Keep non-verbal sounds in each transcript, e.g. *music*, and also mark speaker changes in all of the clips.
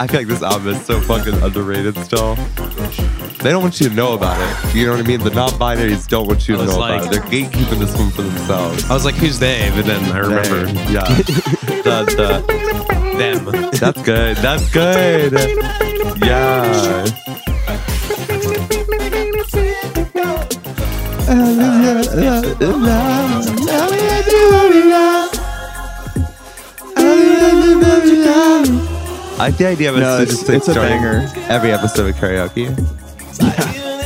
Speaker 1: I feel like this album is so fucking underrated still. They don't want you to know about it. You know what I mean? The non-binaries don't want you
Speaker 2: I
Speaker 1: to
Speaker 2: was
Speaker 1: know
Speaker 2: like-
Speaker 1: about it. They're gatekeeping this one for themselves.
Speaker 2: I was like, who's they? But then I remember
Speaker 1: Dang. Yeah. the, the,
Speaker 2: them.
Speaker 1: that's good. That's good. Yeah. I like the idea of us
Speaker 3: No,
Speaker 1: to
Speaker 3: it's-
Speaker 1: just like
Speaker 3: it's a
Speaker 1: starting
Speaker 3: banger.
Speaker 1: every episode of
Speaker 3: *laughs*
Speaker 1: karaoke.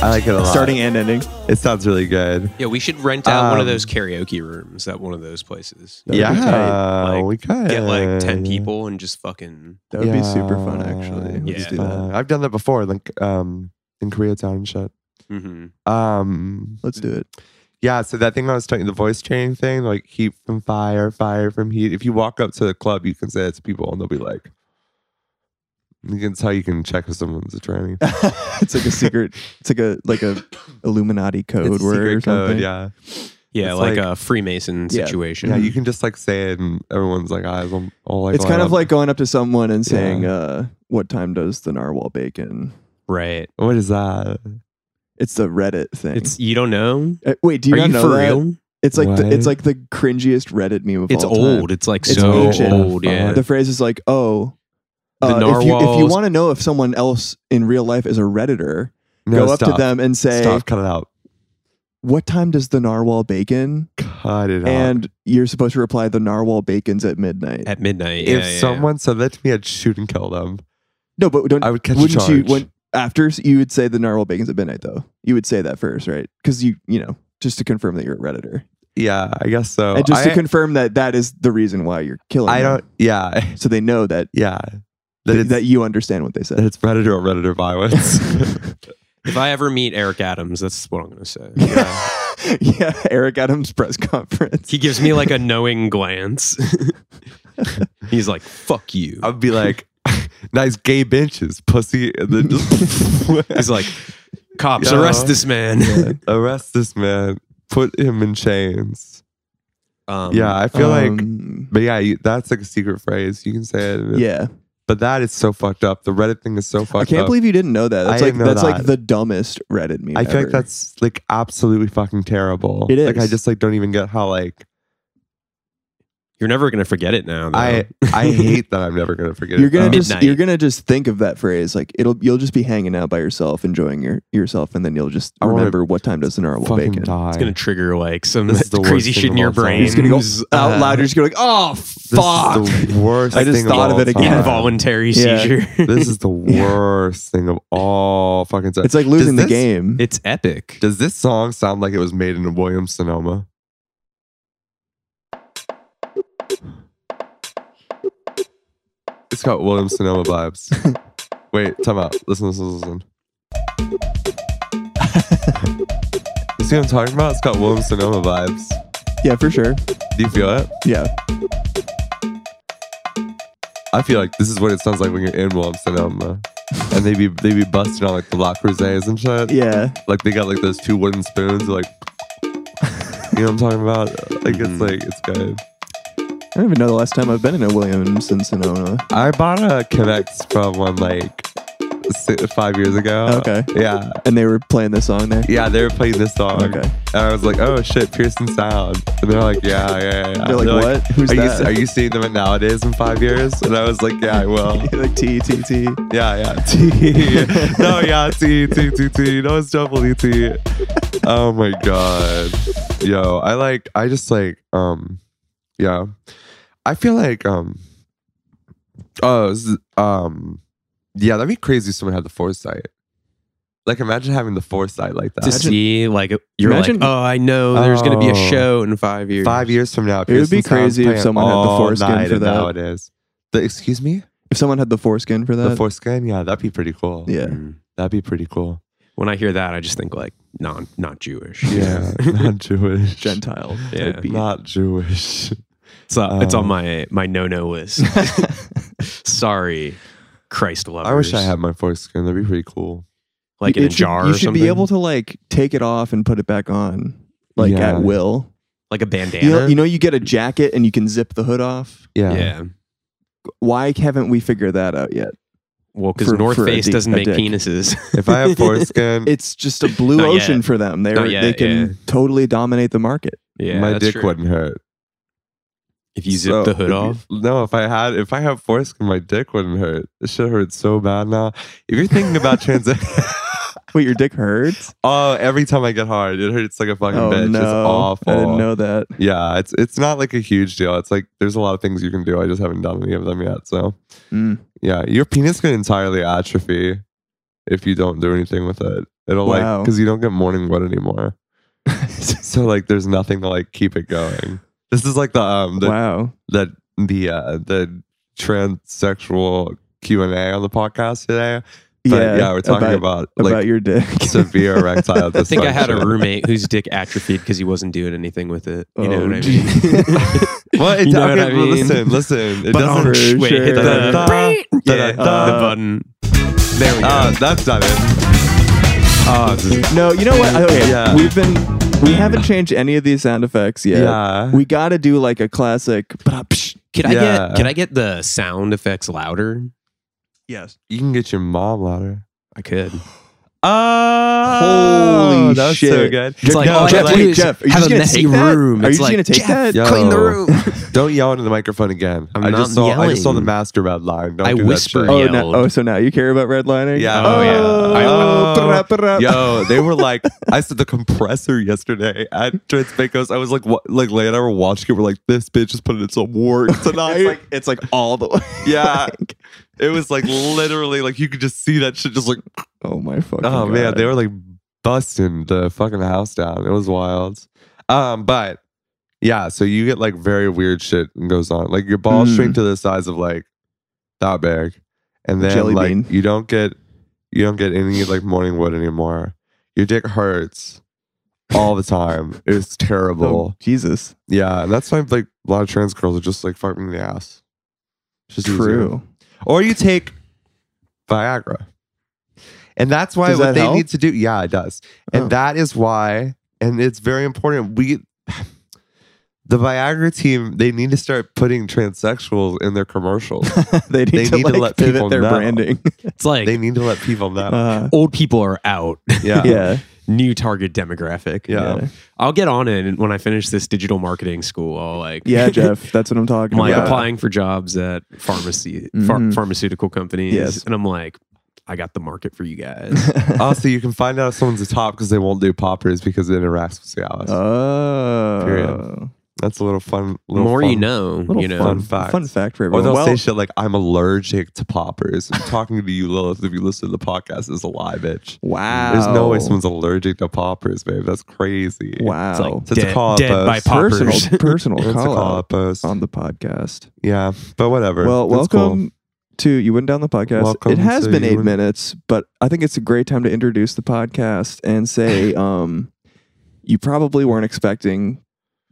Speaker 1: I like it a lot.
Speaker 3: Starting and ending.
Speaker 1: it sounds really good.
Speaker 2: Yeah, we should rent out one
Speaker 1: Um,
Speaker 2: of those karaoke rooms at one of those places.
Speaker 3: That'd be tight.
Speaker 1: yeah,
Speaker 2: Like,
Speaker 1: Uh, we could
Speaker 2: Get like 10 people and just fucking.
Speaker 3: That would be super fun, actually.
Speaker 2: Yeah.
Speaker 3: Let's do
Speaker 1: Uh,
Speaker 3: that.
Speaker 1: I've done that before, like um, in Koreatown and shit.
Speaker 2: hmm
Speaker 1: Um,
Speaker 3: Let's do it. *laughs*
Speaker 1: yeah, so that thing I was talking, the voice training thing, like heat from fire, fire from heat. If you walk up to the club, you can say that to people, and they'll be like, "You can tell you can check if someone's a tranny."
Speaker 3: it's like a secret. It's like a like a Illuminati code
Speaker 1: It's a
Speaker 3: word or
Speaker 1: secret
Speaker 3: something.
Speaker 1: code, yeah,
Speaker 2: Yeah,
Speaker 1: It's
Speaker 2: like,
Speaker 1: like-
Speaker 2: a Freemason
Speaker 3: Yeah.
Speaker 2: situation.
Speaker 1: yeah. You can just like say it, and everyone's like, "Eyes on all like."
Speaker 3: Mm-hmm. it's kind of like going up to someone and saying,
Speaker 1: Yeah.
Speaker 3: uh, "What time does the narwhal bacon?"
Speaker 2: right.
Speaker 1: what is that?
Speaker 3: It's the Reddit thing.
Speaker 2: It's you don't know.
Speaker 3: Uh, wait, do you
Speaker 2: Are
Speaker 3: not
Speaker 2: you
Speaker 3: know
Speaker 2: for
Speaker 3: that?
Speaker 2: real?
Speaker 3: It's like the,
Speaker 1: What?
Speaker 3: it's like the cringiest Reddit meme of
Speaker 2: It's
Speaker 3: all time.
Speaker 2: old. It's like
Speaker 3: It's
Speaker 2: so
Speaker 3: ancient.
Speaker 2: old. Yeah.
Speaker 3: The phrase is like, "Oh,
Speaker 2: The
Speaker 3: uh, if you, if you
Speaker 2: narwhals-
Speaker 3: want to know if someone else in real life is a Redditor,
Speaker 1: No,
Speaker 3: go up to
Speaker 1: stop.
Speaker 3: them and say,
Speaker 1: Stop! Cut it out!
Speaker 3: "What time does the narwhal bacon?"
Speaker 1: Cut it out!
Speaker 3: And you're supposed to reply, "The narwhal bacon's at midnight."
Speaker 1: Eh,
Speaker 2: At midnight.
Speaker 1: if
Speaker 2: yeah, yeah,
Speaker 1: someone said that to me, I'd shoot and kill them.
Speaker 3: no, but don't
Speaker 1: I would catch a
Speaker 3: wouldn't
Speaker 1: charge.
Speaker 3: you when after you would say the narwhal bacon's at midnight though you would say that first right because you you know just to confirm that you're a redditor
Speaker 1: yeah, I guess so.
Speaker 3: and just
Speaker 1: Oh, I-
Speaker 3: to confirm that that is the reason why you're killing
Speaker 1: I
Speaker 3: them.
Speaker 1: don't. Yeah, *laughs*
Speaker 3: so they know that
Speaker 1: yeah. That
Speaker 3: that,
Speaker 1: it's,
Speaker 3: that you understand what they
Speaker 1: that
Speaker 3: said
Speaker 1: it's predator or predator violence.
Speaker 3: *laughs*
Speaker 2: If I ever meet Eric Adams, that's what I'm going to say.
Speaker 3: yeah eric adams press conference
Speaker 2: He gives me like a knowing glance. He's like, fuck you.
Speaker 1: I'd be like, *laughs* nice gay benches, pussy. And then
Speaker 3: *laughs*
Speaker 1: just
Speaker 2: He's like, cops,
Speaker 1: Yeah.
Speaker 2: arrest this man.
Speaker 1: arrest this man, put him in chains.
Speaker 2: Um,
Speaker 1: yeah, I feel like.
Speaker 3: Um,
Speaker 1: But yeah, you, that's like a secret phrase. You can say it.
Speaker 3: yeah
Speaker 1: But that is so fucked up. The Reddit thing is so fucked
Speaker 3: i can't
Speaker 1: up.
Speaker 3: believe you didn't know that that's
Speaker 1: I
Speaker 3: like
Speaker 1: didn't know
Speaker 3: that's like
Speaker 1: that.
Speaker 3: the dumbest reddit meme
Speaker 1: I feel
Speaker 3: ever.
Speaker 1: like that's like absolutely fucking terrible.
Speaker 3: It
Speaker 1: Like I
Speaker 3: is.
Speaker 1: just like don't even get how like
Speaker 2: You're never going to forget it now. though.
Speaker 1: I I hate that I'm never
Speaker 3: *laughs*
Speaker 1: gonna forget.
Speaker 3: you're
Speaker 1: it,
Speaker 3: gonna
Speaker 1: though.
Speaker 3: just
Speaker 2: Um, Midnight.
Speaker 3: you're gonna just think of that phrase like it'll you'll just be hanging out by yourself enjoying your yourself and then you'll just
Speaker 1: I wanna
Speaker 3: remember what time does the narwhal
Speaker 1: fucking
Speaker 3: bacon
Speaker 1: die.
Speaker 2: it's going to trigger like some
Speaker 1: This is the
Speaker 2: crazy
Speaker 1: worst thing
Speaker 2: shit in
Speaker 1: of
Speaker 2: your
Speaker 1: all time.
Speaker 2: brain.
Speaker 1: He's
Speaker 3: gonna go
Speaker 2: Uh,
Speaker 3: out loud you're just gonna be like oh
Speaker 1: This
Speaker 3: fuck
Speaker 1: is the worst.
Speaker 3: *laughs* I just
Speaker 1: thing
Speaker 3: thought of
Speaker 1: all
Speaker 3: it again.
Speaker 1: time.
Speaker 2: Involuntary
Speaker 3: Yeah.
Speaker 2: seizure.
Speaker 3: *laughs*
Speaker 1: This is the worst thing of all fucking time.
Speaker 3: "Oh!" it's like losing
Speaker 1: Does
Speaker 3: the
Speaker 1: this-
Speaker 3: game
Speaker 2: it's epic.
Speaker 1: Does this song sound like it was made in Williams Sonoma? It's got Williams Sonoma vibes.
Speaker 3: *laughs*
Speaker 1: Wait, time out. Listen, listen, listen. you see what I'm talking about? It's got Williams Sonoma vibes.
Speaker 3: yeah for sure
Speaker 1: Do you feel it?
Speaker 3: yeah
Speaker 1: I feel like this is what it sounds like when you're in Williams Sonoma. um, uh, And they be they be busting on like the La Crusades and shit.
Speaker 3: yeah
Speaker 1: Like they got like those two wooden spoons, like you know what I'm talking about. Like
Speaker 3: Mm-hmm.
Speaker 1: it's like it's good.
Speaker 3: i don't even know the last time i've been in a williams in sonoma
Speaker 1: I bought a Connect from one like si- five years ago.
Speaker 3: Okay.
Speaker 1: Yeah.
Speaker 3: and they were playing this song there
Speaker 1: Yeah, they were playing this song.
Speaker 3: Okay.
Speaker 1: And I was like, oh shit, Pearson Sound. And they're like, yeah, yeah, yeah.
Speaker 3: They're like, "What? Who's
Speaker 1: are
Speaker 3: that?"
Speaker 1: You, are you seeing them at nowadays in five years? And I was like, yeah, I will.
Speaker 3: *laughs* like t t t
Speaker 1: Yeah, yeah. *laughs* T. no, yeah, T, T, T, T. No, it's definitely T. Oh my god. Yo, I like I just like um yeah. I feel like um oh z- um yeah, that'd be crazy if someone had the foresight. Like imagine having the foresight like that.
Speaker 2: to see, like, you're
Speaker 3: Imagine-
Speaker 2: like, oh, I know there's going to be a
Speaker 1: Oh.
Speaker 2: show in five years.
Speaker 1: Five years from now,
Speaker 3: It would be
Speaker 1: Pearson Sound's
Speaker 3: crazy if
Speaker 1: playing
Speaker 3: someone had the
Speaker 1: all
Speaker 3: foreskin
Speaker 1: night
Speaker 3: for
Speaker 1: and
Speaker 3: that.
Speaker 1: Nowadays, the excuse me,
Speaker 3: if someone had the foreskin for
Speaker 1: the
Speaker 3: that
Speaker 1: foreskin. Yeah, that'd be pretty cool.
Speaker 3: yeah
Speaker 2: Mm.
Speaker 1: that'd be pretty cool.
Speaker 2: When I hear that, I just think like non not Jewish.
Speaker 1: Yeah, *laughs* not Jewish.
Speaker 3: gentile
Speaker 2: Yeah.
Speaker 3: type beat. *laughs*
Speaker 1: Not Jewish.
Speaker 2: *laughs* It's, uh, it's
Speaker 1: Um,
Speaker 2: on my my no no
Speaker 3: *laughs*
Speaker 2: list. Sorry, Christ lovers.
Speaker 1: I wish I had my foreskin. That'd be pretty cool.
Speaker 2: like
Speaker 3: You-
Speaker 2: in a
Speaker 3: it should-
Speaker 2: jar.
Speaker 3: you
Speaker 2: or
Speaker 3: should
Speaker 2: something.
Speaker 3: be able to like take it off and put it back on like
Speaker 1: Yeah.
Speaker 3: at will
Speaker 2: like a bandana.
Speaker 3: You know, you know, you get a jacket and you can zip the hood off.
Speaker 1: Yeah.
Speaker 2: yeah.
Speaker 3: Why haven't we figured that out yet?
Speaker 2: Well, because
Speaker 3: For-
Speaker 2: North
Speaker 3: for a
Speaker 2: Face
Speaker 3: dick-
Speaker 2: doesn't
Speaker 3: a
Speaker 2: make
Speaker 3: dick.
Speaker 2: penises.
Speaker 1: If I have foreskin,
Speaker 3: *laughs* It's just a
Speaker 2: *laughs*
Speaker 3: blue
Speaker 2: Not
Speaker 3: ocean
Speaker 2: yet.
Speaker 3: for them. They
Speaker 2: Not
Speaker 3: are,
Speaker 2: yet,
Speaker 3: they can
Speaker 2: yeah.
Speaker 3: totally dominate the market.
Speaker 2: yeah,
Speaker 1: my
Speaker 2: that's
Speaker 1: dick
Speaker 2: true.
Speaker 1: wouldn't hurt.
Speaker 2: If you zip the hood
Speaker 1: if you-
Speaker 2: off,
Speaker 1: No, if I had, if I have foreskin, my dick wouldn't hurt. This shit hurts so bad now. If you're thinking about transition,
Speaker 3: Wait, your dick
Speaker 2: *laughs*
Speaker 3: hurts?
Speaker 1: *laughs* oh, every time I get hard, it hurts like a fucking
Speaker 3: oh
Speaker 1: bitch.
Speaker 3: no,
Speaker 1: It's awful.
Speaker 3: I didn't know that.
Speaker 1: Yeah, it's it's not like a huge deal. It's like there's a lot of things you can do. I just haven't done any of them yet. So
Speaker 3: Mm.
Speaker 1: yeah, your penis can entirely atrophy if you don't do anything with it. It'll like
Speaker 3: Wow.
Speaker 1: because you don't get morning wood
Speaker 2: *laughs*
Speaker 1: anymore. so like there's nothing to like keep it going. This is like the um the
Speaker 3: wow.
Speaker 1: the the uh the transsexual Q and A on the podcast today. But yeah, we're talking
Speaker 3: about,
Speaker 1: about,
Speaker 3: about
Speaker 1: like
Speaker 2: *laughs*
Speaker 3: your dick. *laughs*
Speaker 1: severe erectile dysfunction.
Speaker 2: I think I had a roommate whose dick atrophied because he wasn't doing anything with it. You know
Speaker 3: Oh,
Speaker 2: what
Speaker 1: *laughs*
Speaker 2: I mean? *laughs*
Speaker 3: gee.
Speaker 1: Well, it,
Speaker 2: You
Speaker 1: okay,
Speaker 2: know what I
Speaker 1: well,
Speaker 2: mean?
Speaker 1: listen, listen. It
Speaker 2: Ba-dum,
Speaker 1: doesn't.
Speaker 3: For
Speaker 2: wait, hit
Speaker 3: sure.
Speaker 2: the,
Speaker 1: Da-da-da.
Speaker 2: yeah,
Speaker 1: Da-da-da.
Speaker 2: the button. There we go. Oh,
Speaker 1: Uh, that's not it. Uh,
Speaker 3: no, you know what? Okay,
Speaker 1: Yeah.
Speaker 3: we've been we haven't changed any of these sound effects yet.
Speaker 1: yeah.
Speaker 3: We got to do like a classic. uh, Ba-da-psh.
Speaker 2: Could I
Speaker 1: Yeah.
Speaker 2: get could I get the sound effects louder?
Speaker 3: Yes.
Speaker 1: you can get your mom louder.
Speaker 2: I could.
Speaker 1: Oh,
Speaker 3: Holy
Speaker 1: that's so
Speaker 3: shit.
Speaker 1: good.
Speaker 2: It's like,
Speaker 1: No,
Speaker 2: all I
Speaker 3: oh, Jeff,
Speaker 2: have to
Speaker 1: like,
Speaker 3: wait,
Speaker 2: do is
Speaker 3: Jeff, are you
Speaker 2: have
Speaker 3: just
Speaker 2: a
Speaker 3: gonna
Speaker 2: messy
Speaker 3: take that?
Speaker 2: room.
Speaker 3: Are you
Speaker 2: It's
Speaker 3: just
Speaker 2: like,
Speaker 3: gonna take
Speaker 2: Jeff,
Speaker 3: that?
Speaker 2: clean the
Speaker 1: Yo.
Speaker 2: room.
Speaker 1: don't yell into the microphone again.
Speaker 2: I'm
Speaker 1: I
Speaker 2: not
Speaker 1: just saw. I just saw the
Speaker 2: yelling.
Speaker 1: master bad line. Don't
Speaker 2: I
Speaker 1: do that
Speaker 2: whisper.
Speaker 1: shit.
Speaker 3: Oh, no.
Speaker 2: Yelled.
Speaker 3: oh, so now you care about redlining?
Speaker 1: Yeah.
Speaker 2: Oh, yeah. I-
Speaker 1: Oh.
Speaker 3: *laughs* ba-da-ba-da.
Speaker 1: Yo, they were like, I said the compressor yesterday at Transbacos. I was like, what? Like, Leigh and I were watching it. We're like, this bitch is putting in some work
Speaker 3: It's
Speaker 1: tonight.
Speaker 3: like it's like all the way.
Speaker 1: yeah.
Speaker 3: *laughs*
Speaker 1: It was like literally, like, you could just see that shit just like,
Speaker 3: Oh my fucking.
Speaker 1: oh man,
Speaker 3: God.
Speaker 1: they were like busting the fucking house down. It was wild. Um, but yeah, so you get like very weird shit and goes on. Like your balls
Speaker 3: Mm.
Speaker 1: shrink to the size of like that big, and then
Speaker 3: Jelly
Speaker 1: like
Speaker 3: bean.
Speaker 1: you don't get you don't get any like morning wood anymore. Your dick hurts all the time.
Speaker 3: *laughs*
Speaker 1: it's terrible.
Speaker 3: Oh, Jesus.
Speaker 1: Yeah, and that's why like a lot of trans girls are just like fucking the ass. It's just easier.
Speaker 3: True.
Speaker 1: Or you take Viagra. And that's why
Speaker 3: Does
Speaker 1: what
Speaker 3: that
Speaker 1: they
Speaker 3: help?
Speaker 1: need to do. Yeah, it does. And
Speaker 3: Oh.
Speaker 1: that is why, and it's very important. We the Viagra team, they need to start putting transsexuals in their commercials.
Speaker 3: *laughs* they need
Speaker 1: They
Speaker 3: to
Speaker 1: need to
Speaker 3: like
Speaker 1: let people
Speaker 3: pivot their
Speaker 1: know. *laughs*
Speaker 3: branding.
Speaker 2: *laughs* It's like
Speaker 1: they need to let people know.
Speaker 3: Uh,
Speaker 2: old people are out. *laughs*
Speaker 1: yeah. yeah.
Speaker 3: *laughs* yeah.
Speaker 2: New target demographic.
Speaker 1: Yeah.
Speaker 2: I'll get on it and when I finish this digital marketing school. I'll like
Speaker 3: Yeah, Jeff. That's what I'm talking
Speaker 2: I'm like
Speaker 3: about.
Speaker 2: applying for jobs at pharmacy phar-
Speaker 1: Mm-hmm.
Speaker 3: Mhm.
Speaker 2: pharmaceutical companies.
Speaker 3: Yes.
Speaker 2: And I'm like, I got the market for
Speaker 1: *laughs*
Speaker 2: you guys.
Speaker 1: Also, you can find out if someone's a top because they won't do poppers because it interacts with Cialis.
Speaker 3: Uh, Oh.
Speaker 1: Period. That's a little fun. Little
Speaker 2: More you
Speaker 1: fun-
Speaker 2: know,
Speaker 1: little
Speaker 2: you know.
Speaker 1: fun fact.
Speaker 3: Fun fact for
Speaker 1: Or
Speaker 3: everyone.
Speaker 1: they'll
Speaker 3: well,
Speaker 1: say shit like, I'm allergic to poppers. *laughs* And talking to you, Lilith, if you listen to the podcast, is a lie, bitch.
Speaker 3: wow.
Speaker 1: There's no way someone's allergic to poppers, babe. That's crazy.
Speaker 3: Wow.
Speaker 2: It's like
Speaker 1: So it's a
Speaker 2: dead,
Speaker 1: call up,
Speaker 2: dead
Speaker 1: uh,
Speaker 2: by poppers.
Speaker 3: personal personal
Speaker 1: *laughs* It's a
Speaker 3: call
Speaker 1: call
Speaker 3: out
Speaker 1: up post.
Speaker 3: on the podcast.
Speaker 1: yeah, but whatever.
Speaker 3: Well,
Speaker 1: That's
Speaker 3: welcome to You Went Down the Podcast.
Speaker 1: Welcome
Speaker 3: it has
Speaker 1: to
Speaker 3: been
Speaker 1: You
Speaker 3: eight
Speaker 1: Went-
Speaker 3: minutes, but I think it's a great time to introduce the podcast
Speaker 1: *laughs*
Speaker 3: and say um, you probably weren't expecting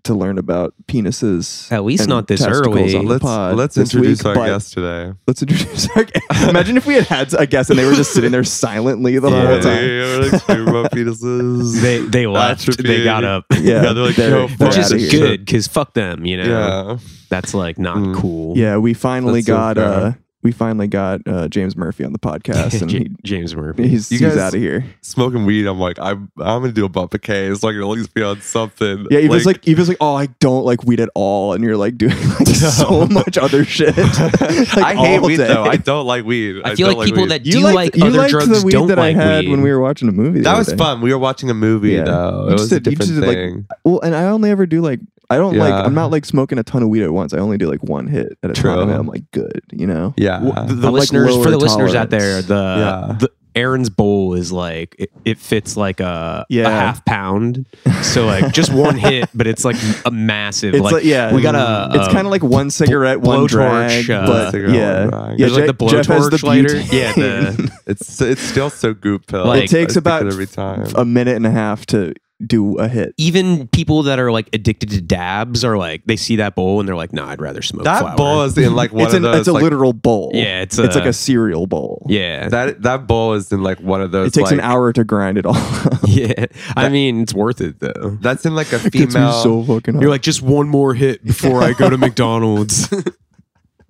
Speaker 3: to learn about penises.
Speaker 2: *laughs* At least
Speaker 3: and
Speaker 2: not this
Speaker 3: testicles
Speaker 2: early.
Speaker 3: on the *laughs*
Speaker 1: Let's
Speaker 3: pod
Speaker 1: let's
Speaker 3: this
Speaker 1: introduce
Speaker 3: week,
Speaker 1: our
Speaker 3: but
Speaker 1: guest today.
Speaker 3: Let's introduce
Speaker 1: *laughs*
Speaker 3: our guest. Imagine if we had had a guest and they were just sitting there silently the whole
Speaker 2: Yeah.
Speaker 3: time. *laughs*
Speaker 1: about penises.
Speaker 2: *laughs* They they left.
Speaker 1: Atrophy.
Speaker 2: They got up.
Speaker 3: Yeah,
Speaker 1: Yeah, they're like, yo, fuck
Speaker 3: they're
Speaker 2: Which
Speaker 1: outta
Speaker 2: is
Speaker 3: outta here.
Speaker 1: here.
Speaker 2: good because fuck them, you know.
Speaker 1: yeah,
Speaker 2: That's like not
Speaker 1: Mm.
Speaker 2: cool. *laughs*
Speaker 3: Yeah, we finally
Speaker 1: That's so
Speaker 3: got
Speaker 1: fair.
Speaker 3: uh, we finally got uh, James
Speaker 1: *laughs*
Speaker 3: Murphy on the podcast, and
Speaker 2: J-
Speaker 3: he,
Speaker 2: James Murphy.
Speaker 3: he's,
Speaker 1: You
Speaker 3: he's
Speaker 1: guys-
Speaker 3: out of here.
Speaker 1: smoking weed. I'm like, I'm I'm gonna do a bump of K. So I can at least be on something.
Speaker 3: Yeah, Eva's like, like Eva's like, oh, I don't like weed at all, and you're like *laughs* doing like so much other shit.
Speaker 1: *laughs*
Speaker 3: Like,
Speaker 1: I hate
Speaker 3: all
Speaker 1: weed
Speaker 3: day.
Speaker 1: though.
Speaker 3: *laughs*
Speaker 1: I don't like weed.
Speaker 2: I feel
Speaker 1: don't
Speaker 2: like people
Speaker 1: weed.
Speaker 2: that
Speaker 3: you
Speaker 2: do
Speaker 3: liked,
Speaker 2: like
Speaker 3: you
Speaker 2: other
Speaker 3: liked
Speaker 2: drugs
Speaker 3: the weed
Speaker 2: don't
Speaker 3: that
Speaker 2: like
Speaker 3: I had
Speaker 2: weed.
Speaker 3: when we were watching a movie. the
Speaker 1: that
Speaker 3: other
Speaker 1: was
Speaker 3: day.
Speaker 1: fun. We were watching a movie
Speaker 3: Yeah.
Speaker 1: though.
Speaker 3: You
Speaker 1: It
Speaker 3: just
Speaker 1: was a
Speaker 3: did- you
Speaker 1: different
Speaker 3: just did, like,
Speaker 1: thing.
Speaker 3: Well, and I only ever do like I don't like
Speaker 1: Yeah.
Speaker 3: I'm not like smoking a ton of weed at once. I only do like one hit at a
Speaker 1: True.
Speaker 3: time. and I'm like good, you know.
Speaker 1: yeah.
Speaker 3: Well, the-
Speaker 2: the
Speaker 3: like,
Speaker 2: listeners for
Speaker 3: lower
Speaker 2: the listeners out there,
Speaker 3: tolerance.
Speaker 2: the,
Speaker 1: Yeah.
Speaker 2: the Aaron's bowl is like it, it fits like a,
Speaker 3: Yeah.
Speaker 2: a half
Speaker 3: *laughs*
Speaker 2: pound. So like just one hit, but it's like a massive.
Speaker 3: It's
Speaker 2: like,
Speaker 3: like- yeah.
Speaker 2: we got a.
Speaker 3: It's kind of like one cigarette, one
Speaker 2: blowtorch,
Speaker 3: drag,
Speaker 2: uh,
Speaker 3: but
Speaker 1: Cigarette,
Speaker 3: yeah,
Speaker 1: one drag.
Speaker 3: yeah.
Speaker 2: There's like
Speaker 3: Je-
Speaker 2: the
Speaker 3: Jeff has
Speaker 2: blowtorch lighter.
Speaker 3: butane. *laughs*
Speaker 2: Yeah, the-
Speaker 1: It's it's still so goop pill.
Speaker 2: Like-
Speaker 3: it takes
Speaker 1: I stick
Speaker 3: about
Speaker 1: it every time.
Speaker 3: a minute and a half to do a hit.
Speaker 2: even people that are like addicted to dabs are like they see that bowl and they're like, nah, I'd rather smoke
Speaker 1: that
Speaker 2: flower.
Speaker 1: bowl is in
Speaker 3: *laughs*
Speaker 1: like one
Speaker 3: It's
Speaker 1: of
Speaker 3: an
Speaker 1: those.
Speaker 3: it's a
Speaker 1: like,
Speaker 3: literal bowl.
Speaker 2: Yeah, it's
Speaker 3: it's like
Speaker 2: a-
Speaker 3: a cereal bowl.
Speaker 2: yeah,
Speaker 1: *laughs* that that bowl is in like one of those.
Speaker 3: It takes an
Speaker 1: like-
Speaker 3: hour to grind it all. up.
Speaker 2: *laughs*
Speaker 3: *laughs*
Speaker 2: yeah. I mean, it's worth it though.
Speaker 1: That's in like a
Speaker 3: Gets me
Speaker 1: female.
Speaker 3: so fucking
Speaker 2: *laughs*
Speaker 3: hot.
Speaker 2: You're like just one more hit before I go to McDonald's.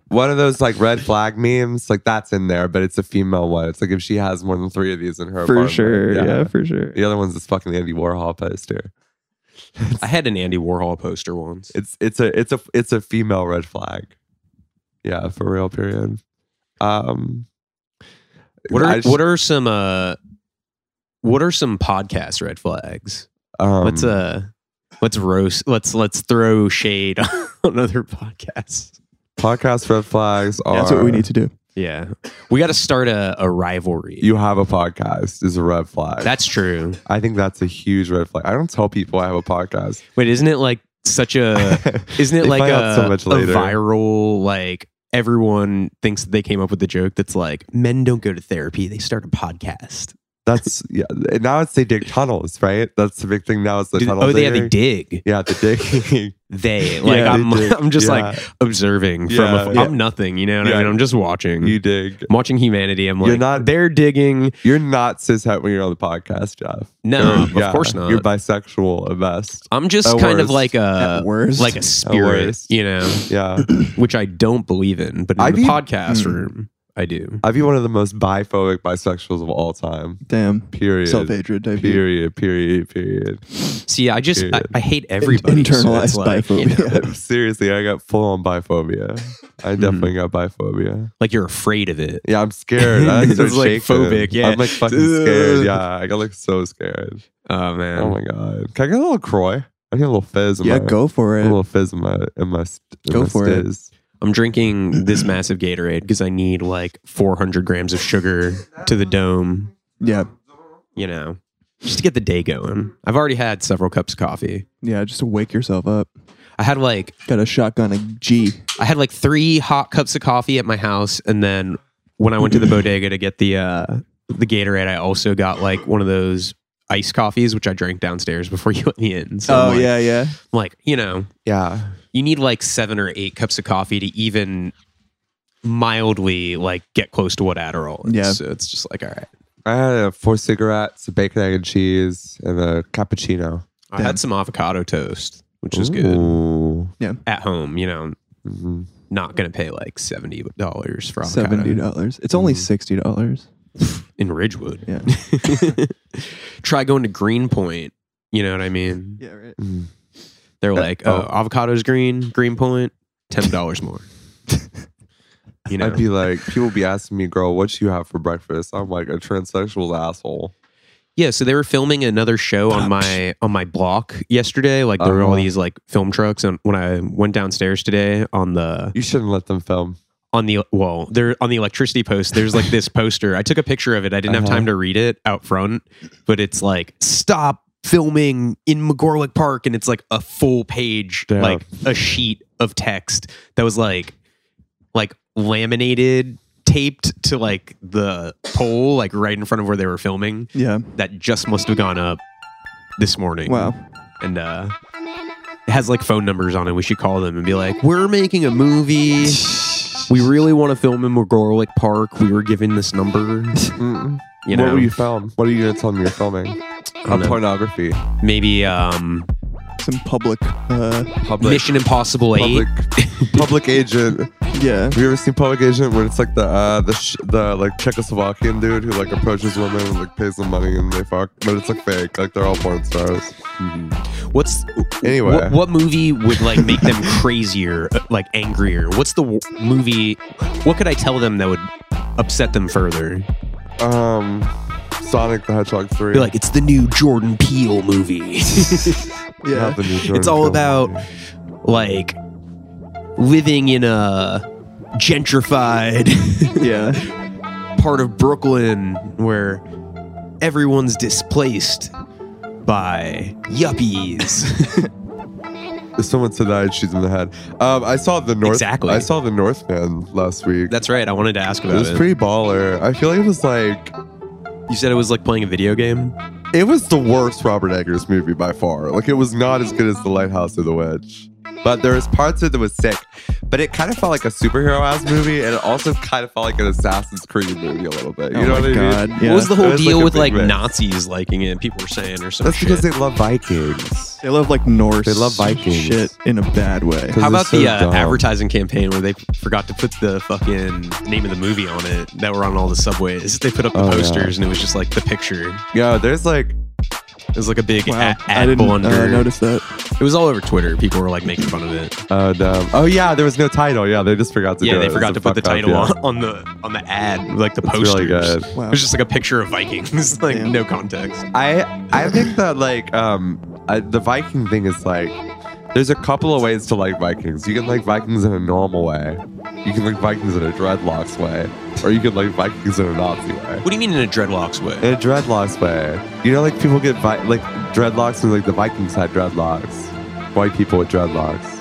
Speaker 1: one of those like red flag memes, like that's in there, but it's a female one. It's like if she has more than three of these in her
Speaker 3: for
Speaker 1: apartment.
Speaker 3: sure. Yeah. for sure.
Speaker 1: The other one's this fucking Andy Warhol poster.
Speaker 2: I had an Andy Warhol poster once.
Speaker 1: It's it's a it's a it's a female red flag. Yeah, for real. Period. Um,
Speaker 2: What
Speaker 1: I
Speaker 2: are
Speaker 1: just-
Speaker 2: what are some uh what are some podcast red flags?
Speaker 1: um,
Speaker 2: let's uh let's roast let's let's throw shade *laughs* on other podcasts.
Speaker 1: podcast red flags are
Speaker 3: That's what we need to do.
Speaker 2: Yeah. We gotta start a, a rivalry.
Speaker 1: You have a podcast is a red flag.
Speaker 2: That's true.
Speaker 1: I think that's a huge red flag. I don't tell people I have a
Speaker 2: *laughs*
Speaker 1: podcast.
Speaker 2: Wait, isn't it like
Speaker 1: *laughs*
Speaker 2: such a isn't it
Speaker 1: They
Speaker 2: like
Speaker 1: find out
Speaker 2: a,
Speaker 1: so much
Speaker 2: a
Speaker 1: later.
Speaker 2: viral like everyone thinks they came up with the joke that's like men don't go to therapy, they start a podcast.
Speaker 1: That's yeah. and Now it's they dig tunnels, right? That's the big thing now. Is the
Speaker 2: Did-
Speaker 1: tunnel?
Speaker 2: oh, they yeah, they
Speaker 1: digging.
Speaker 2: dig.
Speaker 1: Yeah, the digging. *laughs*
Speaker 2: They like
Speaker 1: Yeah, they
Speaker 2: I'm
Speaker 1: dig.
Speaker 2: *laughs* I'm just
Speaker 1: Yeah.
Speaker 2: like observing from
Speaker 1: Yeah.
Speaker 2: afar.
Speaker 1: Yeah.
Speaker 2: I'm nothing, you know what
Speaker 1: Yeah.
Speaker 2: I mean? I'm just watching.
Speaker 1: you dig.
Speaker 2: I'm watching humanity. I'm like
Speaker 1: You're not-
Speaker 2: they're digging.
Speaker 1: You're not cishet when you're on the podcast, Jeff.
Speaker 2: No,
Speaker 1: Or- yeah,
Speaker 2: of course not.
Speaker 1: You're bisexual at best.
Speaker 2: I'm just
Speaker 1: At
Speaker 2: kind of
Speaker 1: worst.
Speaker 2: like a
Speaker 3: At worst.
Speaker 2: uh, like a spirit,
Speaker 1: worst.
Speaker 2: you know,
Speaker 1: Yeah,
Speaker 2: which I don't believe in, but in
Speaker 1: I'd be-
Speaker 2: the
Speaker 1: Hmm.
Speaker 2: podcast
Speaker 3: Mm.
Speaker 2: room, I do.
Speaker 1: I'd be one of the most biphobic bisexuals of all time.
Speaker 3: damn
Speaker 1: Period.
Speaker 3: self hatred type. of-
Speaker 1: Period. Period. Period.
Speaker 2: See, I just I,
Speaker 1: Period.
Speaker 2: I hate everybody. so it's
Speaker 3: Internalized
Speaker 2: like,
Speaker 3: *laughs*
Speaker 2: you
Speaker 3: biphobia.
Speaker 2: know,
Speaker 1: Seriously, I got full on biphobia. I
Speaker 2: Mm-hmm.
Speaker 1: definitely got biphobia.
Speaker 2: like you're afraid of it.
Speaker 1: Yeah, I'm scared. I
Speaker 2: *laughs* It's
Speaker 1: start
Speaker 2: like
Speaker 1: shaking.
Speaker 2: phobic, yeah.
Speaker 1: I'm like fucking
Speaker 2: *laughs*
Speaker 1: scared. Yeah, I got like so scared.
Speaker 2: Oh man.
Speaker 1: Oh my god! Can I get a little Croy? I need a little fizz. In
Speaker 3: Yeah,
Speaker 1: my,
Speaker 3: go for
Speaker 1: A
Speaker 3: it.
Speaker 1: little fizz in my in my. st- in
Speaker 3: Go
Speaker 1: my
Speaker 3: for it.
Speaker 1: stiz.
Speaker 2: I'm
Speaker 1: *clears throat*
Speaker 2: drinking this massive Gatorade because I need like 400 grams of sugar to the dome,
Speaker 3: Yeah,
Speaker 2: you know, just to get the day going. I've already had several cups of coffee.
Speaker 3: yeah. Just to wake yourself up.
Speaker 2: I had like
Speaker 3: Got a shotgun a G.
Speaker 2: I had like three hot cups of coffee at my house, and then when I
Speaker 1: *clears throat*
Speaker 2: went to the bodega to get the uh, the Gatorade, I also got like one of those iced coffees, which I drank downstairs before *laughs* you let me in. So
Speaker 1: Oh,
Speaker 2: I'm like,
Speaker 3: yeah.
Speaker 2: I'm like you know,
Speaker 1: Yeah,
Speaker 2: you need like seven or eight cups of coffee to even mildly like get close to what Adderall is.
Speaker 3: Yeah.
Speaker 2: So it's just like all right.
Speaker 1: I had uh, four cigarettes, a bacon egg and cheese, and a cappuccino.
Speaker 2: I had some avocado toast, which is good
Speaker 1: Ooh.
Speaker 2: at home. You know,
Speaker 1: Mhm.
Speaker 2: not gonna pay like seventy dollars for avocado
Speaker 3: Seventy dollars. It's only sixty dollars.
Speaker 2: in Ridgewood.
Speaker 3: Yeah.
Speaker 2: Try going to Greenpoint. You know what I mean?
Speaker 3: Yeah. Right.
Speaker 1: Mm.
Speaker 2: They're like,
Speaker 1: oh.
Speaker 2: oh, avocados green, Greenpoint, ten
Speaker 3: *laughs*
Speaker 2: dollars more. you know,
Speaker 1: I'd be like, people be asking me, girl, what you have for breakfast? I'm like a transsexual asshole.
Speaker 2: yeah. So they were filming another show on my on my block yesterday. Like there were all
Speaker 1: Uh-huh.
Speaker 2: these like film trucks, and when I went downstairs today on the
Speaker 1: You shouldn't let them film.
Speaker 2: on the well, there on the electricity post, there's like
Speaker 1: *laughs*
Speaker 2: this poster. I took a picture of it. I didn't have
Speaker 1: Uh-huh.
Speaker 2: time to read it out front, but it's like stop filming in McGorlick Park, and it's like a full page,
Speaker 1: Yeah.
Speaker 2: like a sheet of text that was like, like laminated, taped to like the pole, like right in front of where they were filming.
Speaker 3: Yeah.
Speaker 2: That just must have gone up this morning.
Speaker 3: Wow.
Speaker 2: and uh, it has like phone numbers on it. We should call them and be like, we're making a movie. We really want to film in McGorlick Park. We were given this number.
Speaker 1: Mm-mm.
Speaker 2: You
Speaker 1: what
Speaker 2: know,
Speaker 1: will you film? What are you going to tell me you're filming?
Speaker 2: don't
Speaker 1: A
Speaker 2: know.
Speaker 1: pornography.
Speaker 2: maybe um,
Speaker 3: Some public. Uh,
Speaker 1: Public.
Speaker 2: Mission Impossible
Speaker 1: Public,
Speaker 2: 8.
Speaker 1: public *laughs* agent.
Speaker 3: yeah.
Speaker 1: Have you ever seen Public Agent when it's like the uh, the sh- the like Czechoslovakian dude who like approaches women and like pays them money and they fuck, but it's like fake, like they're all porn stars.
Speaker 2: What's
Speaker 1: Anyway.
Speaker 2: What, what movie would like make them crazier, uh, like angrier? What's the w- movie? What could I tell them that would upset them further?
Speaker 1: Um, Sonic the Hedgehog three.
Speaker 2: Be like, it's the new Jordan Peele movie. *laughs*
Speaker 1: Not the new
Speaker 2: it's
Speaker 1: Jordan
Speaker 2: all
Speaker 1: Peele
Speaker 2: about
Speaker 1: movie.
Speaker 2: like living in a gentrified *laughs*
Speaker 3: Yeah.
Speaker 2: part of Brooklyn where everyone's displaced by
Speaker 1: *laughs*
Speaker 2: yuppies.
Speaker 1: If someone said that, I'd shoot them in the head. Um, I saw the North.
Speaker 2: Exactly.
Speaker 1: I saw the Northman last week.
Speaker 2: That's right. I wanted to ask
Speaker 1: it
Speaker 2: about
Speaker 1: was
Speaker 2: it.
Speaker 1: pretty baller. I feel like it was like
Speaker 2: you said it was like playing a video game.
Speaker 1: it was the worst Robert Eggers movie by far. Like it was not as good as The Lighthouse or The Witch. But there was parts of it that was sick. but it kind of felt like a superhero ass movie, and it also kind of felt like an Assassin's Creed movie a little bit. You
Speaker 3: oh
Speaker 1: know
Speaker 3: my
Speaker 1: what I mean?
Speaker 3: God. Yeah.
Speaker 2: What was the whole
Speaker 1: It was like
Speaker 2: deal
Speaker 1: a
Speaker 2: with
Speaker 1: big
Speaker 2: like
Speaker 1: mix.
Speaker 2: Nazis liking it? People were saying or something.
Speaker 1: That's because they love Vikings.
Speaker 3: they love like Norse.
Speaker 1: They love Vikings.
Speaker 3: shit in a bad way.
Speaker 1: 'Cause
Speaker 2: How
Speaker 1: they're
Speaker 2: about
Speaker 1: so
Speaker 2: the uh,
Speaker 1: dumb.
Speaker 2: advertising campaign where they forgot to put the fucking name of the movie on it that were on all the subways? They put up the
Speaker 1: Oh, yeah.
Speaker 2: posters and it was just like the picture.
Speaker 1: Yeah, there's like
Speaker 2: It was like a big
Speaker 3: Wow,
Speaker 2: ad,
Speaker 3: I
Speaker 2: ad
Speaker 3: didn't
Speaker 2: blunder.
Speaker 3: uh, notice that.
Speaker 2: It was all over Twitter. People were like making fun of it.
Speaker 1: Uh, no. Oh yeah, there was no title. Yeah, they just forgot to
Speaker 2: yeah,
Speaker 1: do it.
Speaker 2: they
Speaker 1: It's
Speaker 2: forgot
Speaker 1: a
Speaker 2: to put the
Speaker 1: fuck up,
Speaker 2: title
Speaker 1: yeah.
Speaker 2: on, on the on the ad, like the
Speaker 1: It's
Speaker 2: posters.
Speaker 1: really good.
Speaker 3: Wow.
Speaker 2: It was just like a picture of Vikings, *laughs* like
Speaker 3: Damn.
Speaker 2: no context.
Speaker 1: I I think that like um I, the Viking thing is like there's a couple of ways to like Vikings. You can like Vikings in a normal way. You can like Vikings in a dreadlocks way, or you can like Vikings in a Nazi way.
Speaker 2: What do you mean in a dreadlocks way?
Speaker 1: In a dreadlocks way, you know, like people get vi- like dreadlocks, and like the Vikings had dreadlocks, white people with dreadlocks,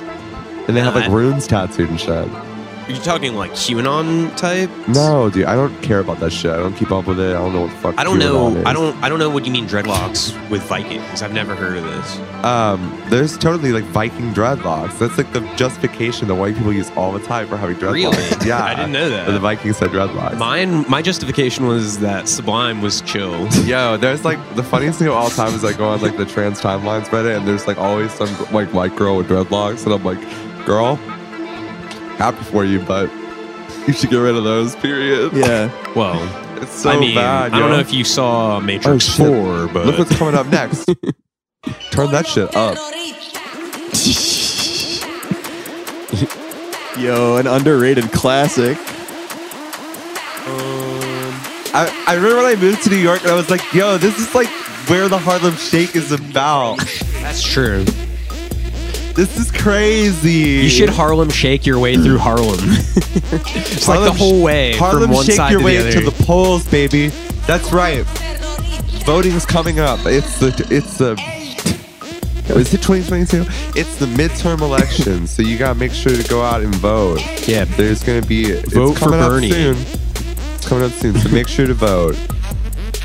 Speaker 1: and they have like
Speaker 2: Uh,
Speaker 1: runes tattooed and shit.
Speaker 2: Are you talking like QAnon type?
Speaker 1: No, dude, I don't care about that shit. I don't keep up with it. I don't know what the fuck.
Speaker 2: I don't
Speaker 1: QAnon
Speaker 2: know.
Speaker 1: is.
Speaker 2: I don't. I don't know what you mean dreadlocks with Vikings. I've never heard of this.
Speaker 1: Um, there's totally like Viking dreadlocks. That's like the justification that white people use all the time for having dreadlocks.
Speaker 2: Really?
Speaker 1: *laughs* Yeah.
Speaker 2: I didn't know that.
Speaker 1: But the Vikings had dreadlocks.
Speaker 2: Mine, my justification was that Sublime was
Speaker 1: *laughs*
Speaker 2: chill.
Speaker 1: Yo, there's like the funniest thing of all time is I go on like the trans timeline Reddit and there's like always some like white girl with dreadlocks and I'm like, girl, happy for you, but you should get rid of those. Period.
Speaker 3: Yeah,
Speaker 2: Well,
Speaker 1: It's so
Speaker 2: I mean,
Speaker 1: bad.
Speaker 2: I don't
Speaker 1: yo.
Speaker 2: know if you saw
Speaker 1: Oh,
Speaker 2: Matrix
Speaker 1: shit.
Speaker 2: Four, but
Speaker 1: Look what's coming up next.
Speaker 2: *laughs*
Speaker 1: Turn that shit up.
Speaker 3: yo, an underrated classic.
Speaker 1: I, I remember when I moved to New York and I was like, yo, this is like where the Harlem Shake is about.
Speaker 2: that's true.
Speaker 1: This is crazy.
Speaker 2: You should Harlem shake your way through Harlem. *laughs* It's like the whole way
Speaker 1: Harlem
Speaker 2: from one
Speaker 1: Shake
Speaker 2: side
Speaker 1: your
Speaker 2: to
Speaker 1: way
Speaker 2: the other.
Speaker 1: to the polls, baby. That's right. Voting's coming up. It's the it's the oh, is it 2022? It's the midterm election, so you gotta make sure to go out and vote.
Speaker 2: yeah,
Speaker 1: There's gonna be it's
Speaker 2: Vote for
Speaker 1: coming up
Speaker 2: Bernie.
Speaker 1: soon. It's coming up soon, so make sure to vote.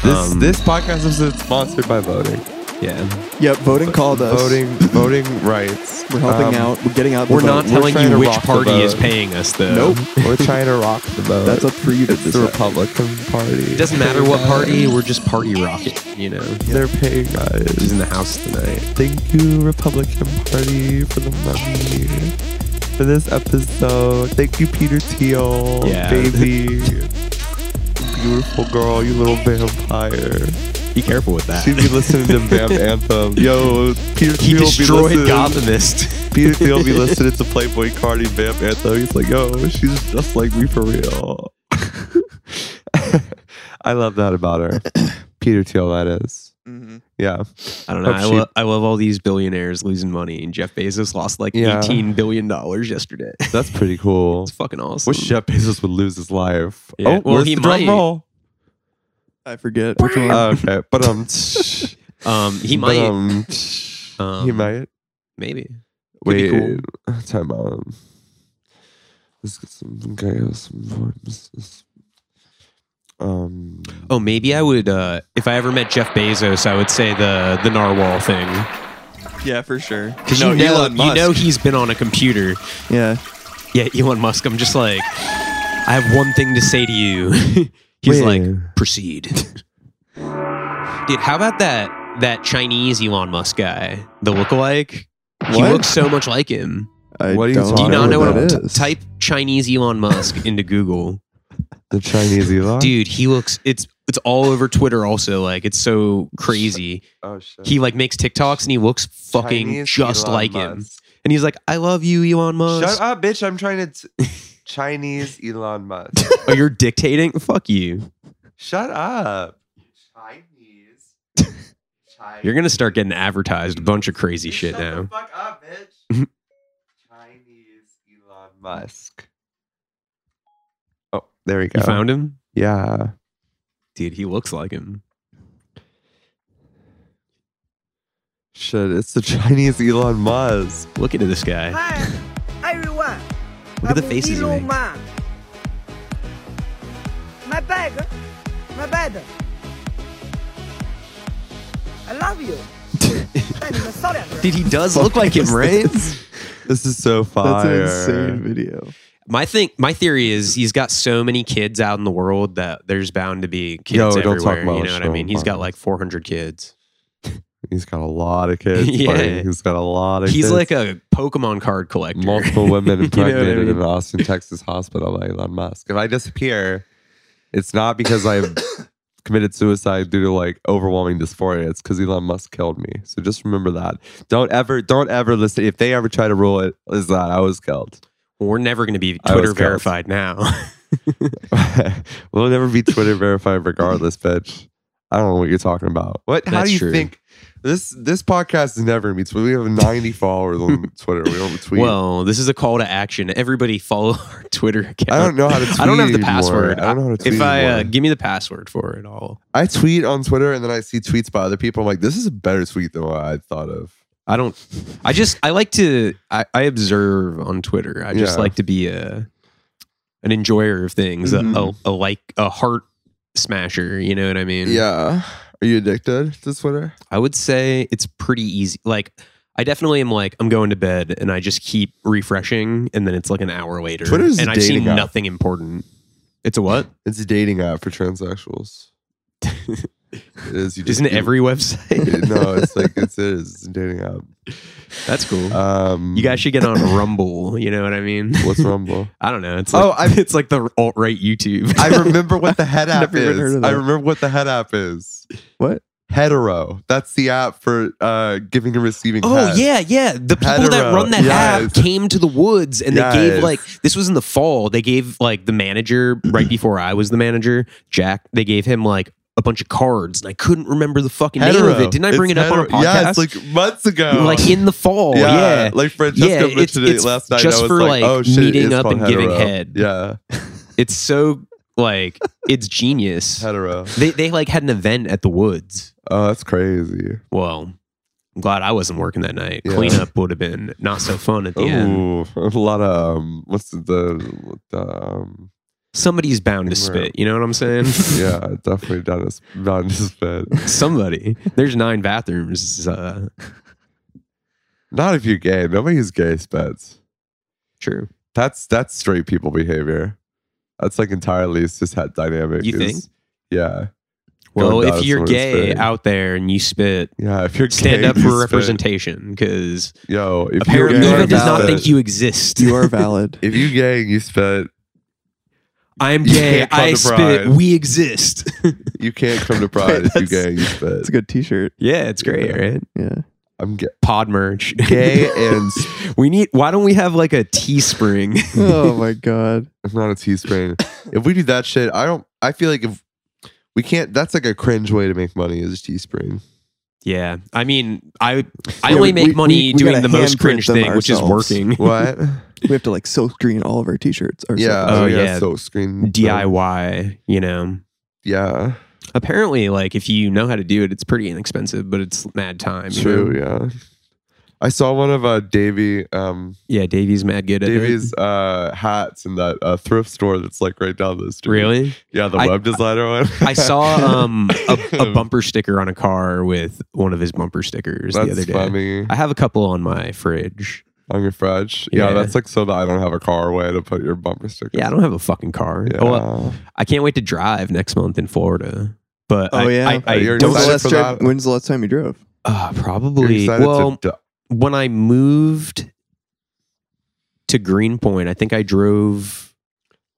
Speaker 1: This
Speaker 2: Um,
Speaker 1: this podcast episode is sponsored by voting.
Speaker 2: yeah.
Speaker 3: Yep, voting called us.
Speaker 1: Voting voting rights.
Speaker 3: We're helping
Speaker 1: Um,
Speaker 3: out. We're getting out. the
Speaker 2: We're
Speaker 3: vote.
Speaker 2: not
Speaker 1: we're
Speaker 2: telling
Speaker 1: trying to
Speaker 2: you which
Speaker 1: rock the
Speaker 2: party is
Speaker 1: vote.
Speaker 2: paying us, though.
Speaker 3: Nope.
Speaker 1: We're trying to rock the vote.
Speaker 3: That's up for you to
Speaker 1: it's the
Speaker 3: decide.
Speaker 1: Republican Party.
Speaker 2: It doesn't matter
Speaker 1: *laughs*
Speaker 2: what party. We're just party rocking. You know.
Speaker 1: They're paying us.
Speaker 2: He's in the house tonight.
Speaker 1: Thank you, Republican Party, for the money for this episode. Thank you, Peter Thiel,
Speaker 2: Yeah.
Speaker 1: baby. Beautiful girl, you little vampire.
Speaker 2: Be careful with that.
Speaker 1: She'd be listening to Vamp Anthem. Yo, Peter
Speaker 2: *laughs* he
Speaker 1: Thiel be
Speaker 2: destroyed
Speaker 1: listening.
Speaker 2: Gothamist. *laughs*
Speaker 1: Peter Thiel be listening to Playboy Cardi Vamp Anthem. He's like, yo, she's just like me for real. *laughs* I love that about her. Peter Thiel, that is.
Speaker 3: Mhm.
Speaker 1: Yeah.
Speaker 2: I don't know.
Speaker 1: Hope
Speaker 2: I,
Speaker 1: she-
Speaker 2: lo- I love all these billionaires losing money. And Jeff Bezos lost like
Speaker 1: Yeah.
Speaker 2: eighteen billion dollars yesterday. *laughs*
Speaker 1: That's pretty cool.
Speaker 2: it's fucking awesome.
Speaker 1: Wish Jeff Bezos would lose his life.
Speaker 2: Yeah,
Speaker 1: Oh,
Speaker 2: well,
Speaker 1: where's
Speaker 2: he
Speaker 1: the drum
Speaker 2: might.
Speaker 1: roll?
Speaker 3: I forget Uh, which one.
Speaker 1: Oh, okay, but um, tsh,
Speaker 2: *laughs* um, he
Speaker 1: but,
Speaker 2: might.
Speaker 1: um, tsh, he
Speaker 2: Um,
Speaker 1: might.
Speaker 2: maybe. could
Speaker 1: Wait,
Speaker 2: be
Speaker 1: *laughs*
Speaker 2: cool.
Speaker 1: time out. Let's get some chaos. Some vibes. Um,
Speaker 2: Oh, maybe I would. Uh, if I ever met Jeff Bezos, I would say the the narwhal thing
Speaker 3: Yeah, for sure.
Speaker 2: because you know you know he's been on a computer.
Speaker 3: Yeah.
Speaker 2: Yeah, Elon Musk. I'm just like, I have one thing to say to you. *laughs* he's
Speaker 1: Wait.
Speaker 2: like, proceed, dude. How about that that Chinese Elon Musk guy, the lookalike? He
Speaker 3: What?
Speaker 2: looks so much like him.
Speaker 3: I
Speaker 1: What are you
Speaker 3: don't
Speaker 1: talking
Speaker 2: Do you not
Speaker 1: know
Speaker 2: know
Speaker 1: what
Speaker 2: what?
Speaker 1: that
Speaker 2: I'm t- type Chinese Elon Musk into Google.
Speaker 1: the Chinese Elon.
Speaker 2: dude he looks it's it's all over twitter also like it's so crazy
Speaker 1: oh shit.
Speaker 2: he like makes tiktoks and he looks fucking
Speaker 1: Chinese
Speaker 2: just
Speaker 1: Elon
Speaker 2: like him
Speaker 1: Musk.
Speaker 2: and he's like i love you elon musk
Speaker 1: Shut up, bitch! I'm trying to.
Speaker 2: *laughs*
Speaker 1: T- Chinese Elon Musk.
Speaker 2: oh you're dictating fuck you
Speaker 1: Shut up. Chinese. Chinese.
Speaker 2: *laughs* you're gonna start getting advertised a bunch of crazy shit
Speaker 1: Shut the
Speaker 2: now
Speaker 1: fuck up,
Speaker 2: *laughs*
Speaker 1: bitch. Chinese Elon Musk. Oh, there we go.
Speaker 2: you found him
Speaker 1: yeah.
Speaker 2: dude he looks like him
Speaker 1: Shit, it's the Chinese Elon Musk.
Speaker 2: look into this guy
Speaker 4: Hi, everyone.
Speaker 2: Look at the
Speaker 4: I'm
Speaker 2: faces he
Speaker 4: Elon
Speaker 2: makes.
Speaker 4: Musk. My bag, my bad. I love you. 带你们骚两个
Speaker 2: *laughs*
Speaker 4: 人
Speaker 2: dude he does look like him right
Speaker 1: This is so
Speaker 3: *laughs* That's
Speaker 1: fire.
Speaker 3: an insane video.
Speaker 2: My thing, my theory is he's got so many kids out in the world that there's bound to be kids
Speaker 1: Yo, don't
Speaker 2: everywhere.
Speaker 1: talk
Speaker 2: you
Speaker 1: about
Speaker 2: know what I
Speaker 1: show
Speaker 2: mean? He's got
Speaker 1: violence.
Speaker 2: like 400 kids.
Speaker 1: He's got a lot of kids.
Speaker 2: *laughs* Yeah.
Speaker 1: buddy. He's got a lot of
Speaker 2: He's
Speaker 1: kids.
Speaker 2: like a Pokemon card
Speaker 1: *laughs*
Speaker 2: collector.
Speaker 1: multiple women
Speaker 2: what I
Speaker 1: impregnated
Speaker 2: mean?
Speaker 1: in an Austin, Texas hospital by Elon Musk. If I disappear, it's not because
Speaker 2: *laughs*
Speaker 1: I've committed suicide due to like overwhelming dysphoria. It's because Elon Musk killed me. So just remember that. Don't ever, don't ever listen. If they ever try to rule it, is that I was killed.
Speaker 2: *laughs*
Speaker 1: *laughs*
Speaker 2: We're never going to be
Speaker 1: I was
Speaker 2: Twitter
Speaker 1: cursed.
Speaker 2: verified now.
Speaker 1: we'll never be Twitter verified, regardless, bitch. I don't know what you're talking about. What? How
Speaker 2: That's
Speaker 1: do you
Speaker 2: true.
Speaker 1: think this this podcast is never meets? We have 90 followers on Twitter. We don't tweet.
Speaker 2: well, this is a call to action. Everybody follow *laughs* our Twitter account.
Speaker 1: I don't know how to. Tweet
Speaker 2: I don't have the
Speaker 1: anymore.
Speaker 2: password.
Speaker 1: I don't know how to tweet
Speaker 2: If I uh,
Speaker 1: anymore.
Speaker 2: give me the password for it all,
Speaker 1: I tweet on Twitter and then I see tweets by other people. I'm like, this is a better tweet than what I thought of.
Speaker 2: I don't. I just I like to I, I observe on Twitter. I just
Speaker 1: Yeah.
Speaker 2: like to be a an enjoyer of things,
Speaker 3: Mhm.
Speaker 2: a, a, a like a heart smasher. You know what I mean?
Speaker 1: Mm-hmm. Yeah. Are you addicted to Twitter?
Speaker 2: I would say it's pretty easy. Like I definitely am like I'm going to bed and I just keep refreshing, and then it's like an hour later,
Speaker 1: Twitter's
Speaker 2: and
Speaker 1: a
Speaker 2: I've seen
Speaker 1: dating app.
Speaker 2: nothing important. It's
Speaker 1: *laughs*
Speaker 2: a what?
Speaker 1: It's a dating app for *laughs* transsexuals. It is. You just
Speaker 2: Isn't it
Speaker 1: keep-
Speaker 2: every website?
Speaker 1: no, it's like it's it is it's a dating app.
Speaker 2: That's cool.
Speaker 1: Um,
Speaker 2: you guys should *coughs* get on Rumble. You know what I mean?
Speaker 1: What's Rumble?
Speaker 2: *laughs* I don't know. It's like,
Speaker 1: Oh,
Speaker 2: oh,
Speaker 1: I've-
Speaker 2: *laughs* it's like the alt right YouTube.
Speaker 1: *laughs* I remember what the *laughs* head app
Speaker 3: Never even heard
Speaker 1: is.
Speaker 3: of
Speaker 1: I
Speaker 3: that.
Speaker 1: remember what the head app is.
Speaker 3: What?
Speaker 1: Hetero. That's the app for uh, giving and receiving.
Speaker 2: *laughs* Oh
Speaker 1: head.
Speaker 2: yeah, yeah. The people that
Speaker 1: Hetero,
Speaker 2: run that app
Speaker 1: yes.
Speaker 2: came to the woods and they
Speaker 1: Yes.
Speaker 2: gave like this was in the fall. They gave like the manager right before I was the manager, Jack. They gave him like a bunch of cards and I couldn't remember the fucking name of it. Didn't I
Speaker 1: It's
Speaker 2: bring it up on a
Speaker 1: hetero. Yeah,
Speaker 2: podcast?
Speaker 1: it's like months ago.
Speaker 2: like in the fall. Oh, Yeah.
Speaker 1: Like Francesco
Speaker 2: Yeah, it's-
Speaker 1: mentioned
Speaker 2: it's
Speaker 1: it last night.
Speaker 2: just
Speaker 1: I was
Speaker 2: for,
Speaker 1: like,
Speaker 2: like,
Speaker 1: oh shit, it
Speaker 2: meeting
Speaker 1: is
Speaker 2: up
Speaker 1: called
Speaker 2: and giving
Speaker 1: hetero.
Speaker 2: head.
Speaker 1: Yeah,
Speaker 2: It's so like it's genius.
Speaker 1: hetero.
Speaker 2: They they like had an event at the woods.
Speaker 1: Oh, that's crazy.
Speaker 2: Well, I'm glad I wasn't working that night.
Speaker 1: Yeah. Oh.
Speaker 2: Cleanup would have been not so fun at the end.
Speaker 1: Ooh, a lot of um, what's the, the, um,
Speaker 2: Somebody's bound to spit. You know what I'm saying?
Speaker 1: *laughs* yeah, definitely done his done his bit.
Speaker 2: *laughs* Somebody. There's nine bathrooms. Uh,
Speaker 1: Not if you're gay. Nobody's gay spits.
Speaker 2: true.
Speaker 1: That's that's straight people behavior. That's like entirely it's just head dynamic.
Speaker 2: You
Speaker 1: is-
Speaker 2: think?
Speaker 1: Yeah,
Speaker 2: Well,
Speaker 1: Going down
Speaker 2: if you're
Speaker 1: someone's
Speaker 2: gay
Speaker 1: thing.
Speaker 2: out there and you spit,
Speaker 1: yeah. If you're
Speaker 2: stand
Speaker 1: gay,
Speaker 2: up
Speaker 1: you
Speaker 2: for
Speaker 1: spit.
Speaker 2: representation because
Speaker 1: Yo, if
Speaker 2: apparently
Speaker 1: you're gay,
Speaker 2: Eva
Speaker 1: you
Speaker 2: does not
Speaker 1: spit.
Speaker 2: think you exist.
Speaker 3: You are valid.
Speaker 1: *laughs* If you gay and you spit,
Speaker 2: *laughs*
Speaker 1: *laughs*
Speaker 2: I'm
Speaker 1: You
Speaker 2: gay.
Speaker 1: can't come
Speaker 2: I
Speaker 1: to
Speaker 2: spit.
Speaker 1: Pride.
Speaker 2: We exist. *laughs*
Speaker 1: you can't come to pride if you
Speaker 3: that's-
Speaker 1: gay and you spit.
Speaker 3: It's a good T-shirt.
Speaker 2: yeah, it's great,
Speaker 1: Yeah.
Speaker 2: right?
Speaker 3: Yeah.
Speaker 1: I'm gay.
Speaker 2: Pod merch. *laughs*
Speaker 1: gay and sp-
Speaker 2: we need. Why don't we have like
Speaker 1: *laughs*
Speaker 2: a Teespring?
Speaker 3: Oh my god.
Speaker 1: it's not a teespring. If we do that shit, I don't. I feel like if we can't, that's like a cringe way to make money is
Speaker 2: *laughs*
Speaker 1: teespring.
Speaker 2: yeah, I mean, I I
Speaker 3: Yeah,
Speaker 2: only
Speaker 3: we-
Speaker 2: make
Speaker 3: we-
Speaker 2: money
Speaker 3: we- we
Speaker 2: doing
Speaker 3: gotta
Speaker 2: the most
Speaker 3: handprint
Speaker 2: cringe
Speaker 3: them
Speaker 2: thing,
Speaker 3: ourselves. *laughs*
Speaker 2: which is working.
Speaker 1: What?
Speaker 3: We have to like silk screen all of our T-shirts. Ourselves.
Speaker 1: yeah.
Speaker 2: Oh,
Speaker 1: yeah.
Speaker 2: yeah.
Speaker 1: So screen
Speaker 2: DIY, you know.
Speaker 1: Yeah.
Speaker 2: apparently like if you know how to do it it's pretty inexpensive but it's mad time you
Speaker 1: True.
Speaker 2: know?
Speaker 1: Yeah. I saw one of uh, Davy um,
Speaker 2: yeah davey's mad good at
Speaker 1: Davy's
Speaker 2: it
Speaker 1: uh, hats in that uh, thrift store that's like right down the street.
Speaker 2: really
Speaker 1: Yeah, the
Speaker 2: I-
Speaker 1: web designer one.
Speaker 2: *laughs*
Speaker 3: *laughs*
Speaker 1: *laughs*
Speaker 2: i saw um a, a bumper sticker on a car with one of his bumper stickers
Speaker 1: that's
Speaker 2: the other day
Speaker 1: funny.
Speaker 2: i have a couple on my fridge
Speaker 1: On your fridge. Yeah,
Speaker 2: Yeah.
Speaker 1: that's like so that I don't have a car way to put your bumper sticker.
Speaker 2: yeah i don't have a fucking car
Speaker 1: Yeah.
Speaker 2: oh, uh, i can't wait to drive next month in florida but
Speaker 3: Oh,
Speaker 2: I,
Speaker 3: yeah?
Speaker 2: I, I
Speaker 1: Oh, you're
Speaker 3: When's the,
Speaker 2: don't
Speaker 1: excited
Speaker 3: last
Speaker 1: for
Speaker 3: time,
Speaker 1: that?
Speaker 3: when's the last time you drove?
Speaker 2: uh,
Speaker 1: You're
Speaker 2: probably
Speaker 1: excited to
Speaker 2: well
Speaker 1: d-
Speaker 2: when i moved to greenpoint i think i drove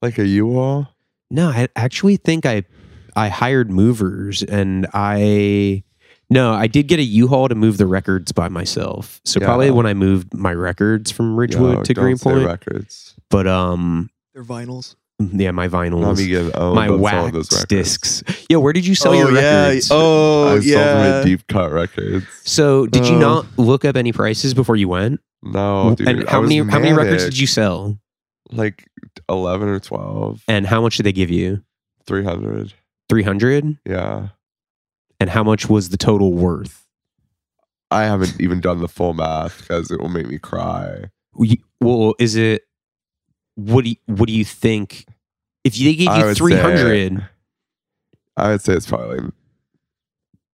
Speaker 1: like a U-Haul.
Speaker 2: No, I actually think I I hired movers and I no, I did get a U-Haul to move the records by myself. So
Speaker 1: Yeah.
Speaker 2: probably when I moved my records from Ridgewood
Speaker 1: Yo,
Speaker 2: to
Speaker 1: don't say
Speaker 2: Greenpoint.
Speaker 1: Records.
Speaker 2: But um
Speaker 3: They're vinyls.
Speaker 2: yeah, my
Speaker 1: Let me
Speaker 2: vinyls,
Speaker 1: get owned
Speaker 2: my
Speaker 1: on some of
Speaker 2: wax
Speaker 1: those records. Oh,
Speaker 2: discs. Yeah, where did you sell your records?
Speaker 1: I
Speaker 3: Oh
Speaker 1: sold them at Deep Cut Records.
Speaker 2: So did you
Speaker 3: Oh.
Speaker 2: not look up any prices before you went?
Speaker 1: No, uh, Oh, dude.
Speaker 2: and
Speaker 1: I
Speaker 2: how
Speaker 1: was
Speaker 2: many how many records
Speaker 1: manic.
Speaker 2: did you sell?
Speaker 1: Like eleven or twelve.
Speaker 2: And how much did they give you?
Speaker 1: Three hundred.
Speaker 2: 300?
Speaker 1: Yeah.
Speaker 2: And how much was the total worth?
Speaker 1: I haven't even done the full math because it will make me cry.
Speaker 2: You- Well, is it what do you, what do you think? If they gave
Speaker 1: I
Speaker 2: you
Speaker 1: would say-
Speaker 2: three hundred,
Speaker 1: I would say it's probably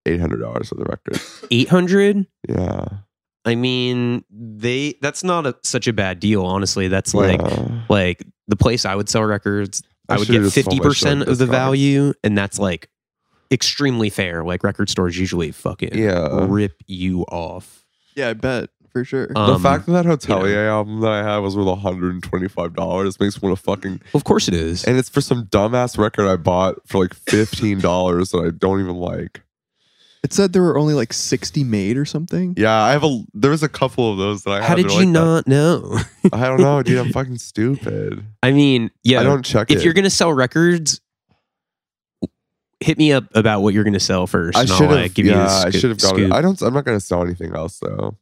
Speaker 1: eight hundred dollars for the record.
Speaker 2: eight hundred,
Speaker 1: Yeah.
Speaker 2: I mean, they that's not a, such a bad deal, honestly. That's like
Speaker 1: Yeah.
Speaker 2: like the place I would sell records,
Speaker 1: I
Speaker 2: I, would
Speaker 1: should've
Speaker 2: get
Speaker 1: just sold my
Speaker 2: fifty percent
Speaker 1: shit
Speaker 2: of the
Speaker 1: discard.
Speaker 2: value, and that's like extremely fair. Like record stores usually fucking
Speaker 1: Yeah.
Speaker 2: rip you off.
Speaker 3: Yeah, I bet for sure.
Speaker 1: The
Speaker 2: Um,
Speaker 1: fact that that Hotelier
Speaker 2: you
Speaker 1: album that I had was worth $125 makes me want to fucking.
Speaker 2: of course it is.
Speaker 1: *laughs* And it's for some dumbass record I bought for like $15 that I don't even like.
Speaker 3: it said there were only like 60 made or something.
Speaker 1: Yeah, I have a. There was a couple of those that I had.
Speaker 2: How did
Speaker 1: They're
Speaker 2: you
Speaker 1: like that.
Speaker 2: not know? *laughs*
Speaker 1: I don't know, dude. I'm fucking stupid.
Speaker 2: I mean, yeah.
Speaker 1: I don't check
Speaker 2: if
Speaker 1: it.
Speaker 2: you're gonna sell records, hit me up about what you're gonna sell first.
Speaker 1: I
Speaker 2: and I'll,
Speaker 1: should
Speaker 2: like,
Speaker 1: have.
Speaker 2: give you the
Speaker 1: Yeah, I
Speaker 2: scoop-
Speaker 1: should have got
Speaker 2: scoop.
Speaker 1: it. I don't. I'm not gonna sell anything else
Speaker 2: *laughs*
Speaker 1: though.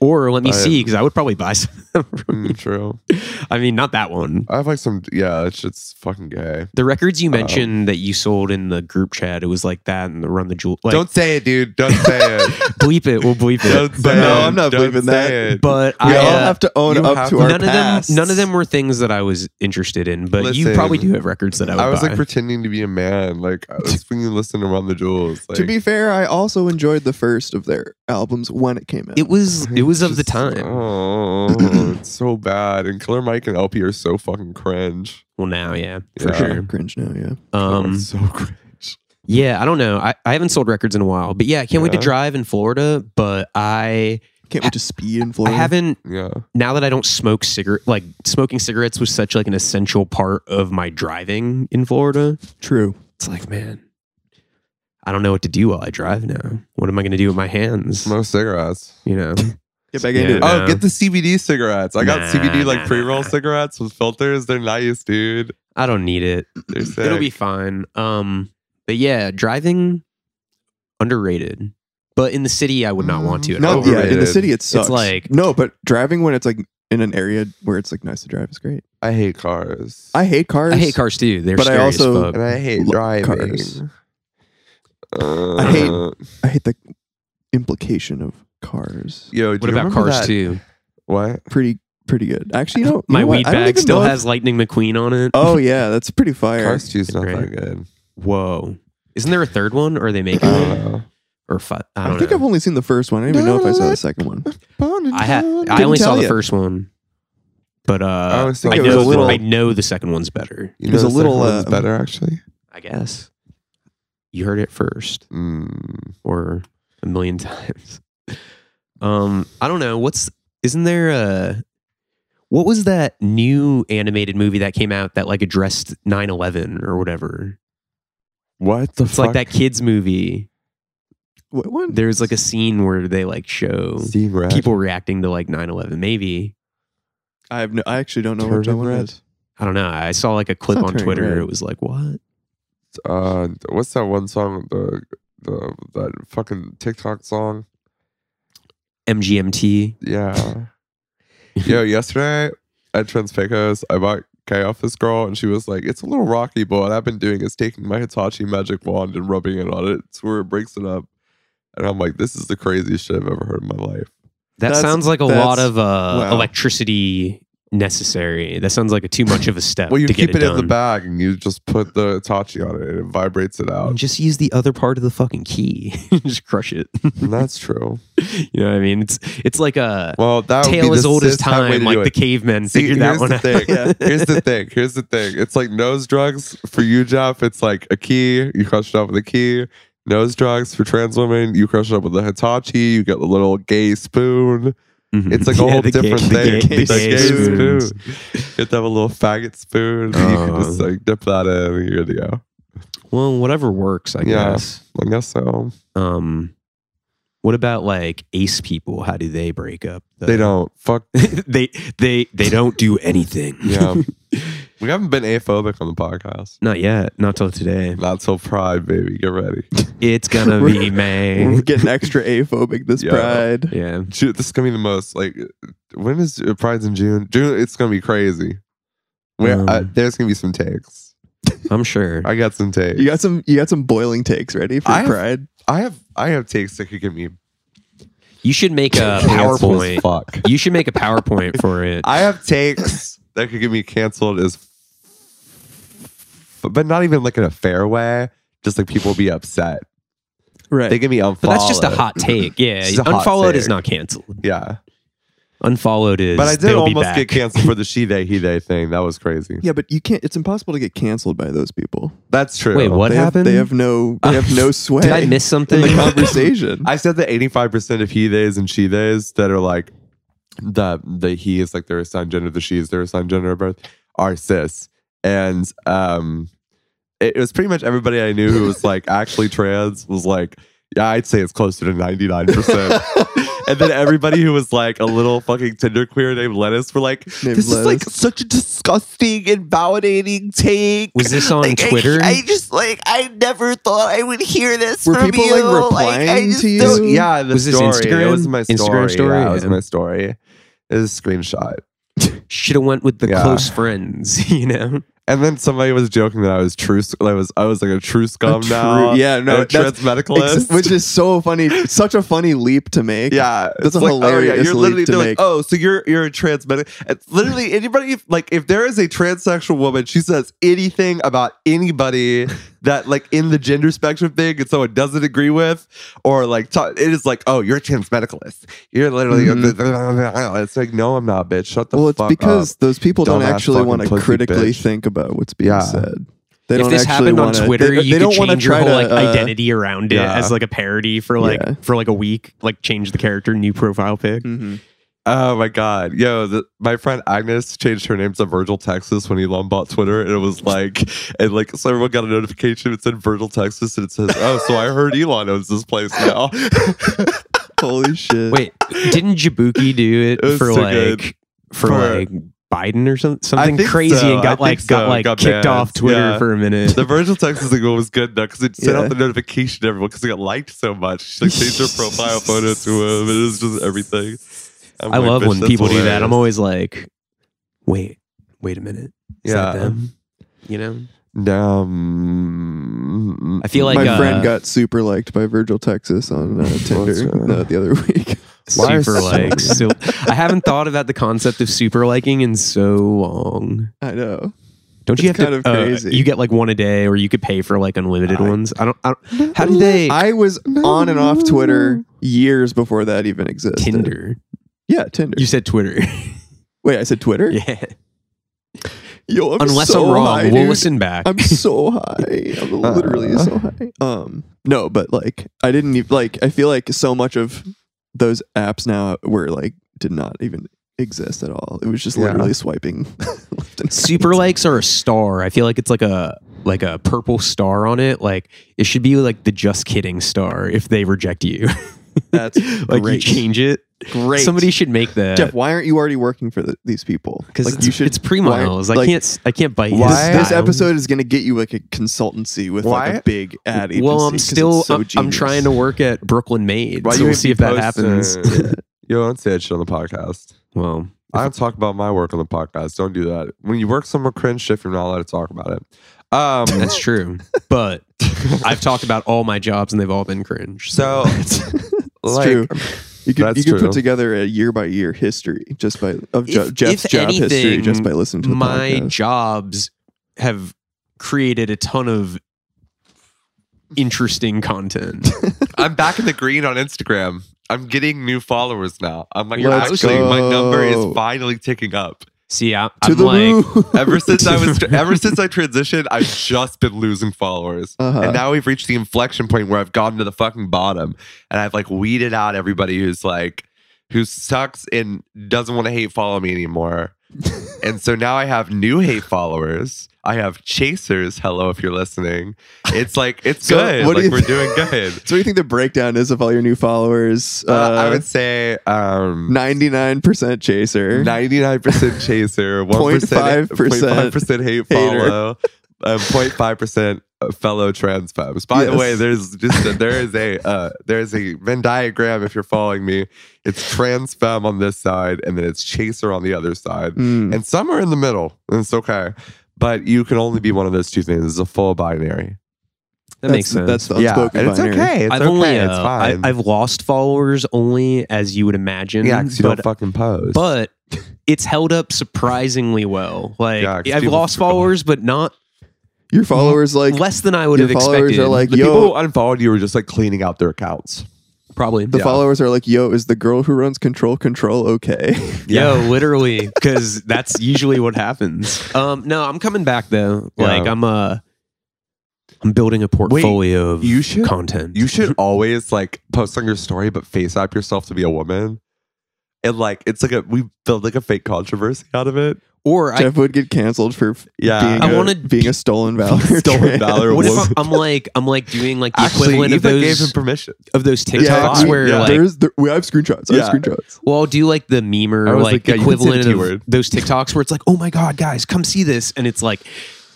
Speaker 2: Or let me
Speaker 1: I-
Speaker 2: see, because I would probably buy some. *laughs* From
Speaker 1: Mm, True.
Speaker 2: you. I mean, not that one.
Speaker 1: I have like some. Yeah, that shit's fucking gay.
Speaker 2: The records you
Speaker 1: Uh-oh.
Speaker 2: mentioned that you sold in the group chat, it was like that and the Run the Jewel. Like,
Speaker 1: don't say it, dude. Don't say it.
Speaker 2: *laughs* bleep it. We'll bleep it.
Speaker 1: Don't say
Speaker 3: no,
Speaker 1: it.
Speaker 3: I'm not
Speaker 1: Don't
Speaker 3: believing
Speaker 1: say
Speaker 3: that.
Speaker 1: it.
Speaker 2: But
Speaker 3: We
Speaker 2: I,
Speaker 3: all
Speaker 2: uh,
Speaker 3: have to own
Speaker 1: you
Speaker 3: up
Speaker 1: have
Speaker 3: to
Speaker 1: to-
Speaker 3: our
Speaker 2: none of them.
Speaker 3: pasts.
Speaker 2: None of them were things that I was interested in. But you
Speaker 1: Listen,
Speaker 2: probably do have records that I would
Speaker 1: I was
Speaker 2: buy.
Speaker 1: like pretending to be a man. Like I
Speaker 2: *laughs*
Speaker 1: was fucking listening to Run the Jewels. Like,
Speaker 3: to be fair, I also enjoyed the first of their albums when it came out.
Speaker 2: it was. It was of the
Speaker 1: just-
Speaker 2: time. *clears throat*
Speaker 1: Oh, it's so bad. And Killer Mike and LP are so fucking cringe.
Speaker 2: Well, now, yeah, for
Speaker 1: Yeah.
Speaker 2: sure.
Speaker 3: cringe now, yeah.
Speaker 1: Oh,
Speaker 2: Um,
Speaker 1: it's so *laughs* cringe.
Speaker 2: Yeah, I don't know. I, I haven't sold records in a while, but yeah, I can't wait to
Speaker 1: Yeah.
Speaker 2: drive in Florida. But I
Speaker 3: Can't wait to speed in
Speaker 2: I
Speaker 3: Florida.
Speaker 2: haven't
Speaker 1: Yeah.
Speaker 2: now that I don't smoke cigarette like smoking cigarettes was such like an essential part of my driving in Florida.
Speaker 3: True.
Speaker 2: It's like, man, I don't know what to do while I drive now. What am I going to do with my hands?
Speaker 1: No cigarettes.
Speaker 2: You know,
Speaker 3: Get back into
Speaker 2: Yeah.
Speaker 3: it.
Speaker 2: Uh,
Speaker 1: Oh, get the CBD cigarettes. I got
Speaker 2: Nah,
Speaker 1: CBD like
Speaker 2: nah,
Speaker 1: pre roll
Speaker 2: nah.
Speaker 1: cigarettes with filters. They're nice, dude.
Speaker 2: I don't need it.
Speaker 1: They're sick.
Speaker 2: *clears throat* It'll be fine. Um, but yeah, driving underrated. But in the city, I would not want to. At
Speaker 1: No,
Speaker 2: all.
Speaker 3: Mm, Not, yeah, in the
Speaker 1: Overrated.
Speaker 3: city it sucks.
Speaker 2: like-
Speaker 3: no, but driving when it's like in an area where it's like nice to drive is great.
Speaker 1: I hate cars.
Speaker 3: I hate cars.
Speaker 2: I hate cars too. They're
Speaker 3: But I
Speaker 2: scary as
Speaker 3: also-
Speaker 2: fuck.
Speaker 1: and I hate
Speaker 3: Lo-
Speaker 1: driving.
Speaker 3: cars.
Speaker 1: Uh,
Speaker 3: I hate- I hate the implication of cars.
Speaker 1: Yo, do
Speaker 2: What
Speaker 1: you
Speaker 2: about
Speaker 1: remember
Speaker 2: cars
Speaker 1: that-
Speaker 2: too?
Speaker 1: What?
Speaker 3: Pretty pretty good. Actually, you know, you
Speaker 2: My
Speaker 3: know what?
Speaker 2: weed
Speaker 3: I don't
Speaker 2: bag
Speaker 3: even
Speaker 2: still
Speaker 3: know if-
Speaker 2: has Lightning McQueen on it.
Speaker 3: Oh yeah, that's pretty fire.
Speaker 1: Cars two's not
Speaker 2: Right.
Speaker 1: that
Speaker 2: *clears throat*
Speaker 1: good.
Speaker 2: Whoa. Isn't there a third one? Or are they making one?
Speaker 1: Uh,
Speaker 2: Or fi- I
Speaker 3: I,
Speaker 2: don't
Speaker 3: think I've
Speaker 2: know.
Speaker 3: only seen the first one. I don't even know if I saw the second one.
Speaker 2: I had I only
Speaker 3: tell
Speaker 2: saw the
Speaker 3: ya.
Speaker 2: first one. But uh
Speaker 1: I
Speaker 2: I,
Speaker 1: always thought
Speaker 3: it was
Speaker 2: know
Speaker 3: a little-
Speaker 2: I know the second one's better,
Speaker 1: you know,
Speaker 3: was a
Speaker 1: the
Speaker 3: little,
Speaker 1: second one's
Speaker 3: uh,
Speaker 1: better actually.
Speaker 2: I guess. You heard it first
Speaker 1: Mm,
Speaker 2: or a million *laughs* times. Um I don't know. What's isn't there a what was that new animated movie that came out that like addressed 9-11 or whatever?
Speaker 1: what the
Speaker 2: It's like that kids movie.
Speaker 3: What one?
Speaker 2: There's like a scene where they like show
Speaker 1: Seeing red.
Speaker 2: people reacting to like 9-11 maybe
Speaker 3: I have no. I actually don't know what that
Speaker 1: Turban
Speaker 3: one
Speaker 1: red.
Speaker 3: is.
Speaker 2: i don't know i saw like a clip
Speaker 3: not
Speaker 2: on
Speaker 3: turning
Speaker 2: twitter
Speaker 3: red.
Speaker 2: it was like what
Speaker 1: Uh, what's that one song? The the that fucking TikTok song.
Speaker 2: mgmt *laughs*
Speaker 1: Yeah. Yo, yesterday at Transpecos, I bought K off this girl, and she was like, "It's a little rocky, but what I've been doing is taking my Hitachi magic wand and rubbing it on it. It's where it breaks it up." And I'm like, "This is the craziest shit I've ever heard in my life."
Speaker 2: that
Speaker 3: That's-
Speaker 2: sounds like a
Speaker 3: that's-
Speaker 2: lot of uh,
Speaker 3: wow.
Speaker 2: electricity necessary that sounds like a too much of a step
Speaker 1: well, you
Speaker 2: to get
Speaker 1: keep it, in the
Speaker 2: done.
Speaker 1: bag, and you just put the Hitachi on it, and it vibrates it
Speaker 2: *laughs*
Speaker 1: out.
Speaker 2: just use the other part of the fucking key *laughs* just crush it
Speaker 1: And that's true.
Speaker 2: you know what i mean it's it's like a
Speaker 1: Well, that would
Speaker 2: tale
Speaker 1: be
Speaker 2: as
Speaker 1: the
Speaker 2: old as
Speaker 1: sis hat way
Speaker 2: time
Speaker 1: to
Speaker 2: like
Speaker 1: do
Speaker 2: the
Speaker 1: it.
Speaker 2: cavemen
Speaker 1: See,
Speaker 2: figured that
Speaker 1: here's
Speaker 2: one
Speaker 1: the
Speaker 2: out *laughs*
Speaker 1: thing.
Speaker 3: Yeah.
Speaker 1: Here's the thing. Here's the thing. It's like nose drugs for you, Jeff. It's like a key. You crush it up with a key. Nose drugs for trans women. You crush it up with a Hitachi. You get the little gay spoon.
Speaker 2: Mhm.
Speaker 1: It's like a
Speaker 2: *laughs* Yeah,
Speaker 1: whole
Speaker 2: the gay-
Speaker 1: different
Speaker 2: the gay-
Speaker 1: thing. *laughs*
Speaker 2: the
Speaker 1: The
Speaker 2: gay
Speaker 1: gay spoon.
Speaker 2: spoons.
Speaker 1: You have to have a little faggot spoon. *laughs* and you can just
Speaker 2: Oh.
Speaker 1: like dip that in and you're good to go.
Speaker 2: well whatever works i
Speaker 1: Yeah.
Speaker 2: guess
Speaker 1: I guess so.
Speaker 2: Um, what about like ace people? How do they break up? the-
Speaker 1: They don't. Fuck.
Speaker 2: *laughs* they they they don't do anything.
Speaker 1: Yeah. we haven't been aphobic on the podcast.
Speaker 2: *laughs* Not yet. Not till today.
Speaker 1: Not till pride, baby. Get ready.
Speaker 2: It's gonna
Speaker 3: We're-
Speaker 1: *laughs*
Speaker 2: be May.
Speaker 3: We're getting
Speaker 2: *laughs*
Speaker 3: extra aphobic this
Speaker 1: Yeah.
Speaker 3: pride.
Speaker 2: Yeah.
Speaker 1: Ju- this is gonna be the most like when is uh, Pride's in June? June it's gonna be crazy. Where I,
Speaker 2: Um,
Speaker 1: there's gonna be some takes.
Speaker 2: I'm sure.
Speaker 1: I got some takes.
Speaker 3: You got some. You got some boiling takes ready for
Speaker 1: I have-
Speaker 3: pride.
Speaker 1: I have I have takes that could give me
Speaker 2: You should make a
Speaker 1: canceled as
Speaker 2: PowerPoint.
Speaker 1: Fuck.
Speaker 2: You should make a PowerPoint for it.
Speaker 1: I have takes that could get me canceled as, f- but not even like in a fair way. Just like people be upset.
Speaker 3: Right.
Speaker 1: They give me unfollowed.
Speaker 2: But that's just a hot take. Yeah.
Speaker 1: It's a hot
Speaker 2: Unfollowed
Speaker 1: take.
Speaker 2: is not canceled.
Speaker 1: Yeah.
Speaker 2: Unfollowed is.
Speaker 1: But I did
Speaker 2: they'll be
Speaker 1: almost get
Speaker 2: back.
Speaker 1: canceled for the she they he they thing. That was crazy.
Speaker 3: yeah, but you can't. It's impossible to get canceled by those people.
Speaker 1: That's true.
Speaker 2: Wait, what
Speaker 3: they Have,
Speaker 2: happened?
Speaker 3: they have no. They have no
Speaker 2: *laughs*
Speaker 3: sway.
Speaker 2: Did I miss
Speaker 3: in
Speaker 1: *laughs*
Speaker 2: something? *laughs*
Speaker 3: the conversation?
Speaker 1: I said that 85% of he theys and she theys that are like the the he is like their assigned gender, the she is their assigned gender at birth are cis. And um it, it was pretty much everybody I knew who was like actually trans was like, yeah, I'd say it's closer to 99%. and then everybody who was like a little fucking Tinder queer named Lettuce were like,
Speaker 3: Named
Speaker 1: this is like
Speaker 3: Lettuce.
Speaker 1: such a disgusting and validating take.
Speaker 2: Was this on
Speaker 1: Like, I-
Speaker 2: Twitter?
Speaker 1: I just like I never thought I would hear this
Speaker 3: Were
Speaker 1: from
Speaker 3: people,
Speaker 1: you.
Speaker 3: like, replying
Speaker 1: just
Speaker 3: to you?
Speaker 1: don't- Yeah, the
Speaker 2: Was this
Speaker 1: story. It
Speaker 2: Instagram?
Speaker 1: was my story.
Speaker 2: Instagram story?
Speaker 1: Yeah, it was
Speaker 2: Yeah.
Speaker 1: my story. It was a screenshot.
Speaker 2: Should have went with the
Speaker 1: Yeah.
Speaker 2: close friends. *laughs* You know.
Speaker 1: And then somebody was joking that I was true. sc- I was I was like a true scum
Speaker 3: true-
Speaker 1: now.
Speaker 3: yeah, no,
Speaker 1: and trans
Speaker 3: that's-
Speaker 1: medicalist.
Speaker 3: Ex- which is so funny. It's Such a funny leap to make.
Speaker 1: yeah, it's
Speaker 3: That's a hilarious
Speaker 1: you're
Speaker 3: leap
Speaker 1: literally
Speaker 3: to
Speaker 1: they're
Speaker 3: make.
Speaker 1: like, oh, so you're you're a trans medic. It's literally anybody like if there is a transsexual woman, she says anything about anybody that like in the gender spectrum thing, and someone doesn't agree with, or like ta- it is like, oh, you're a trans medicalist. You're literally. *laughs* It's like, no, I'm not, bitch. Shut the
Speaker 3: Mm-hmm. Well, it's
Speaker 1: fuck
Speaker 3: because
Speaker 1: up.
Speaker 3: those people don't
Speaker 1: Dumbass
Speaker 3: actually
Speaker 1: fucking
Speaker 3: want to
Speaker 1: pussy
Speaker 3: critically
Speaker 1: bitch.
Speaker 3: think about what's being
Speaker 1: Yeah.
Speaker 3: said. They
Speaker 2: if
Speaker 3: don't
Speaker 2: this
Speaker 3: actually
Speaker 2: happened on
Speaker 3: wanna-
Speaker 2: Twitter,
Speaker 3: they,
Speaker 2: you
Speaker 3: they
Speaker 2: could
Speaker 3: don't wanna
Speaker 2: change your
Speaker 3: try
Speaker 2: whole
Speaker 3: to,
Speaker 2: like
Speaker 3: uh,
Speaker 2: identity around it
Speaker 1: yeah.
Speaker 2: as like a parody for like
Speaker 3: Yeah.
Speaker 2: for like a week. Like change the character, new profile pic.
Speaker 3: *laughs*
Speaker 2: *laughs*
Speaker 3: mhm.
Speaker 1: Oh my god, yo, the, my friend Agnes changed her name to Virgil Texas when Elon bought Twitter, and it was like, and like, so everyone got a notification. It said Virgil Texas, and it says, oh, so I heard Elon owns this place now. *laughs*
Speaker 3: Holy shit!
Speaker 2: Wait, didn't Jabuki do it,
Speaker 1: It was
Speaker 2: for
Speaker 1: so
Speaker 2: like
Speaker 1: good.
Speaker 2: for,
Speaker 1: For-
Speaker 2: like Biden or something something
Speaker 1: think
Speaker 2: crazy
Speaker 1: so.
Speaker 2: and
Speaker 1: I
Speaker 2: got
Speaker 1: think
Speaker 2: like
Speaker 1: so.
Speaker 2: got like
Speaker 1: Got
Speaker 2: kicked
Speaker 1: banned.
Speaker 2: off Twitter
Speaker 1: Yeah.
Speaker 2: for
Speaker 1: *laughs*
Speaker 2: a minute?
Speaker 1: the Virgil Texas thing was good though because it sent
Speaker 3: Yeah.
Speaker 1: out the notification to everyone because it got liked so much. She like changed her profile photo to him. It was just everything. I'm
Speaker 2: I
Speaker 1: like,
Speaker 2: love
Speaker 1: "Bitch,
Speaker 2: when
Speaker 1: that's
Speaker 2: people do that. I'm
Speaker 1: hilarious."
Speaker 2: always like, wait, wait a minute, is that
Speaker 1: Yeah.
Speaker 2: them? You know,
Speaker 1: Um,
Speaker 2: I feel like
Speaker 3: My
Speaker 2: uh,
Speaker 3: friend got super liked by Virgil Texas on uh, Tinder
Speaker 1: What's, uh,
Speaker 3: no, the other *laughs* week.
Speaker 1: Why are
Speaker 2: super
Speaker 1: so-
Speaker 2: likes. So I haven't thought about the concept of super liking in so long.
Speaker 3: I know.
Speaker 2: Don't you
Speaker 3: It's
Speaker 2: have
Speaker 3: kind
Speaker 2: to?
Speaker 3: of
Speaker 2: uh,
Speaker 3: crazy.
Speaker 2: you get like one a day, or you could pay for like unlimited ones. I don't. I don't how do they?
Speaker 3: I was
Speaker 1: No,
Speaker 3: on and off
Speaker 1: no,
Speaker 3: Twitter years before that even existed.
Speaker 2: Tinder.
Speaker 3: Yeah, Tinder.
Speaker 2: You said
Speaker 3: *laughs*
Speaker 2: Twitter. *laughs*
Speaker 3: Wait, I said Twitter?
Speaker 2: yeah.
Speaker 3: Yo, I'm
Speaker 2: Unless
Speaker 3: so
Speaker 2: I'm wrong,
Speaker 3: high,
Speaker 2: we'll
Speaker 3: dude.
Speaker 2: listen back.
Speaker 3: I'm so high. I'm *laughs* literally so high. Um, no, but like I didn't even like. I feel like so much of those apps now were like did not even exist at all. It was just
Speaker 1: Yeah.
Speaker 3: literally swiping *laughs* left and
Speaker 2: *laughs* Super likes are a star. I feel like it's like a like a purple star on it. Like it should be like the just kidding star if they reject you. *laughs*
Speaker 3: That's
Speaker 2: like
Speaker 3: great.
Speaker 2: you change it.
Speaker 3: Great.
Speaker 2: Somebody should make that.
Speaker 3: Jeff, why aren't you already working for the, these people?
Speaker 2: because
Speaker 3: like
Speaker 2: it's,
Speaker 3: you should.
Speaker 2: it's pre
Speaker 3: why aren't-
Speaker 2: miles. I
Speaker 3: like,
Speaker 2: can't. I can't bite. his
Speaker 1: Why-
Speaker 3: This, this
Speaker 2: style.
Speaker 3: episode is going to get you like a consultancy with like
Speaker 1: Why-
Speaker 3: a big ad agency.
Speaker 2: Well,
Speaker 3: 'cause
Speaker 2: I'm
Speaker 3: it's
Speaker 2: still.
Speaker 3: so
Speaker 2: I'm, I'm
Speaker 3: genius.
Speaker 2: trying to work at Brooklyn Made.
Speaker 1: Why
Speaker 2: so
Speaker 1: you
Speaker 2: we'll
Speaker 1: hate
Speaker 2: see
Speaker 1: me
Speaker 2: if that
Speaker 1: posting?
Speaker 2: happens. *laughs*
Speaker 1: Yo, don't say that shit on the podcast.
Speaker 2: Well,
Speaker 1: I don't talk about my work on the podcast. Don't do that. When you work somewhere cringe shift, you're not allowed to talk about it.
Speaker 3: *laughs*
Speaker 1: Um,
Speaker 2: that's true. But I've talked about all my jobs and they've all been cringe.
Speaker 1: so
Speaker 3: It's
Speaker 1: like,
Speaker 3: true. You could,
Speaker 1: That's
Speaker 3: you could
Speaker 1: true.
Speaker 3: put together a year by year history just by of Jo-
Speaker 2: If-
Speaker 3: Jeff's
Speaker 2: if
Speaker 3: job history
Speaker 2: anything,
Speaker 3: just by listening to the
Speaker 2: my
Speaker 3: podcast.
Speaker 2: jobs have created a ton of interesting
Speaker 3: *laughs*
Speaker 2: content.
Speaker 1: I'm back in the green on Instagram. I'm getting new followers now. I'm like,
Speaker 3: Let's
Speaker 1: actually, my
Speaker 3: go.
Speaker 1: number is finally ticking up.
Speaker 2: See, I,
Speaker 3: to
Speaker 2: I'm
Speaker 3: the
Speaker 2: like,
Speaker 3: moon.
Speaker 1: Ever since I was, ever since I transitioned, I've just been losing followers,
Speaker 3: Uh-huh.
Speaker 1: and now we've reached the inflection point where I've gotten to the fucking bottom, and I've like weeded out everybody who's like, who sucks and doesn't want to hate follow me
Speaker 3: *laughs*
Speaker 1: anymore. and so now I have new hate followers. I have chasers. Hello, if you're listening, it's like it's
Speaker 3: So
Speaker 1: good.
Speaker 3: what do
Speaker 1: like
Speaker 3: you
Speaker 1: we're doing
Speaker 3: think-
Speaker 1: good.
Speaker 3: *laughs* *laughs* so what do you think the breakdown is of all your new followers?
Speaker 1: Uh, I would say um,
Speaker 3: ninety nine percent chaser. *laughs*
Speaker 1: 99% chaser, 1%,
Speaker 3: 0.5%
Speaker 1: 0.5% hate
Speaker 3: hater.
Speaker 1: follow, um, 0.5% fellow transphobes. By the
Speaker 3: Yes.
Speaker 1: way, there's just a, there is
Speaker 3: *laughs*
Speaker 1: a uh, there is a Venn diagram if you're following me. It's transfemme on this side and then it's chaser on the other side.
Speaker 3: Mm.
Speaker 1: And some are in the middle. And it's okay. But you can only be one of those two things. It's a full binary.
Speaker 2: that makes
Speaker 3: That's-
Speaker 2: sense.
Speaker 3: That's the
Speaker 1: yeah,
Speaker 3: unspoken
Speaker 1: and it's
Speaker 3: binary.
Speaker 1: okay. It's
Speaker 2: I've
Speaker 1: okay.
Speaker 2: only
Speaker 1: it's
Speaker 2: uh,
Speaker 1: fine.
Speaker 2: I, have lost followers only as you would imagine.
Speaker 1: yeah, 'cause you
Speaker 2: but,
Speaker 1: don't fucking pose.
Speaker 2: but it's held up surprisingly well. Like
Speaker 1: Yeah, 'cause
Speaker 2: I've
Speaker 1: people
Speaker 2: lost
Speaker 1: forgot.
Speaker 2: followers, but not
Speaker 3: Your followers like
Speaker 2: less than I would
Speaker 3: your
Speaker 2: have
Speaker 3: followers
Speaker 2: expected.
Speaker 3: are like,
Speaker 1: The
Speaker 3: yo,
Speaker 1: people who unfollowed you were just like cleaning out their accounts.
Speaker 2: probably
Speaker 3: the
Speaker 1: yeah.
Speaker 3: followers are like, yo, is the girl who runs Control Control okay?
Speaker 2: Yo,
Speaker 1: *laughs*
Speaker 2: literally, because that's usually what happens. Um, no, I'm coming back though.
Speaker 1: Yeah.
Speaker 2: Like I'm uh I'm building a portfolio of
Speaker 1: you should-
Speaker 2: content.
Speaker 1: You should always like post on your story, but face app yourself to be a woman. And like, it's like a, we build like a fake controversy out of it.
Speaker 2: or I,
Speaker 3: *laughs* Jeff would get canceled for f-
Speaker 1: Yeah.
Speaker 3: being,
Speaker 2: I
Speaker 3: a-
Speaker 2: wanted-
Speaker 3: being
Speaker 1: *laughs*
Speaker 3: a stolen valor.
Speaker 1: Stolen valor
Speaker 2: what if
Speaker 1: woman.
Speaker 2: I'm, I'm like I'm like doing like the
Speaker 1: Actually,
Speaker 2: equivalent
Speaker 1: Ethan
Speaker 2: of
Speaker 1: gave him
Speaker 2: those
Speaker 1: permission.
Speaker 2: of those TikToks
Speaker 1: we-
Speaker 2: where
Speaker 1: yeah.
Speaker 2: like
Speaker 3: there's there, we have screenshots. I
Speaker 1: Yeah.
Speaker 3: have screenshots.
Speaker 2: well I'll do like the memer
Speaker 1: I was
Speaker 2: like,
Speaker 1: like, yeah, you can say the
Speaker 2: equivalent
Speaker 1: keyword.
Speaker 2: of those TikToks where it's like oh my god guys come see this and it's like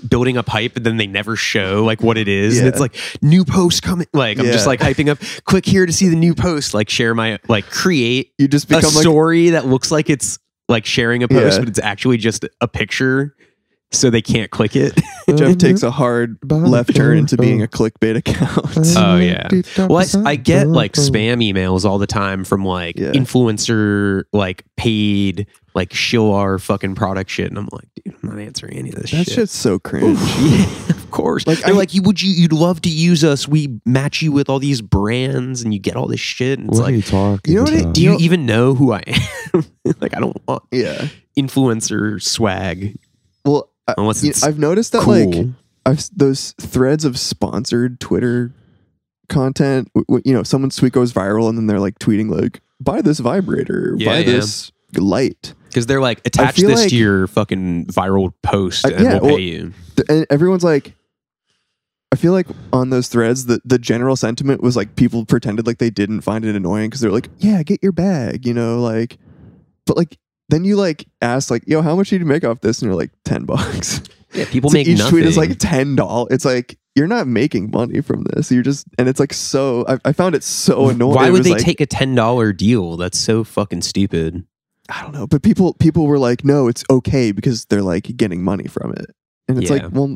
Speaker 2: building up hype and then they never show like what it is and
Speaker 3: Yeah.
Speaker 2: it's like new post coming like I'm just
Speaker 3: Yeah.
Speaker 2: like hyping up click here to see the new post like share my like create
Speaker 3: You just
Speaker 2: a
Speaker 3: become like
Speaker 2: story that looks like it's like sharing a post,
Speaker 3: Yeah.
Speaker 2: but it's actually just a picture, so they can't click
Speaker 3: *laughs*
Speaker 2: it.
Speaker 3: Jeff takes a hard left turn into being a clickbait *laughs* account.
Speaker 2: Oh, yeah. well, I, I get like spam emails all the time from like
Speaker 3: Yeah.
Speaker 2: influencer, like paid, like show our fucking product shit, and I'm like, dude, I'm not answering any of this
Speaker 3: that
Speaker 2: shit.
Speaker 3: shit's so cringe.
Speaker 2: *laughs* yeah, of course.
Speaker 3: Like,
Speaker 2: They're
Speaker 3: I-
Speaker 2: like, you would you you'd love to use us? We match you with all these brands, and you get all this shit. And it's like,
Speaker 1: talking
Speaker 3: you know what it- about?
Speaker 2: do you
Speaker 3: You know-
Speaker 2: even know who I am? *laughs* like, I don't want
Speaker 3: Yeah.
Speaker 2: influencer swag
Speaker 3: Well, I,
Speaker 2: unless
Speaker 3: you
Speaker 2: it's
Speaker 3: know, I've noticed that
Speaker 2: cool.
Speaker 3: like I've s- those threads of sponsored Twitter content. W- w- you know, someone's tweet goes viral and then they're like tweeting like, "Buy this vibrator,
Speaker 2: Yeah,
Speaker 3: buy
Speaker 2: yeah.
Speaker 3: this light,"
Speaker 2: Because they're like, attach
Speaker 3: feel
Speaker 2: this
Speaker 3: like-
Speaker 2: to your fucking viral post
Speaker 3: Uh,
Speaker 2: and
Speaker 3: yeah,
Speaker 2: we'll,
Speaker 3: well-
Speaker 2: pay you.
Speaker 3: Th- and everyone's like. I feel like on those threads, the, the general sentiment was like people pretended like they didn't find it annoying because they're like, "Yeah, get your bag," you know, like. But like, then you like ask like, "Yo, how much did you make off this?" And you're like, 10 *laughs* bucks."
Speaker 2: Yeah, people
Speaker 3: So
Speaker 2: make
Speaker 3: each
Speaker 2: nothing.
Speaker 3: tweet is like ten dollars. It's like you're not making money from this. You're just and it's like so. I, I found it so annoying.
Speaker 2: Why
Speaker 3: It
Speaker 2: would
Speaker 3: was
Speaker 2: they
Speaker 3: like-
Speaker 2: take a ten dollar deal? That's so fucking stupid.
Speaker 3: I don't know. But people people were like, no, it's okay because they're like getting money from it. And it's
Speaker 2: Yeah.
Speaker 3: like, well,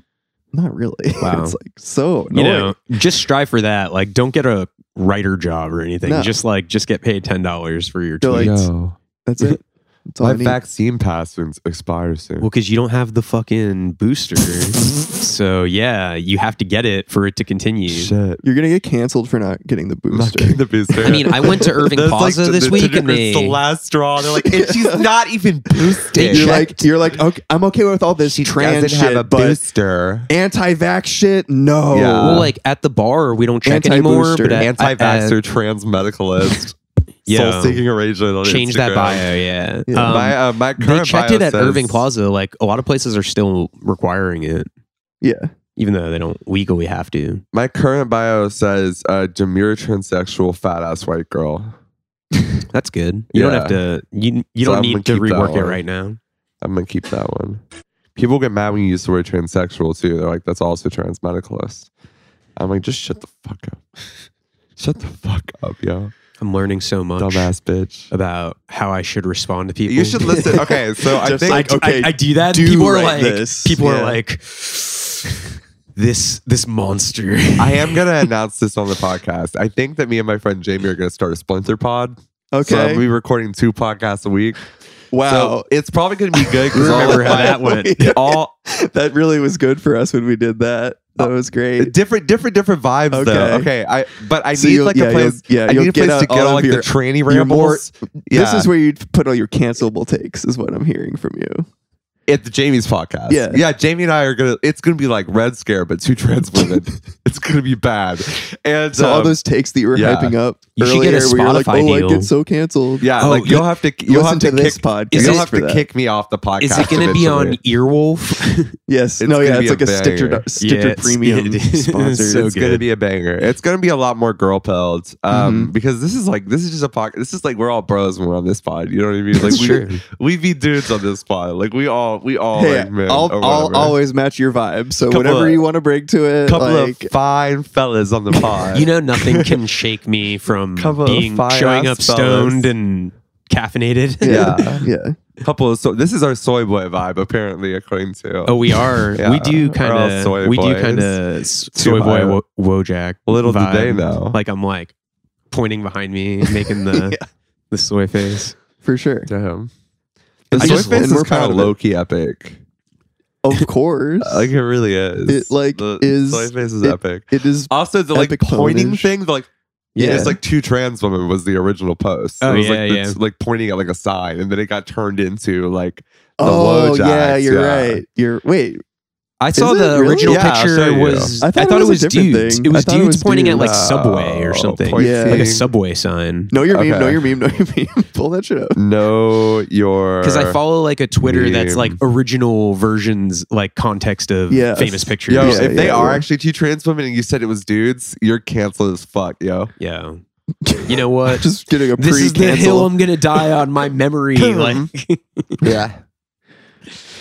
Speaker 3: not really. *laughs*
Speaker 2: Wow.
Speaker 3: it's like so
Speaker 2: You
Speaker 3: annoying.
Speaker 2: know, just strive for that. Like, don't get a writer job or anything.
Speaker 3: No.
Speaker 2: Just like, just get paid ten dollars for your
Speaker 3: They're
Speaker 2: tweet.
Speaker 3: like, That's
Speaker 1: *laughs*
Speaker 3: it. That's all I
Speaker 1: my
Speaker 3: need.
Speaker 1: vaccine pass ins- expires soon.
Speaker 2: well, because you don't have the fucking
Speaker 3: *laughs*
Speaker 2: booster, so yeah, you have to get it for it to continue.
Speaker 1: Shit.
Speaker 3: you're gonna get canceled for not getting the
Speaker 1: I'm not
Speaker 3: booster.
Speaker 1: getting *laughs* the booster.
Speaker 2: I mean, I went to
Speaker 1: *laughs*
Speaker 2: Irving
Speaker 1: That's like
Speaker 2: Plaza
Speaker 1: the-
Speaker 2: this
Speaker 1: the
Speaker 2: week,
Speaker 1: tinder
Speaker 2: and they
Speaker 1: group's the last straw. They're like, and she's not even
Speaker 2: They
Speaker 1: boosted.
Speaker 3: *laughs* you're
Speaker 2: checked.
Speaker 3: like you're like okay, I'm okay with all this
Speaker 1: she
Speaker 3: trans
Speaker 1: doesn't
Speaker 3: shit,
Speaker 1: have a
Speaker 3: but uh,
Speaker 1: booster.
Speaker 3: anti-vax shit, no.
Speaker 1: Yeah.
Speaker 2: well, like at the bar, we don't check anymore.
Speaker 3: Anti-booster,
Speaker 2: But at,
Speaker 1: Anti-vaxxer, trans medicalist,
Speaker 2: Yeah.
Speaker 1: soul-seeking arrangement. On
Speaker 2: change
Speaker 1: Instagram.
Speaker 2: that bio. Yeah,
Speaker 3: Yeah.
Speaker 2: Um,
Speaker 1: my uh, my
Speaker 2: they
Speaker 1: current
Speaker 2: checked
Speaker 1: bio
Speaker 2: it at
Speaker 1: says-
Speaker 2: Irving Plaza. Like a lot of places are still requiring it,
Speaker 3: yeah.
Speaker 2: even though they don't legally have to.
Speaker 1: My current bio says uh, demure transsexual fat ass white girl.
Speaker 2: That's good. You don't
Speaker 1: Yeah.
Speaker 2: have to. You you
Speaker 1: So
Speaker 2: don't
Speaker 1: I'm
Speaker 2: need
Speaker 1: gonna
Speaker 2: to
Speaker 1: keep that
Speaker 2: rework it
Speaker 1: one.
Speaker 2: right now.
Speaker 1: I'm gonna keep that one. People get mad when you use the word transsexual too. They're like, that's also trans medicalist. I'm like, just shut the fuck up. Shut the fuck up, yo.
Speaker 2: I'm learning so much
Speaker 1: Dumbass bitch.
Speaker 2: about how I should respond to people.
Speaker 1: You should
Speaker 2: *laughs*
Speaker 3: *laughs*
Speaker 1: listen. Okay, so I
Speaker 3: Just
Speaker 1: think
Speaker 2: I,
Speaker 3: like, okay,
Speaker 2: I, I do that.
Speaker 3: do
Speaker 2: people are like,
Speaker 3: write this.
Speaker 2: people
Speaker 3: Yeah.
Speaker 2: are like, this this monster. *laughs*
Speaker 1: I am gonna announce this on the podcast. I think that me and my friend Jamie are gonna start a splinter pod. So I'm
Speaker 3: Okay.
Speaker 1: gonna be recording two podcasts a week.
Speaker 3: wow.
Speaker 1: So it's probably gonna be good because
Speaker 2: Remember
Speaker 1: all,
Speaker 2: how
Speaker 1: my-
Speaker 2: that went?
Speaker 3: *laughs*
Speaker 1: all
Speaker 3: that really was good for us when we did that. That
Speaker 1: Uh,
Speaker 3: was great.
Speaker 1: different different different vibes though.
Speaker 3: Okay.
Speaker 1: Okay. I but I
Speaker 3: So
Speaker 1: need
Speaker 3: you'll-
Speaker 1: like
Speaker 3: yeah,
Speaker 1: a place
Speaker 3: you'll- yeah,
Speaker 1: I
Speaker 3: you'll
Speaker 1: need a
Speaker 3: get
Speaker 1: place
Speaker 3: out
Speaker 1: to get
Speaker 3: all
Speaker 1: all
Speaker 3: of
Speaker 1: like
Speaker 3: your-
Speaker 1: the tranny
Speaker 3: your more-
Speaker 1: rambles.
Speaker 3: This is where you'd put all your cancelable takes, is what I'm hearing from you.
Speaker 1: at the Jamie's podcast.
Speaker 3: Yeah.
Speaker 1: Yeah, Jamie and I are gonna it's gonna be like Red Scare, but two
Speaker 3: *laughs*
Speaker 1: trans women. it's gonna be bad. And
Speaker 3: So all
Speaker 1: um,
Speaker 3: those takes that you were
Speaker 1: yeah.
Speaker 3: hyping up
Speaker 2: You should
Speaker 3: earlier,
Speaker 2: get a
Speaker 3: where you're like,
Speaker 2: Spotify
Speaker 3: "Oh,
Speaker 2: deal."
Speaker 3: I get so canceled."
Speaker 1: yeah,
Speaker 2: Oh,
Speaker 1: like you'll have to you'll
Speaker 3: listen
Speaker 1: have to,
Speaker 3: to this
Speaker 1: kick,
Speaker 3: podcast
Speaker 1: You'll
Speaker 3: for
Speaker 1: have to
Speaker 3: that.
Speaker 1: kick me off the podcast.
Speaker 2: Is it going to be on
Speaker 1: eventually.
Speaker 2: Earwolf?
Speaker 1: *laughs*
Speaker 3: Yes.
Speaker 1: It's
Speaker 3: no. Yeah.
Speaker 1: gonna be
Speaker 3: It's
Speaker 1: a
Speaker 3: like a Stitcher,
Speaker 1: banger.
Speaker 3: Stitcher
Speaker 2: Yeah, it's-
Speaker 1: *laughs*
Speaker 3: Premium
Speaker 2: it is.
Speaker 3: sponsor.
Speaker 2: So
Speaker 1: it's gonna
Speaker 2: good.
Speaker 1: be a banger. It's gonna be a lot more girl pilled. Um
Speaker 3: Mm-hmm.
Speaker 1: because this is like this is just a podcast. This is like we're all bros when we're on this pod. You know what I mean? Like
Speaker 2: That's
Speaker 1: we
Speaker 2: true.
Speaker 1: we be dudes on this pod. Like we all we all
Speaker 3: hey,
Speaker 1: like men
Speaker 3: I'll,
Speaker 1: or
Speaker 3: I'll
Speaker 1: whatever.
Speaker 3: always match your vibe. So
Speaker 1: Couple
Speaker 3: whatever
Speaker 1: of-
Speaker 3: you want to bring to it,
Speaker 1: couple
Speaker 3: like
Speaker 1: of fine fellas
Speaker 3: *laughs*
Speaker 1: on the pod.
Speaker 2: You know, nothing can shake me from
Speaker 1: Couple of
Speaker 2: being
Speaker 1: fine
Speaker 2: showing
Speaker 1: ass
Speaker 2: up stoned
Speaker 1: fellas.
Speaker 2: and caffeinated.
Speaker 3: yeah, *laughs* yeah.
Speaker 1: couple of so this is our soy boy vibe apparently according to
Speaker 2: Oh, we are.
Speaker 1: Yeah,
Speaker 2: we do
Speaker 1: we're all
Speaker 2: kind
Speaker 1: soy
Speaker 2: of. We do
Speaker 1: boys.
Speaker 2: kind of soy boy
Speaker 1: bio.
Speaker 2: wo- Wojak.
Speaker 1: Little
Speaker 2: vibe.
Speaker 1: did they know.
Speaker 2: Like I'm like pointing behind me, making the the soy face.
Speaker 3: For sure.
Speaker 1: to him. The soy
Speaker 2: I just-
Speaker 1: face
Speaker 3: and we're
Speaker 1: is kind
Speaker 3: proud
Speaker 1: of
Speaker 3: of
Speaker 1: low key epic.
Speaker 3: Of
Speaker 1: *laughs*
Speaker 3: course.
Speaker 1: Like it really is.
Speaker 3: It, like,
Speaker 1: the
Speaker 3: is-
Speaker 1: soy face is
Speaker 3: it-
Speaker 1: epic.
Speaker 3: it is
Speaker 1: Also, the like
Speaker 3: epic
Speaker 1: pointing
Speaker 3: ponish.
Speaker 1: thing, the, like
Speaker 3: Yeah.
Speaker 1: it's like two trans women was the original post.
Speaker 2: Oh,
Speaker 1: it was
Speaker 2: yeah,
Speaker 1: like
Speaker 2: yeah.
Speaker 1: it's like pointing at like a sign, and then it got turned into like the
Speaker 3: Oh
Speaker 1: low
Speaker 3: yeah,
Speaker 1: jacks,
Speaker 3: you're
Speaker 1: yeah.
Speaker 3: right. You're wait.
Speaker 2: I saw
Speaker 3: Is it
Speaker 2: the
Speaker 3: really?
Speaker 2: original
Speaker 1: Yeah, I'll show
Speaker 2: picture
Speaker 1: you.
Speaker 2: was
Speaker 3: I
Speaker 2: I
Speaker 3: thought
Speaker 2: thought,
Speaker 3: it
Speaker 2: it
Speaker 3: was a
Speaker 2: was
Speaker 3: different
Speaker 2: dudes.
Speaker 3: thing.
Speaker 2: It
Speaker 3: I
Speaker 2: was
Speaker 3: thought it
Speaker 2: dudes
Speaker 3: was
Speaker 2: pointing at like
Speaker 1: dudes.
Speaker 2: Subway or something,
Speaker 1: uh, Pointing.
Speaker 3: Yeah.
Speaker 2: like a Subway sign.
Speaker 3: Know your meme.
Speaker 1: Okay.
Speaker 3: Know your meme. Know your *laughs* meme. Pull that shit
Speaker 1: *laughs*
Speaker 3: up.
Speaker 1: Know your
Speaker 2: Because I follow like a Twitter that's
Speaker 1: Meme.
Speaker 2: like original versions, like context of
Speaker 3: Yes.
Speaker 2: famous pictures.
Speaker 1: Yo,
Speaker 3: Yeah,
Speaker 1: if they
Speaker 3: yeah,
Speaker 1: are
Speaker 3: yeah.
Speaker 1: actually two trans women and you said it was dudes, you're canceled as fuck, yo.
Speaker 2: yeah. You know what?
Speaker 3: *laughs* Just getting a
Speaker 2: this is the hill
Speaker 3: pre-cancel.
Speaker 2: I'm gonna die on. My memory, like,
Speaker 1: Yeah.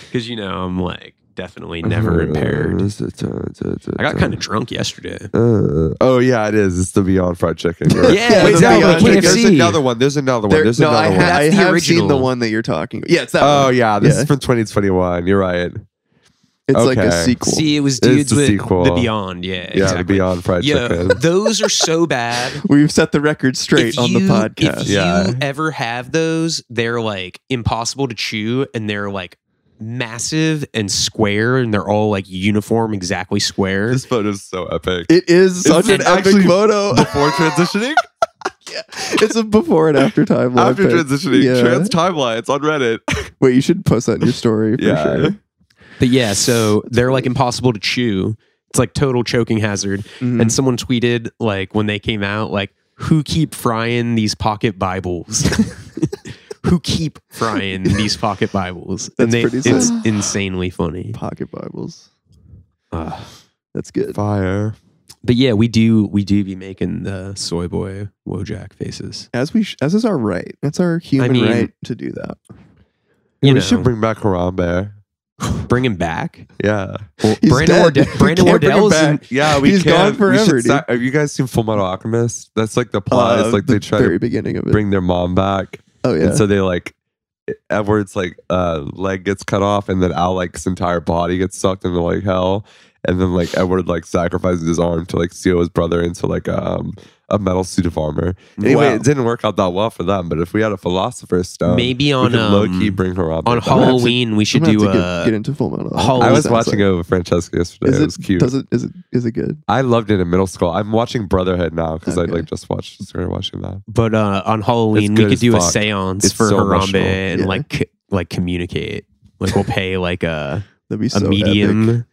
Speaker 2: because you know I'm like definitely *laughs*
Speaker 1: Uh,
Speaker 2: never
Speaker 1: Mm-hmm.
Speaker 2: impaired. I got kind of drunk yesterday.
Speaker 1: Uh, oh yeah, it is. It's the Beyond Fried
Speaker 2: *laughs*
Speaker 1: Chicken. right?
Speaker 2: Yeah,
Speaker 3: Wait,
Speaker 2: exactly.
Speaker 3: Beyond Chicken.
Speaker 1: There's
Speaker 2: KFC.
Speaker 1: another one. There's another one.
Speaker 3: There-
Speaker 1: There's
Speaker 3: no, I,
Speaker 1: another one.
Speaker 3: ha- I
Speaker 2: That's the
Speaker 3: have seen the
Speaker 2: original.
Speaker 3: one that you're talking. about. Yeah, it's that.
Speaker 1: oh
Speaker 3: one.
Speaker 1: yeah, this
Speaker 3: Yeah.
Speaker 1: is from 2021. You're right.
Speaker 3: It's like a
Speaker 1: okay.
Speaker 3: sequel.
Speaker 2: See, it was
Speaker 1: It's
Speaker 2: dudes
Speaker 1: the
Speaker 2: with
Speaker 1: sequel.
Speaker 2: the Beyond. Yeah,
Speaker 1: Yeah,
Speaker 2: exactly.
Speaker 1: the Beyond Fried
Speaker 2: Yo,
Speaker 1: Chicken.
Speaker 2: *laughs* those are so bad.
Speaker 3: We've set the record straight
Speaker 2: If
Speaker 3: on the
Speaker 2: you-
Speaker 3: podcast.
Speaker 2: If
Speaker 1: Yeah.
Speaker 2: you ever have those, they're like impossible to chew and they're like massive and square and they're all like uniform, exactly square.
Speaker 1: This photo is so epic.
Speaker 3: It is such
Speaker 1: it
Speaker 3: an epic
Speaker 1: actually- *laughs*
Speaker 3: photo.
Speaker 1: Before
Speaker 3: *laughs*
Speaker 1: transitioning,
Speaker 3: it's a before and after timeline.
Speaker 1: after
Speaker 3: pic.
Speaker 1: transitioning,
Speaker 3: Yeah.
Speaker 1: trans timelines on Reddit.
Speaker 3: Wait, you should post that
Speaker 2: *laughs*
Speaker 3: in your story for
Speaker 1: Yeah.
Speaker 3: sure.
Speaker 2: But yeah, so they're like impossible to chew. It's like total choking hazard.
Speaker 3: Mhm.
Speaker 2: And someone tweeted like when they came out, like, who keep frying these pocket Bibles? *laughs* who keep frying these pocket Bibles?
Speaker 3: That's
Speaker 2: and they
Speaker 3: pretty
Speaker 2: it's
Speaker 3: sick.
Speaker 2: insanely funny.
Speaker 3: Pocket Bibles.
Speaker 2: Ugh.
Speaker 3: That's good.
Speaker 1: Fire.
Speaker 2: But yeah, we do we do be making the soy boy Wojak faces.
Speaker 3: As we sh- as is our right. That's our human
Speaker 2: mean-
Speaker 3: right to do that.
Speaker 2: You
Speaker 1: we
Speaker 2: know,
Speaker 1: should bring back Harambe.
Speaker 2: bring him back.
Speaker 1: Yeah.
Speaker 2: Well,
Speaker 3: *laughs* He's
Speaker 2: Brandon,
Speaker 3: dead.
Speaker 2: Wardell,
Speaker 3: We
Speaker 2: Brandon
Speaker 3: can't bring him
Speaker 2: Wardell's in,
Speaker 3: back.
Speaker 1: Yeah, we
Speaker 3: He's
Speaker 1: can.
Speaker 3: gone forever,
Speaker 1: We should sa-
Speaker 3: dude.
Speaker 1: have you guys seen Full Metal Alchemist? That's like the plot.
Speaker 3: Uh,
Speaker 1: it's like
Speaker 3: the
Speaker 1: they try
Speaker 3: very
Speaker 1: to
Speaker 3: beginning of it.
Speaker 1: bring their mom back.
Speaker 3: oh yeah.
Speaker 1: And so they like e, Edward's like uh leg gets cut off and then Alec's entire body gets sucked into like hell. And then like Edward like sacrifices his arm to like seal his brother into like um a metal suit of armor. Anyway,
Speaker 2: Wow.
Speaker 1: it didn't work out that well for them, but if we had a philosopher's stone,
Speaker 2: maybe
Speaker 1: we
Speaker 2: on
Speaker 1: could low key
Speaker 2: um,
Speaker 1: bring her up.
Speaker 2: on Halloween we
Speaker 3: I'm
Speaker 2: should
Speaker 3: gonna have
Speaker 2: do uh,
Speaker 3: to
Speaker 2: a
Speaker 3: get, get into full metal.
Speaker 2: Halloween.
Speaker 1: I was
Speaker 3: Sounds
Speaker 1: watching
Speaker 3: like-
Speaker 1: it with Francesca yesterday.
Speaker 3: Is
Speaker 1: it,
Speaker 3: it,
Speaker 1: was cute.
Speaker 3: Does it is it is it good?
Speaker 1: I loved it in middle school. I'm watching Brotherhood now because
Speaker 3: Okay.
Speaker 1: I like just watched started watching that.
Speaker 2: but uh, on
Speaker 1: It's
Speaker 2: Halloween we
Speaker 1: good
Speaker 2: could
Speaker 1: as
Speaker 2: do a
Speaker 1: fuck.
Speaker 2: séance
Speaker 1: It's
Speaker 2: for
Speaker 1: so
Speaker 2: Harambe
Speaker 1: emotional.
Speaker 2: and
Speaker 3: Yeah.
Speaker 2: like c- like communicate. Like we'll pay like
Speaker 3: *laughs*
Speaker 2: a
Speaker 3: That'd be
Speaker 2: a
Speaker 3: so
Speaker 2: medium
Speaker 3: epic.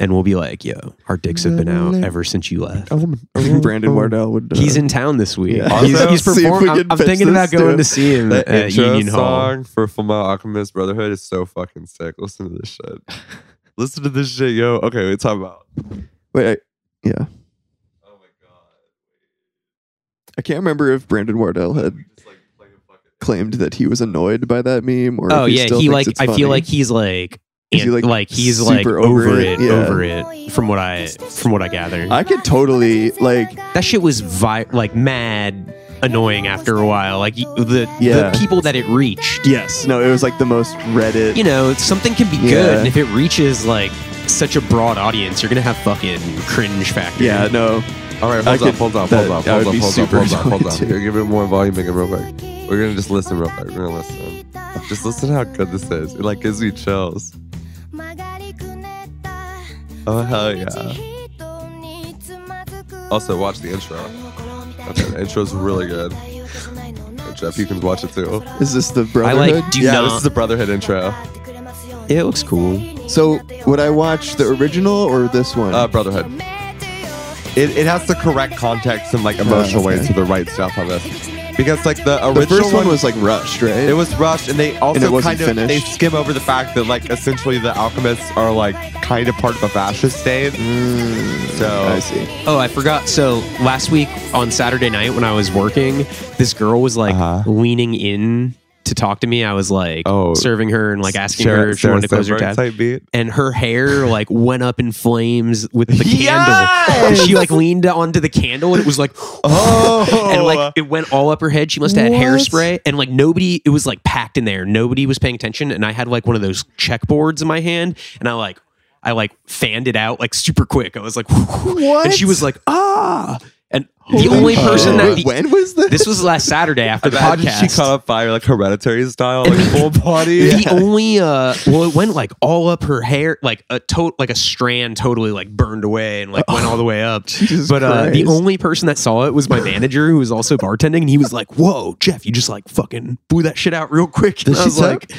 Speaker 2: and we'll be like, yo, our dicks have been out ever since you left.
Speaker 3: I
Speaker 1: *laughs*
Speaker 2: *laughs*
Speaker 3: think *laughs* Brandon Wardell would. uh,
Speaker 2: He's in town this week.
Speaker 3: Oh, Yeah. *laughs*
Speaker 2: He's,
Speaker 1: Also,
Speaker 2: he's
Speaker 3: see if we
Speaker 2: performing. I'm,
Speaker 3: can
Speaker 2: I'm
Speaker 3: pitch
Speaker 2: thinking about
Speaker 3: this to
Speaker 2: going
Speaker 3: him.
Speaker 2: to see him
Speaker 1: The
Speaker 3: uh,
Speaker 2: at
Speaker 1: intro
Speaker 2: Union Hall.
Speaker 1: song for Full Metal Alchemist Brotherhood is so fucking sick. Listen to this
Speaker 3: *laughs*
Speaker 1: shit. Listen to this shit, yo. Okay, we talk about.
Speaker 3: Wait, I, yeah.
Speaker 1: Oh my god.
Speaker 3: I can't remember if Brandon Wardell had
Speaker 1: We just, like, play a fucking-
Speaker 3: claimed that he was annoyed by that meme, or
Speaker 2: Oh
Speaker 3: if he
Speaker 2: yeah,
Speaker 3: still
Speaker 2: he
Speaker 3: thinks
Speaker 2: like.
Speaker 3: it's
Speaker 2: I
Speaker 3: funny.
Speaker 2: feel like he's like.
Speaker 3: Is he,
Speaker 2: and,
Speaker 3: like,
Speaker 2: like, he's like
Speaker 3: super
Speaker 2: over, it,
Speaker 3: yeah.
Speaker 2: over it. From what I from what I gather,
Speaker 3: I could totally like.
Speaker 2: that shit was vi- like mad annoying after a while. Like y- the
Speaker 3: Yeah.
Speaker 2: the people that it reached,
Speaker 3: Yes, no, it was like the most Reddit.
Speaker 2: you know, something can be
Speaker 3: Yeah.
Speaker 2: good, and if it reaches like such a broad audience, you're gonna have fucking cringe factor.
Speaker 3: yeah, no,
Speaker 1: All right,
Speaker 3: I
Speaker 1: hold
Speaker 3: could-
Speaker 1: up, hold up,
Speaker 3: that-
Speaker 1: hold up,
Speaker 3: that would
Speaker 1: hold up,
Speaker 3: be
Speaker 1: hold up,
Speaker 3: super
Speaker 1: hold up, hold up.
Speaker 3: annoying,
Speaker 1: Here, give it more volume, make it real quick.
Speaker 5: We're gonna just listen real quick. We're gonna listen.
Speaker 1: Just listen to how good this is. It like gives me chills. Oh hell yeah. Also, watch the intro. Okay, the intro's really good. Hey, Jeff, you can watch it too.
Speaker 3: is this the
Speaker 2: I
Speaker 3: Brotherhood?
Speaker 2: like do
Speaker 1: yeah,
Speaker 2: not.
Speaker 1: this is the Brotherhood intro.
Speaker 2: it looks cool.
Speaker 3: so would I watch the original or this one?
Speaker 1: Uh, Brotherhood. It, it has the correct context and like emotional
Speaker 3: okay.
Speaker 1: weight to the right stuff on this. Because like the
Speaker 3: the
Speaker 1: original
Speaker 3: first one was like rushed, right?
Speaker 1: It was rushed, and they
Speaker 3: And it
Speaker 1: also
Speaker 3: wasn't
Speaker 1: kind of they
Speaker 3: finished.
Speaker 1: skim over the fact that like essentially the alchemists are like kind of part of a fascist state. so
Speaker 3: I see.
Speaker 2: Oh, I forgot. So last week on Saturday night when I was working, this girl was like
Speaker 1: Uh-huh.
Speaker 2: leaning in to talk to me. I was like
Speaker 1: Oh.
Speaker 2: serving her and like asking her if she wanted to close her tab.
Speaker 1: type beat.
Speaker 2: And her hair like went up in flames with the candle. And she like leaned onto the candle and it was like
Speaker 1: Oh,
Speaker 2: *laughs* and like it went all up her head. She must have had hairspray, and like nobody, it was like packed in there. Nobody was paying attention, and I had like one of those checkboards in my hand, and I like, I like fanned it out like super quick. I was like, and she was like, ah, and The only person that the-
Speaker 3: Oh. when was this?
Speaker 2: this was last Saturday after the
Speaker 1: Imagine
Speaker 2: podcast.
Speaker 1: she caught on fire like hereditary style, like full *laughs* body.
Speaker 2: The only uh well it went like all up her hair like a to- like a strand totally like burned away and like went all the way up.
Speaker 3: *laughs* Jesus
Speaker 2: but uh the
Speaker 3: Christ.
Speaker 2: only person that saw it was my manager who was also bartending and he was like, "Whoa, Jeff, you just like fucking blew that shit out real quick." And
Speaker 3: Did
Speaker 2: I
Speaker 3: she
Speaker 2: was
Speaker 3: tip?
Speaker 2: like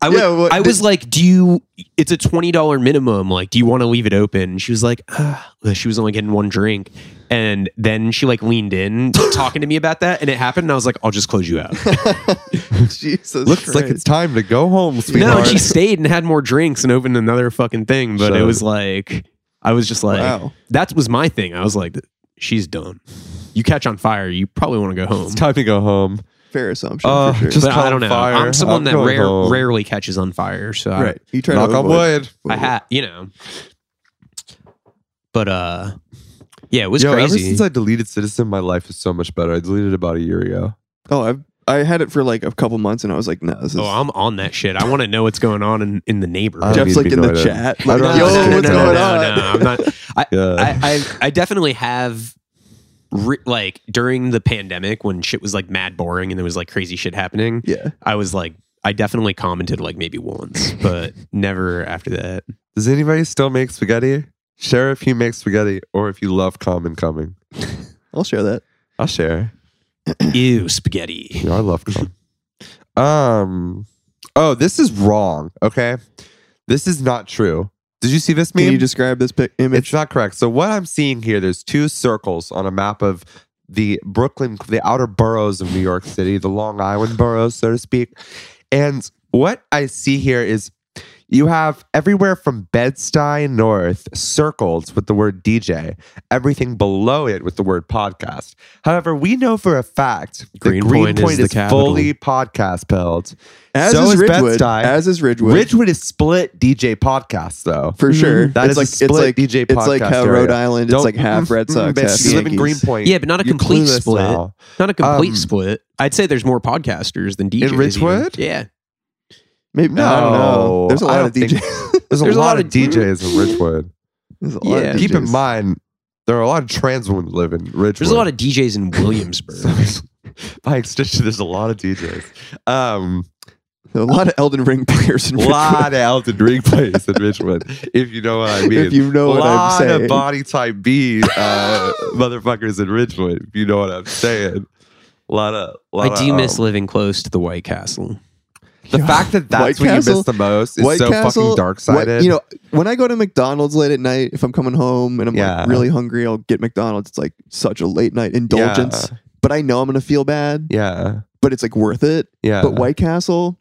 Speaker 2: I was,
Speaker 3: Yeah, what-
Speaker 2: I
Speaker 3: did-
Speaker 2: was like, "Do you it's a $20 minimum, like do you want to leave it open?" And she was like, ah. she was only getting one drink. And then she like leaned in talking to me about that and it happened and I was like, "I'll just close you out."
Speaker 3: *laughs* Jesus
Speaker 1: Looks like
Speaker 3: Christ.
Speaker 1: it's time to go home,
Speaker 2: No,
Speaker 1: sweetheart.
Speaker 2: and she stayed and had more drinks and opened another fucking thing. But
Speaker 1: Shut
Speaker 2: it
Speaker 1: up.
Speaker 2: was like, I was just like,
Speaker 3: Wow.
Speaker 2: that was my thing. I was like, she's done. You catch on fire, you probably want to go home.
Speaker 1: it's time to go home.
Speaker 3: fair assumption.
Speaker 1: Uh,
Speaker 3: for sure.
Speaker 1: just-
Speaker 2: but
Speaker 1: caught
Speaker 2: I don't know.
Speaker 1: fire.
Speaker 2: I'm someone
Speaker 1: I'm
Speaker 2: that
Speaker 1: going
Speaker 2: rare,
Speaker 1: home.
Speaker 2: rarely catches on fire, so I-
Speaker 3: right. You try
Speaker 1: Knock
Speaker 3: to
Speaker 1: on wood.
Speaker 2: I, had, you know. But uh, yeah, it was
Speaker 1: Yo, ever
Speaker 2: crazy.
Speaker 1: since I deleted Citizen, my life is so much better. I deleted it about a year ago.
Speaker 3: Oh, I've I had it for like a couple months, and I was like, no, this is.
Speaker 2: oh, I'm on that shit. I want to know what's going on in, in the neighborhood.
Speaker 1: I don't
Speaker 3: Jeff's
Speaker 1: need
Speaker 3: like
Speaker 1: to
Speaker 3: in
Speaker 1: be
Speaker 3: the
Speaker 1: annoyed at-
Speaker 3: chat, like,
Speaker 1: I don't-
Speaker 3: yo,
Speaker 1: No, no,
Speaker 3: what's
Speaker 1: no,
Speaker 3: going
Speaker 2: no,
Speaker 3: on?
Speaker 2: No, I'm not. I,
Speaker 1: Yeah. *laughs*
Speaker 2: I, I I definitely have re- like during the pandemic when shit was like mad boring and there was like crazy shit happening.
Speaker 3: Yeah,
Speaker 2: I was like, I definitely commented like
Speaker 1: *laughs*
Speaker 2: maybe once, but never after that.
Speaker 1: Does anybody still make spaghetti? Share if you make spaghetti or if you love Common Coming.
Speaker 3: I'll share that.
Speaker 1: I'll share.
Speaker 2: Ew, spaghetti.
Speaker 1: Yeah, I love Common. um, oh, this is wrong. Okay. This is not true. Did you see this meme?
Speaker 3: Can you describe this pic- image?
Speaker 1: It's not correct. So what I'm seeing here, there's two circles on a map of the Brooklyn, the outer boroughs of New York City, the Long Island boroughs, so to speak. And what I see here is you have everywhere from Bed-Stuy North circled with the word DJ, everything below it with the word podcast. However, we know for a fact that
Speaker 2: Greenpoint
Speaker 1: Greenpoint
Speaker 2: is
Speaker 1: is,
Speaker 2: the capital.
Speaker 1: fully podcast pilled.
Speaker 3: As
Speaker 1: so
Speaker 3: is
Speaker 1: is
Speaker 3: Ridgewood.
Speaker 1: Bed-Stuy.
Speaker 3: As is Ridgewood.
Speaker 1: Ridgewood is split DJ podcasts though.
Speaker 3: for sure.
Speaker 1: That is a split DJ
Speaker 3: It's like
Speaker 1: podcast
Speaker 3: how
Speaker 1: area.
Speaker 3: Rhode Island. It's
Speaker 1: Mm-hmm. Don't-
Speaker 3: like half Red
Speaker 1: Mm,
Speaker 3: Sox,
Speaker 1: bitch,
Speaker 3: half
Speaker 1: you live in
Speaker 3: Yankees.
Speaker 1: Greenpoint.
Speaker 2: Yeah, but not a
Speaker 1: You're
Speaker 2: complete
Speaker 1: clueless
Speaker 2: split.
Speaker 1: now.
Speaker 2: Not a complete
Speaker 1: Um,
Speaker 2: split. I'd say there's more podcasters than DJs. even.
Speaker 1: Ridgewood?
Speaker 2: Yeah.
Speaker 3: Maybe no. I don't know.
Speaker 1: No,
Speaker 3: There's a
Speaker 1: I
Speaker 3: lot
Speaker 1: don't
Speaker 3: of DJs.
Speaker 1: There's a
Speaker 2: There's
Speaker 1: lot of DJs in Ridgewood.
Speaker 3: *laughs* There's a lot
Speaker 2: Yeah.
Speaker 3: of DJs.
Speaker 1: Keep in mind, there are a lot of trans women that live in Ridgewood.
Speaker 2: There's
Speaker 1: *laughs*
Speaker 2: a lot of DJs in Williamsburg.
Speaker 1: by extension, there's a lot of DJs. Um,
Speaker 3: a lot of Elden Ring players
Speaker 1: *laughs*
Speaker 3: in
Speaker 1: a
Speaker 3: *laughs* Ridgewood.
Speaker 1: lot of Elton Ring plays in Richmond, if you know what I mean.
Speaker 3: If you know what I'm
Speaker 1: lot
Speaker 3: saying.
Speaker 1: of body type B
Speaker 3: *laughs*
Speaker 1: uh, motherfuckers in Richmond, if you know what I'm saying. A lot of. Lot
Speaker 2: I do
Speaker 1: of,
Speaker 2: miss
Speaker 1: um,
Speaker 2: living close to the White Castle.
Speaker 1: the fact that
Speaker 3: White
Speaker 1: that's what you
Speaker 3: Castle-
Speaker 1: miss the most is
Speaker 3: White
Speaker 1: so
Speaker 3: Castle,
Speaker 1: fucking dark sided.
Speaker 3: what- You know, when I go to McDonald's late at night, if I'm coming home and I'm
Speaker 1: Yeah.
Speaker 3: like really hungry, I'll get McDonald's. It's like such a late night indulgence.
Speaker 1: Yeah.
Speaker 3: But I know I'm gonna feel bad,
Speaker 1: Yeah.
Speaker 3: but it's like worth it.
Speaker 1: Yeah.
Speaker 3: But White Castle,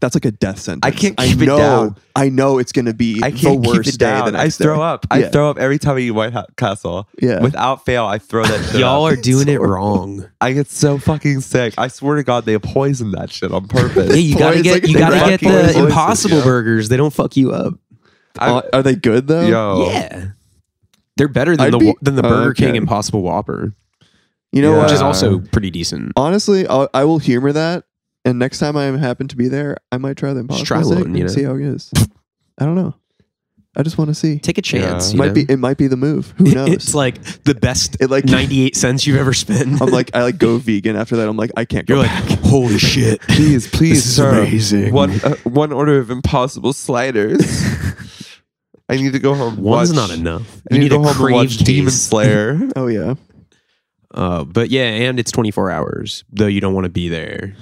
Speaker 3: that's like a death sentence.
Speaker 1: I can't keep
Speaker 3: I
Speaker 1: it
Speaker 3: know,
Speaker 1: down.
Speaker 3: I know it's gonna be
Speaker 1: I
Speaker 3: the
Speaker 1: can't
Speaker 3: worst
Speaker 1: keep it
Speaker 3: day
Speaker 1: down.
Speaker 3: the
Speaker 1: I
Speaker 3: next
Speaker 1: throw
Speaker 3: day.
Speaker 1: up.
Speaker 3: Yeah.
Speaker 1: I throw up every time I eat White Ho- Castle.
Speaker 3: Yeah.
Speaker 1: Without fail, I throw that shit
Speaker 2: Y'all
Speaker 1: up.
Speaker 2: are doing it wrong.
Speaker 1: I get so fucking sick. I swear to God, they poisoned that shit on purpose.
Speaker 2: Yeah, you gotta
Speaker 3: Poison-
Speaker 2: get
Speaker 3: like
Speaker 2: you
Speaker 3: the
Speaker 2: gotta
Speaker 3: Rocky
Speaker 2: get the
Speaker 1: Poison,
Speaker 2: Impossible
Speaker 1: yeah.
Speaker 2: burgers. They don't fuck you up.
Speaker 1: I-
Speaker 3: Uh, are they good though?
Speaker 1: Yo.
Speaker 2: Yeah. They're better than
Speaker 3: I'd
Speaker 2: the
Speaker 3: be-
Speaker 2: than the
Speaker 3: Oh,
Speaker 2: Burger King
Speaker 3: okay.
Speaker 2: Impossible Whopper,
Speaker 3: You know
Speaker 1: Yeah.
Speaker 2: which is
Speaker 3: what?
Speaker 2: also pretty decent.
Speaker 3: Honestly, I'll, I will humor that, and next time I happen to be there, I might try the impossible
Speaker 2: Just try
Speaker 3: steak
Speaker 2: one,
Speaker 3: and
Speaker 2: you know?
Speaker 3: see how it goes. I don't know. I just want to see.
Speaker 2: Take a chance.
Speaker 1: Yeah.
Speaker 2: you
Speaker 3: might
Speaker 2: know?
Speaker 3: be it might be the move. Who knows?
Speaker 2: *laughs* It's like the best
Speaker 3: It, *laughs* like-
Speaker 2: 98 cents you've ever spent.
Speaker 3: I'm like I like go vegan after that. I'm like I can't
Speaker 2: *laughs*
Speaker 3: go.
Speaker 2: you're like,
Speaker 3: back.
Speaker 2: holy
Speaker 3: *laughs*
Speaker 2: shit.
Speaker 1: Please, please,
Speaker 2: This is
Speaker 1: sir.
Speaker 2: amazing.
Speaker 1: One, uh, one order of impossible sliders.
Speaker 3: *laughs*
Speaker 1: I need to go home. and
Speaker 2: One's
Speaker 1: watch-
Speaker 2: not enough.
Speaker 1: I
Speaker 2: You need
Speaker 1: to
Speaker 2: a
Speaker 1: go home and
Speaker 2: crave
Speaker 1: watch Demon
Speaker 2: case. *laughs*
Speaker 1: Slayer.
Speaker 3: oh yeah,
Speaker 2: Uh, but yeah, and it's 24 hours, though you don't want to be there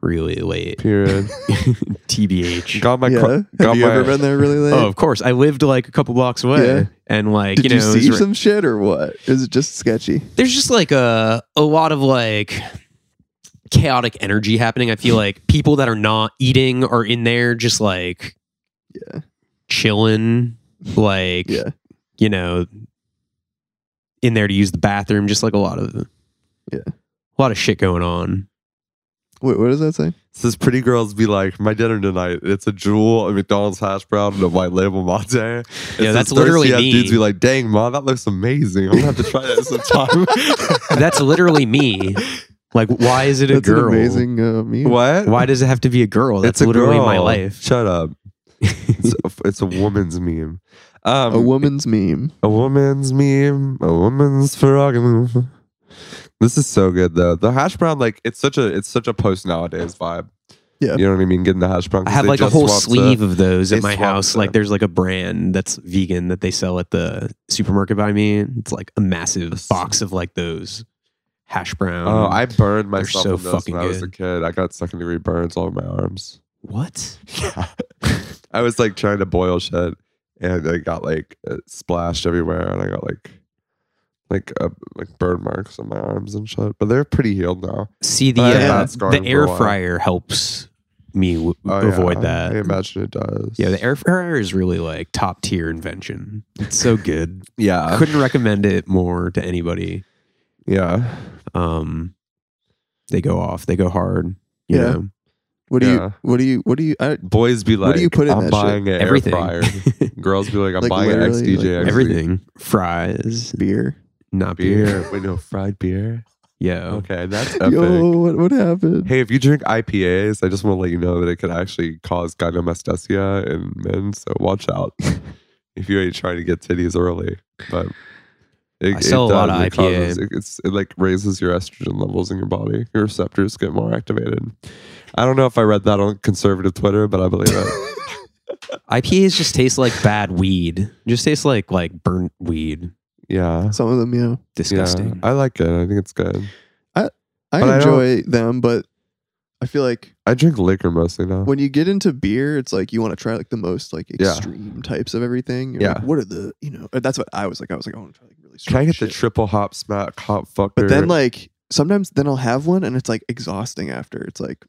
Speaker 2: really late. *laughs*
Speaker 1: Period. *laughs*
Speaker 2: TBH.
Speaker 1: Got my.
Speaker 3: yeah.
Speaker 1: cro-
Speaker 3: Have
Speaker 1: got
Speaker 3: you
Speaker 1: my-
Speaker 3: ever been there really late?
Speaker 2: Oh, of course. I lived like a couple blocks away,
Speaker 3: Yeah.
Speaker 2: and like
Speaker 3: Did
Speaker 2: you
Speaker 3: you,
Speaker 2: know, it was
Speaker 3: see
Speaker 2: re-
Speaker 3: some shit or what? Is it just sketchy?
Speaker 2: there's just like a a lot of like chaotic energy happening. I feel like people that are not eating are in there just like
Speaker 3: Yeah.
Speaker 2: chilling, like
Speaker 3: Yeah.
Speaker 2: you know, in there to use the bathroom. Just like a lot of
Speaker 3: Yeah.
Speaker 2: a lot of shit going on.
Speaker 3: Wait, what does that say?
Speaker 1: Says pretty girls be like, my dinner tonight. It's a jewel, a McDonald's hash brown, and a white label latte. Yeah,
Speaker 2: Yeah, that's literally me.
Speaker 1: Dudes be like, dang, ma, that looks amazing. I'm gonna have to try that sometime. *laughs*
Speaker 2: *laughs* That's literally
Speaker 3: *laughs*
Speaker 2: me. Like, why is it a
Speaker 3: That's
Speaker 2: girl?
Speaker 3: an amazing uh, meme.
Speaker 1: what?
Speaker 2: Why does it have to be a girl? That's
Speaker 1: It's a
Speaker 2: literally my
Speaker 1: girl.
Speaker 2: life.
Speaker 1: Shut up. It's
Speaker 2: *laughs*
Speaker 1: a, it's a woman's meme. Um,
Speaker 3: a woman's meme.
Speaker 1: a woman's meme, a woman's frog move. This is so good though. The hash brown, like it's such a it's such a post nowadays vibe.
Speaker 3: Yeah.
Speaker 1: you know what I mean. Getting the hash brown.
Speaker 2: I
Speaker 1: 'cause
Speaker 2: have
Speaker 1: they
Speaker 2: like a
Speaker 1: just
Speaker 2: whole
Speaker 1: swapped the-
Speaker 2: sleeve of those
Speaker 1: they
Speaker 2: at my
Speaker 1: swapped
Speaker 2: house.
Speaker 1: the-
Speaker 2: Like there's like a brand that's vegan that they sell at the supermarket by me. and It's like a massive box of like those hash brown.
Speaker 1: Oh, I burned myself
Speaker 2: so
Speaker 1: in those
Speaker 2: fucking
Speaker 1: when I was a
Speaker 2: good.
Speaker 1: kid. I got second degree burns all over my arms. *laughs*
Speaker 2: what?
Speaker 1: Yeah, I was like trying to boil shit, and I got like uh, splashed everywhere, and I got like like uh, like burn marks on my arms and shit. But they're pretty healed now.
Speaker 2: See the
Speaker 1: I had
Speaker 2: uh,
Speaker 1: that scarring
Speaker 2: the
Speaker 1: for a
Speaker 2: air
Speaker 1: while.
Speaker 2: fryer helps me w-
Speaker 1: Oh, yeah,
Speaker 2: avoid
Speaker 1: I-
Speaker 2: that.
Speaker 1: I imagine it does.
Speaker 2: yeah, the air fryer is really like top tier invention. It's
Speaker 1: *laughs*
Speaker 2: so good. I
Speaker 1: yeah,
Speaker 2: couldn't recommend it more to anybody.
Speaker 1: yeah.
Speaker 2: Um, they go off. They go hard. You
Speaker 3: Yeah.
Speaker 2: know?
Speaker 3: What do
Speaker 1: Yeah.
Speaker 3: you? What do you? What do you? I,
Speaker 1: Boys be like,
Speaker 3: What do you put in
Speaker 1: I'm
Speaker 3: that shit?
Speaker 1: buying an
Speaker 2: everything. *laughs*
Speaker 1: air fryer. Girls be like, I'm
Speaker 3: Like,
Speaker 1: buying an
Speaker 3: literally,
Speaker 1: XDJ.
Speaker 3: like,
Speaker 1: XD.
Speaker 2: Everything. Fries,
Speaker 3: beer.
Speaker 2: not
Speaker 1: *laughs*
Speaker 2: beer. Oh.
Speaker 1: Beer. Wait, no, fried beer.
Speaker 2: Yeah. *laughs*
Speaker 1: Okay,
Speaker 3: *laughs*
Speaker 1: that's epic.
Speaker 3: Yo, what what happened?
Speaker 1: Hey, if you drink IPAs, I just want to let you know that it could actually cause gynecomastia in men. So watch out *laughs* if you ain't trying to get titties early. But it,
Speaker 2: I sell a lot
Speaker 1: does,
Speaker 2: of
Speaker 1: it causes-
Speaker 2: IPA.
Speaker 1: it- it's, it like raises your estrogen levels in your body. Your receptors get more activated. I don't know if I read that on conservative Twitter, but I believe
Speaker 2: *laughs*
Speaker 1: it.
Speaker 2: IPAs just taste like bad weed. Just tastes like like burnt weed.
Speaker 1: yeah.
Speaker 3: Some of them, yeah.
Speaker 2: Disgusting.
Speaker 1: Yeah, I like it. I think it's good.
Speaker 3: I
Speaker 1: But I
Speaker 3: enjoy them, but I feel like
Speaker 1: I drink liquor mostly now.
Speaker 3: when you get into beer, it's like you want to try like the most like
Speaker 1: Yeah.
Speaker 3: extreme types of everything. You're
Speaker 1: Yeah.
Speaker 3: like, what are the you know? That's what I was like. I was like, I want to try like
Speaker 1: Can I
Speaker 3: really. strong
Speaker 1: get the
Speaker 3: shit.
Speaker 1: triple hop smack hop fucker?
Speaker 3: But then like sometimes then I'll have one and it's like exhausting after. It's like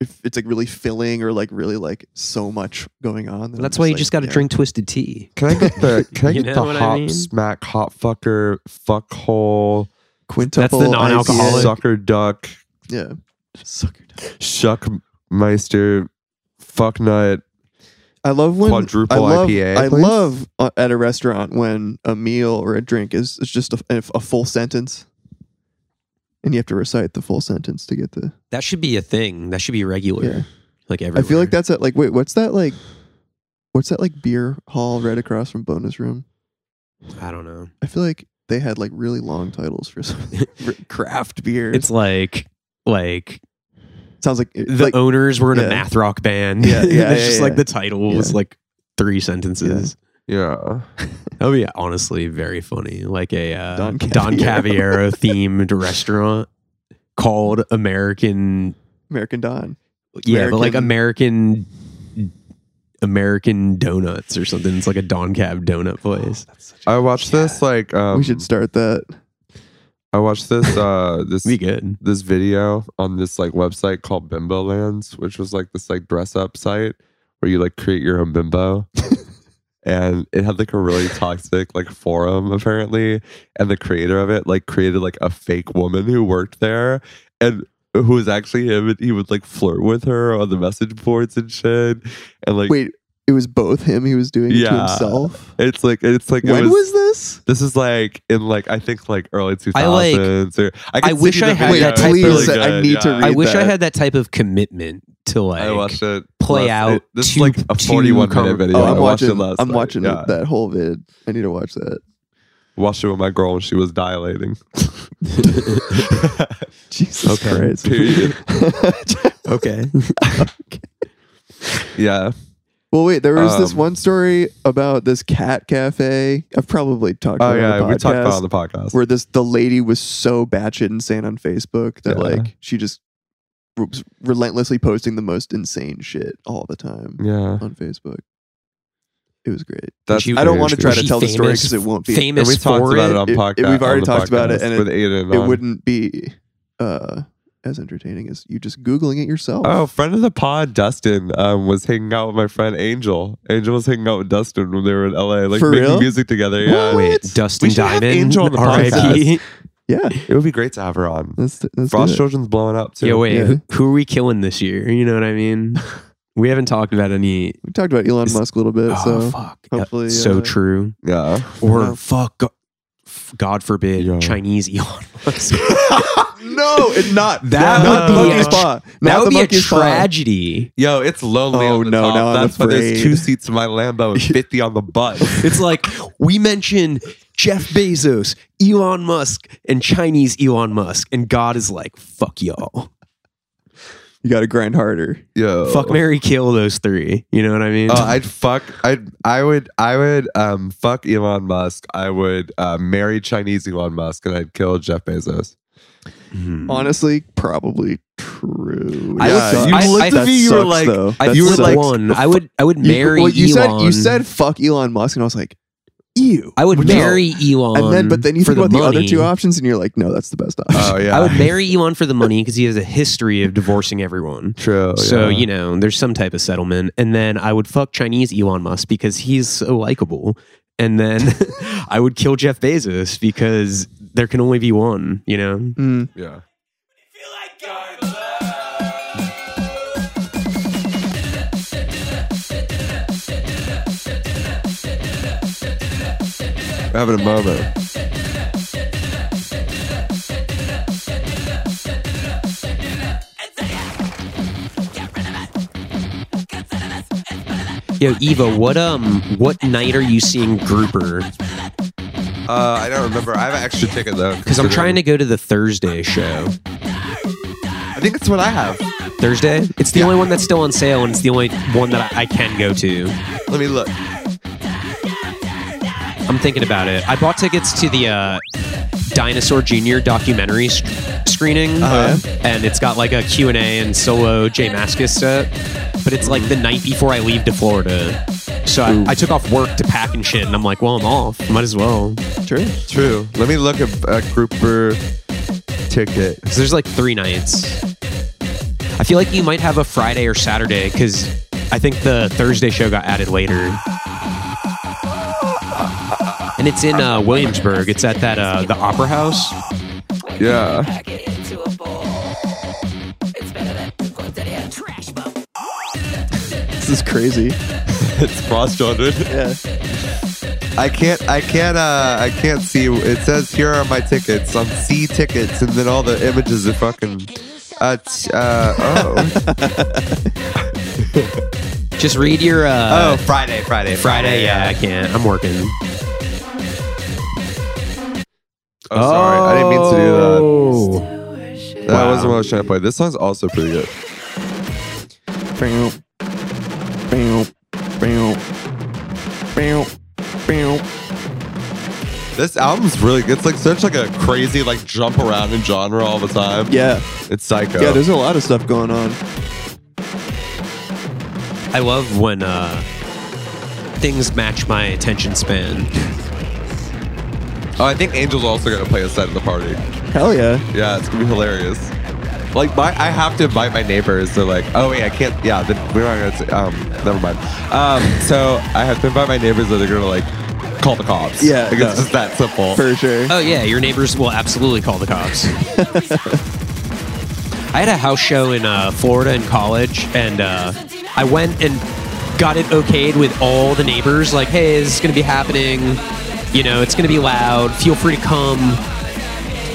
Speaker 3: if it's like really filling or like really like so much going on. then I'm
Speaker 2: That's why you
Speaker 3: like,
Speaker 2: just got to
Speaker 3: yeah.
Speaker 2: drink twisted tea.
Speaker 1: can I get
Speaker 3: *laughs*
Speaker 1: the can I
Speaker 2: You
Speaker 1: get the
Speaker 2: know what I
Speaker 1: hop
Speaker 2: mean?
Speaker 1: smack hop fucker fuck hole
Speaker 3: quintuple.
Speaker 2: non-alcoholic.
Speaker 3: IPA.
Speaker 1: sucker duck
Speaker 3: Yeah. Sucker. dick.
Speaker 1: shuck meister fuck nut?
Speaker 3: I love when
Speaker 1: Quadruple
Speaker 3: I love,
Speaker 1: IPA,
Speaker 3: I
Speaker 1: please?
Speaker 3: love uh, at a restaurant when a meal or a drink is, is just a, a full sentence, and you have to recite the full sentence to get the.
Speaker 2: That should be a thing. That should be regular.
Speaker 3: Yeah.
Speaker 2: Like everywhere.
Speaker 3: I feel like that's at like wait, what's that like? What's that like beer hall right across from bonus room?
Speaker 2: I don't know.
Speaker 3: I feel like they had like really long titles
Speaker 1: *laughs*
Speaker 3: for some *laughs* for craft beer.
Speaker 2: It's like like
Speaker 3: sounds like
Speaker 2: the
Speaker 3: like
Speaker 2: owners were in
Speaker 3: yeah.
Speaker 2: a math rock band. *laughs*
Speaker 3: Yeah, yeah,
Speaker 2: it's
Speaker 3: yeah,
Speaker 2: just
Speaker 3: yeah.
Speaker 2: like the title was like three sentences.
Speaker 1: Yeah.
Speaker 2: That would be honestly very funny. Like a uh,
Speaker 3: Don
Speaker 2: Don, Don Caviero
Speaker 3: Caviero.
Speaker 2: themed restaurant called American
Speaker 3: American Don.
Speaker 2: Yeah, but like American American donuts or something. It's like a Don Cab donut place.
Speaker 1: I watched this like um
Speaker 3: we should start that.
Speaker 1: I watched this uh
Speaker 3: *laughs*
Speaker 1: this
Speaker 2: Be good.
Speaker 1: this video on this like website called Bimbo Lands, which was like this like dress up site where you like create your own bimbo. and it had like a really toxic like forum apparently. And the creator of it like created like a fake woman who worked there and who was actually him and he would like flirt with her on the message boards and shit. And like
Speaker 3: Wait, it was both him. He was doing it to
Speaker 1: Yeah.
Speaker 3: himself.
Speaker 1: it's like it's like it
Speaker 3: when was this?
Speaker 1: This is like in like I think like early two
Speaker 2: I like-
Speaker 1: thousands. Or I, can
Speaker 2: I
Speaker 1: send
Speaker 2: wish
Speaker 1: you the
Speaker 2: I had
Speaker 1: video.
Speaker 2: that
Speaker 1: It's
Speaker 2: type of-
Speaker 1: really
Speaker 2: Please,
Speaker 3: I
Speaker 1: good,
Speaker 3: need to
Speaker 2: I
Speaker 3: read
Speaker 2: wish I
Speaker 3: that.
Speaker 2: had that type of commitment to like.
Speaker 1: I watched it.
Speaker 2: play
Speaker 1: last-
Speaker 2: out
Speaker 1: this
Speaker 2: two-
Speaker 1: is like a
Speaker 2: two
Speaker 1: forty-one
Speaker 2: com-
Speaker 1: minute video.
Speaker 3: Oh,
Speaker 1: I
Speaker 3: I'm
Speaker 1: watched
Speaker 3: watching.
Speaker 1: it last.
Speaker 3: I'm
Speaker 1: night.
Speaker 3: watching
Speaker 1: Yeah.
Speaker 3: that whole vid. I need to watch that. *laughs*
Speaker 1: Watched it with my girl when she was dilating. *laughs*
Speaker 3: Jesus
Speaker 2: Okay.
Speaker 3: Christ!
Speaker 1: Period.
Speaker 2: Okay.
Speaker 1: yeah.
Speaker 3: *laughs* well, wait. There was this
Speaker 1: Um,
Speaker 3: one story about this cat cafe. I've probably talked.
Speaker 1: Oh
Speaker 3: about it on
Speaker 1: yeah.
Speaker 3: the
Speaker 1: We talked about it
Speaker 3: podcast,
Speaker 1: on the podcast.
Speaker 3: where this the lady was so batshit insane on Facebook that
Speaker 1: Yeah.
Speaker 3: like she just was relentlessly posting the most insane shit all the time
Speaker 1: yeah.
Speaker 3: on Facebook. It was great.
Speaker 1: *laughs* That's
Speaker 2: She-
Speaker 3: I don't
Speaker 1: very
Speaker 3: want to
Speaker 1: true.
Speaker 3: try to
Speaker 2: She
Speaker 3: tell the story
Speaker 2: famous-
Speaker 3: because it won't be.
Speaker 1: And
Speaker 2: Famous
Speaker 1: we talked
Speaker 2: for
Speaker 1: about it,
Speaker 2: it.
Speaker 1: on
Speaker 3: It- it-
Speaker 1: podcast.
Speaker 3: we've
Speaker 1: on
Speaker 3: already
Speaker 1: the
Speaker 3: talked about it,
Speaker 1: podcast
Speaker 3: and it-
Speaker 1: with Aiden.
Speaker 3: it
Speaker 1: on.
Speaker 3: wouldn't be uh as entertaining as you just googling it yourself.
Speaker 1: Oh, friend of the pod, Dustin, um, was hanging out with my friend Angel. Angel was hanging out with Dustin when they were in LA, like
Speaker 3: For
Speaker 1: making
Speaker 3: real?
Speaker 1: music together. Yeah.
Speaker 2: Wait,
Speaker 1: We
Speaker 2: Dustin
Speaker 1: should have
Speaker 2: Diamond.
Speaker 1: Angel on the
Speaker 2: RIP.
Speaker 3: yeah.
Speaker 1: It would be great to have her on.
Speaker 3: Let's let's do
Speaker 1: Frost
Speaker 3: it.
Speaker 1: Children's blowing up too.
Speaker 2: Yeah, wait.
Speaker 3: Yeah.
Speaker 2: Who, who are we killing this year? You know what I mean? *laughs* We haven't talked about any.
Speaker 3: We talked about Elon
Speaker 2: Is-
Speaker 3: Musk a little bit,
Speaker 2: Oh,
Speaker 3: so
Speaker 1: uh,
Speaker 2: fuck.
Speaker 3: hopefully,
Speaker 2: so
Speaker 3: uh,
Speaker 2: true.
Speaker 1: Yeah.
Speaker 2: Or
Speaker 3: Yeah.
Speaker 2: fuck. f- God forbid,
Speaker 1: Yo.
Speaker 2: Chinese
Speaker 1: *laughs*
Speaker 2: Elon Musk.
Speaker 3: *laughs* no, it's not
Speaker 2: That
Speaker 3: not
Speaker 2: would
Speaker 3: the
Speaker 2: be
Speaker 3: monkey
Speaker 2: a
Speaker 3: spa.
Speaker 2: that
Speaker 3: Not
Speaker 2: would
Speaker 3: the
Speaker 2: be a
Speaker 3: monkey spa.
Speaker 2: tragedy.
Speaker 1: Yo, it's lonely.
Speaker 3: Oh,
Speaker 1: on the
Speaker 3: no,
Speaker 1: top.
Speaker 3: now I'm
Speaker 1: That's why there's
Speaker 3: afraid.
Speaker 1: two seats in my Lambo
Speaker 3: *laughs*
Speaker 1: and 50 on the bus.
Speaker 2: It's like we mention Jeff Bezos, Elon Musk, and Chinese Elon Musk, and God is like, fuck y'all.
Speaker 3: You got to grind harder.
Speaker 1: Yo,
Speaker 2: Fuck Mary kill those three. You know what I
Speaker 3: Uh,
Speaker 2: mean?
Speaker 1: Oh,
Speaker 3: *laughs*
Speaker 1: I'd fuck. I'd. I would. I would. Um, fuck Elon Musk. I would uh, marry Chinese Elon Musk, and I'd kill Jeff Bezos.
Speaker 2: Hmm.
Speaker 3: Honestly, probably true.
Speaker 2: I
Speaker 1: Yeah,
Speaker 2: would-
Speaker 1: you
Speaker 2: I-
Speaker 1: looked
Speaker 2: I-
Speaker 1: at me. You were like,
Speaker 2: I
Speaker 1: That
Speaker 2: you were
Speaker 1: sucks.
Speaker 2: like one. I would I would marry
Speaker 3: well, you
Speaker 2: Elon.
Speaker 3: said you said fuck Elon Musk, and I was like, ew.
Speaker 2: I would
Speaker 3: No.
Speaker 2: marry Elon.
Speaker 3: And then, but then you
Speaker 2: for
Speaker 3: think about the other
Speaker 2: money.
Speaker 3: two options, and you're like, no, that's the best option.
Speaker 1: Oh yeah,
Speaker 2: I would marry Elon for the money because he has a history of divorcing everyone.
Speaker 1: True.
Speaker 2: So,
Speaker 1: Oh, yeah.
Speaker 2: you know, there's some type of settlement. And then I would fuck Chinese Elon Musk because he's so likable. And then *laughs* I would kill Jeff Bezos because there can only be one, you know?
Speaker 3: *laughs* Mm.
Speaker 1: Yeah. We're having a moment.
Speaker 2: Yo, Eva, what um what night are you seeing Grouper?
Speaker 1: Uh, I don't remember. I have an extra ticket though.
Speaker 2: Because I'm trying to go to the Thursday show.
Speaker 1: I think that's what I have.
Speaker 2: Thursday? It's the only one that's still on sale and it's the only one that I, I can go to.
Speaker 1: Let me look.
Speaker 2: I'm thinking about it. I bought tickets to the uh, Dinosaur Jr. documentary sc- screening, and it's got like a Q&A and solo J. Maskus set, but it's like the night before I leave to Florida. So I, I took off work to pack and shit, and I'm like, well, I'm off. Might as well.
Speaker 3: True.
Speaker 1: True. Let me look at a grouper ticket.
Speaker 2: So there's like three nights. I feel like you might have a Friday or Saturday because I think the Thursday show got added later. And it's in uh, Williamsburg. It's at that uh, the Opera House.
Speaker 1: Yeah. *laughs*
Speaker 3: This is crazy.
Speaker 1: It's cross-gendered.
Speaker 3: Yeah.
Speaker 1: I can't. I can't. Uh, I can't see. It says here are my tickets on C tickets, and then all the images are fucking. Uh, t- uh, oh.
Speaker 2: Just read your. Uh,
Speaker 1: oh, Friday, Friday,
Speaker 2: Friday, yeah, I can't. I'm working.
Speaker 1: Oh, sorry. I didn't mean to do that.
Speaker 2: do
Speaker 1: That wasn't what I was trying to play. This song's also pretty good.
Speaker 3: Bow. Bow. Bow. Bow. Bow.
Speaker 1: This album's really good. It's like such like a crazy like jump around in genre all the time.
Speaker 3: Yeah.
Speaker 1: It's psycho.
Speaker 3: Yeah, there's a lot of stuff going on.
Speaker 2: that. I love when uh, things match my attention span.
Speaker 1: oh, I think Angel's also gonna play a set at the party.
Speaker 3: Hell yeah.
Speaker 1: Yeah, it's gonna be hilarious. Like my, I have to invite my neighbors. They're like, oh wait, I can't. Yeah, then we're not gonna. Say, um, never mind. Um, so I have to invite my neighbors, or they're gonna like call the cops.
Speaker 3: Yeah,
Speaker 1: like,
Speaker 3: no.
Speaker 1: it's just that simple.
Speaker 3: For sure.
Speaker 2: Oh yeah, your neighbors will absolutely call the cops. *laughs* I had a house show in uh, Florida in college, and uh, I went and got it okayed with all the neighbors. Like, hey, this is going to be happening. You know, it's going to be loud. Feel free to come.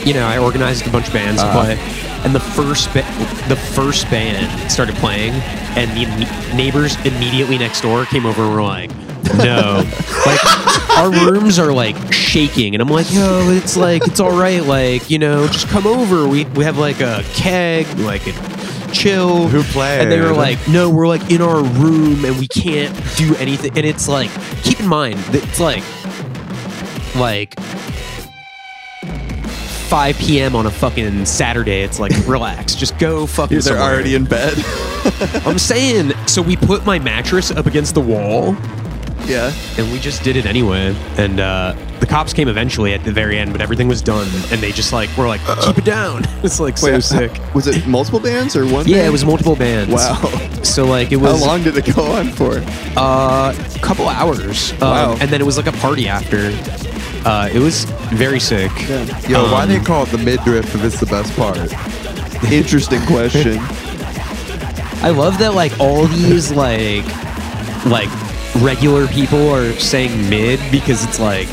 Speaker 2: You know, I organized a bunch of bands to play, and the first ba- the first band started playing, and the imme- neighbors immediately next door came over and were like, "No, like our rooms are like shaking," and I'm like, "Yo, it's like it's all right. Like, you know, just come over. We we have like a keg, like a chill."
Speaker 1: Who played?
Speaker 2: And they were like, no, we're like in our room and we can't do anything. And it's like, keep in mind, that it's like, like 5 p.m. on a fucking Saturday. It's like, *laughs* relax, just go fucking.
Speaker 3: They're
Speaker 2: somewhere.
Speaker 3: already in bed. *laughs*
Speaker 2: I'm saying, so we put my mattress up against the wall
Speaker 3: yeah.
Speaker 2: and we just did it anyway. And uh, the cops came eventually at the very end, but everything was done. And they just like were like, keep it down. *laughs* It's like so sick.
Speaker 3: *laughs* Was it multiple bands or one?
Speaker 2: Yeah,
Speaker 3: band?
Speaker 2: it was multiple bands.
Speaker 3: Wow.
Speaker 2: So like it
Speaker 3: *laughs* How
Speaker 2: was
Speaker 3: long did it go on for?
Speaker 2: uh, couple hours. Um,
Speaker 3: Wow.
Speaker 2: And then it was like a party after. Uh, it was very sick.
Speaker 1: yo, why
Speaker 2: um,
Speaker 1: they call it the midriff if it's the best part?
Speaker 3: Interesting
Speaker 2: *laughs*
Speaker 3: question.
Speaker 2: I love that like all these like like regular people are saying mid because it's like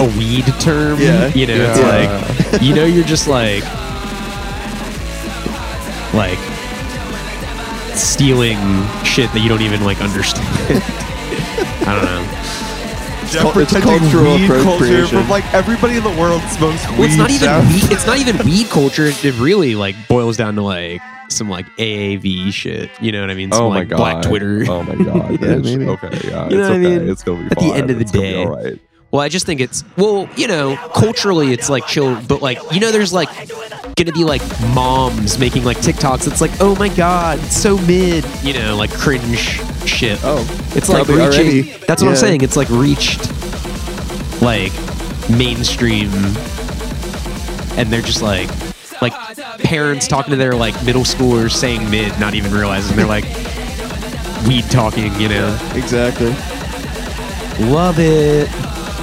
Speaker 2: a weed term.
Speaker 3: Yeah.
Speaker 2: You know, it's
Speaker 1: Yeah.
Speaker 2: like you know you're just like like stealing shit that you don't even like understand. *laughs* I don't know.
Speaker 1: Jeff
Speaker 3: called- it's
Speaker 1: pretending
Speaker 3: cultural
Speaker 1: weed culture
Speaker 3: appropriation.
Speaker 1: from like everybody in the world smokes weed.
Speaker 2: Well, it's not even
Speaker 1: Jeff.
Speaker 2: weed, it's not even weed culture. It really like boils down to like some like AAV shit. You know what I mean? Some
Speaker 1: Oh my
Speaker 2: like
Speaker 1: god.
Speaker 2: black Twitter.
Speaker 1: Oh my god.
Speaker 3: *laughs* Yeah,
Speaker 1: bitch.
Speaker 3: maybe.
Speaker 1: Okay. Yeah.
Speaker 2: You
Speaker 1: it's
Speaker 2: know what I
Speaker 1: okay.
Speaker 2: mean?
Speaker 1: It's gonna be
Speaker 2: At the
Speaker 1: fine.
Speaker 2: end of the
Speaker 1: It's gonna be
Speaker 2: day.
Speaker 1: all right.
Speaker 2: Well, I just think it's well, you know, culturally it's like chill, but like you know, there's like gonna be like moms making like TikToks. It's like, oh my god, it's so mid, you know, like cringe shit.
Speaker 3: Oh,
Speaker 2: it's like reaching.
Speaker 3: probably already.
Speaker 2: That's what I'm
Speaker 3: Yeah.
Speaker 2: saying. It's like reached like mainstream, and they're just like like parents talking to their like middle schoolers saying mid, not even realizing they're like weed talking. You know,
Speaker 3: Exactly.
Speaker 2: love it.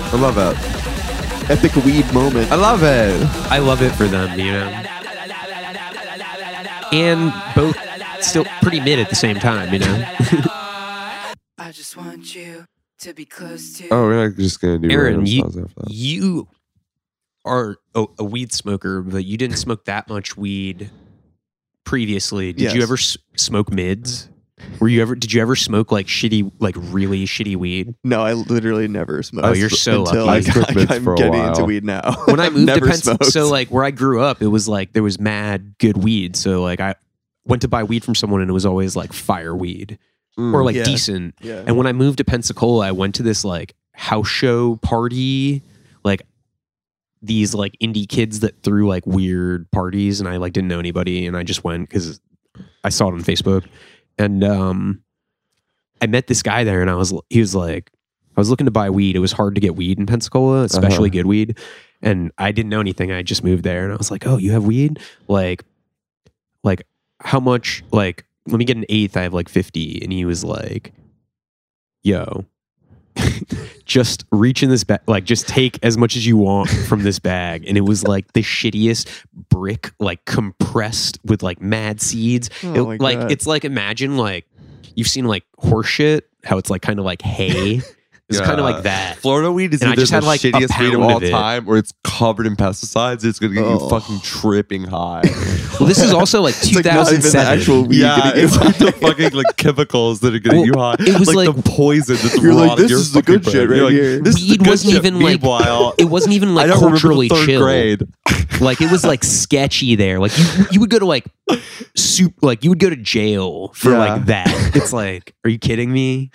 Speaker 1: I love it.
Speaker 3: Epic weed moment.
Speaker 1: I love it.
Speaker 2: I love it for them, you know. And both still pretty mid at the same time, you
Speaker 3: *laughs*
Speaker 2: know.
Speaker 6: I just want you to be close to.
Speaker 1: Oh, we're not just gonna do
Speaker 2: Aaron,
Speaker 1: random
Speaker 2: you-
Speaker 1: songs after that.
Speaker 2: You are a, a weed smoker, but you didn't smoke that much weed previously. Did you
Speaker 3: Yes.
Speaker 2: ever s- smoke mids? Were you ever? Did you ever smoke like shitty, like really shitty weed?
Speaker 3: No, I literally never smoked.
Speaker 2: Oh, you're so
Speaker 3: until
Speaker 2: lucky.
Speaker 3: I
Speaker 2: I
Speaker 1: smoked
Speaker 3: got,
Speaker 1: mints
Speaker 3: I'm
Speaker 1: for a
Speaker 3: getting
Speaker 1: while.
Speaker 3: into weed now.
Speaker 2: when
Speaker 3: *laughs*
Speaker 2: I
Speaker 3: I've
Speaker 2: moved to
Speaker 3: never
Speaker 2: Pennsylvania, so
Speaker 3: smoked.
Speaker 2: like where I grew up, it was like there was mad good weed. So like I went to buy weed from someone, and it was always like fire weed
Speaker 1: Mm.
Speaker 2: or like
Speaker 3: Yeah.
Speaker 2: decent.
Speaker 3: yeah.
Speaker 2: And when I moved to Pensacola, I went to this like house show party, like these like indie kids that threw like weird parties, and I like didn't know anybody, and I just went because I saw it on Facebook, and um, I met this guy there, and I was he was like, I was looking to buy weed. It was hard to get weed in
Speaker 3: Uh-huh.
Speaker 2: Pensacola, especially good weed, and I didn't know anything. I just moved there, and I was like, oh, you have weed, like, like how much, like. Let me get an eighth. I have like 50. And he was like, yo *laughs* just reach in this bag like just take as much as you want from this bag and it was like the shittiest brick like compressed with like mad seeds
Speaker 3: Oh
Speaker 2: It-
Speaker 3: my
Speaker 2: like
Speaker 3: God.
Speaker 2: it's like imagine like you've seen like horse shit how it's like kind of
Speaker 1: *laughs*
Speaker 2: like hay it's kind
Speaker 1: Yeah.
Speaker 2: of like that
Speaker 1: Florida weed is
Speaker 2: And I
Speaker 1: either
Speaker 2: just
Speaker 1: the
Speaker 2: had, like, a
Speaker 1: shittiest weed of
Speaker 2: pound
Speaker 1: all
Speaker 2: of it.
Speaker 1: time, or it's covered in pesticides. It's gonna get
Speaker 3: Oh.
Speaker 1: you fucking tripping
Speaker 3: *laughs*
Speaker 1: high.
Speaker 2: well this is also like
Speaker 3: it's like not even the
Speaker 2: 2007
Speaker 3: actual weed.
Speaker 1: yeah,
Speaker 3: getting
Speaker 1: it's
Speaker 3: you
Speaker 1: like the
Speaker 3: high.
Speaker 1: fucking like chemicals that are getting
Speaker 2: Well,
Speaker 1: you high.
Speaker 2: it was like-
Speaker 1: the poison that's
Speaker 3: You're like,
Speaker 1: rotting
Speaker 3: "This
Speaker 1: your
Speaker 3: is the
Speaker 1: fucking
Speaker 3: good
Speaker 1: brain."
Speaker 3: shit right
Speaker 1: You're like,
Speaker 3: here.
Speaker 1: This is the
Speaker 2: weed
Speaker 1: good
Speaker 2: wasn't
Speaker 1: shit.
Speaker 2: even
Speaker 1: *laughs*
Speaker 2: like
Speaker 1: Meanwhile,
Speaker 2: it wasn't even
Speaker 1: I
Speaker 2: like
Speaker 1: don't remember
Speaker 2: culturally
Speaker 1: the third
Speaker 2: chill
Speaker 1: grade.
Speaker 2: *laughs* like it was like sketchy there like you, you would go to like soup like you would go to jail for
Speaker 1: Yeah.
Speaker 2: like that it's like are you kidding me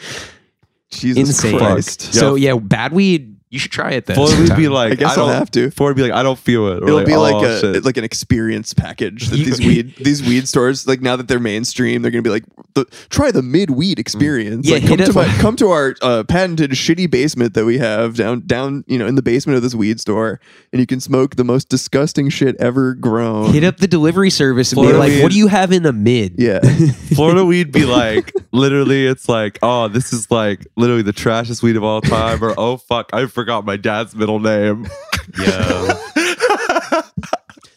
Speaker 3: Jesus
Speaker 2: insane.
Speaker 3: Christ.
Speaker 1: Yeah.
Speaker 2: so yeah bad weed you should try it then
Speaker 1: Florida would be
Speaker 2: sometime.
Speaker 1: like,
Speaker 3: I guess I'll
Speaker 1: don't
Speaker 3: have to.
Speaker 1: Florida would be like, I don't feel it. Or
Speaker 3: It'll be like
Speaker 1: oh,
Speaker 3: a
Speaker 1: shit.
Speaker 3: like an experience package that
Speaker 2: You-
Speaker 3: these weed these weed stores like now that they're mainstream they're gonna be like the, try the mid
Speaker 1: Mm.
Speaker 3: weed experience
Speaker 2: Yeah,
Speaker 3: like come
Speaker 2: hit
Speaker 3: to
Speaker 2: up-
Speaker 3: my, come to our uh, patented shitty basement that we have down down you know in the basement of this weed store and you can smoke the most disgusting shit ever grown
Speaker 2: hit up the delivery service and
Speaker 1: Florida
Speaker 2: be like what
Speaker 1: weed-
Speaker 2: do you have in the mid
Speaker 1: *laughs*
Speaker 3: yeah
Speaker 1: Florida weed be like, literally, it's like, oh, this is like literally the trashiest weed of all time, or oh fuck, I forgot my dad's middle name.
Speaker 2: Yo. *laughs*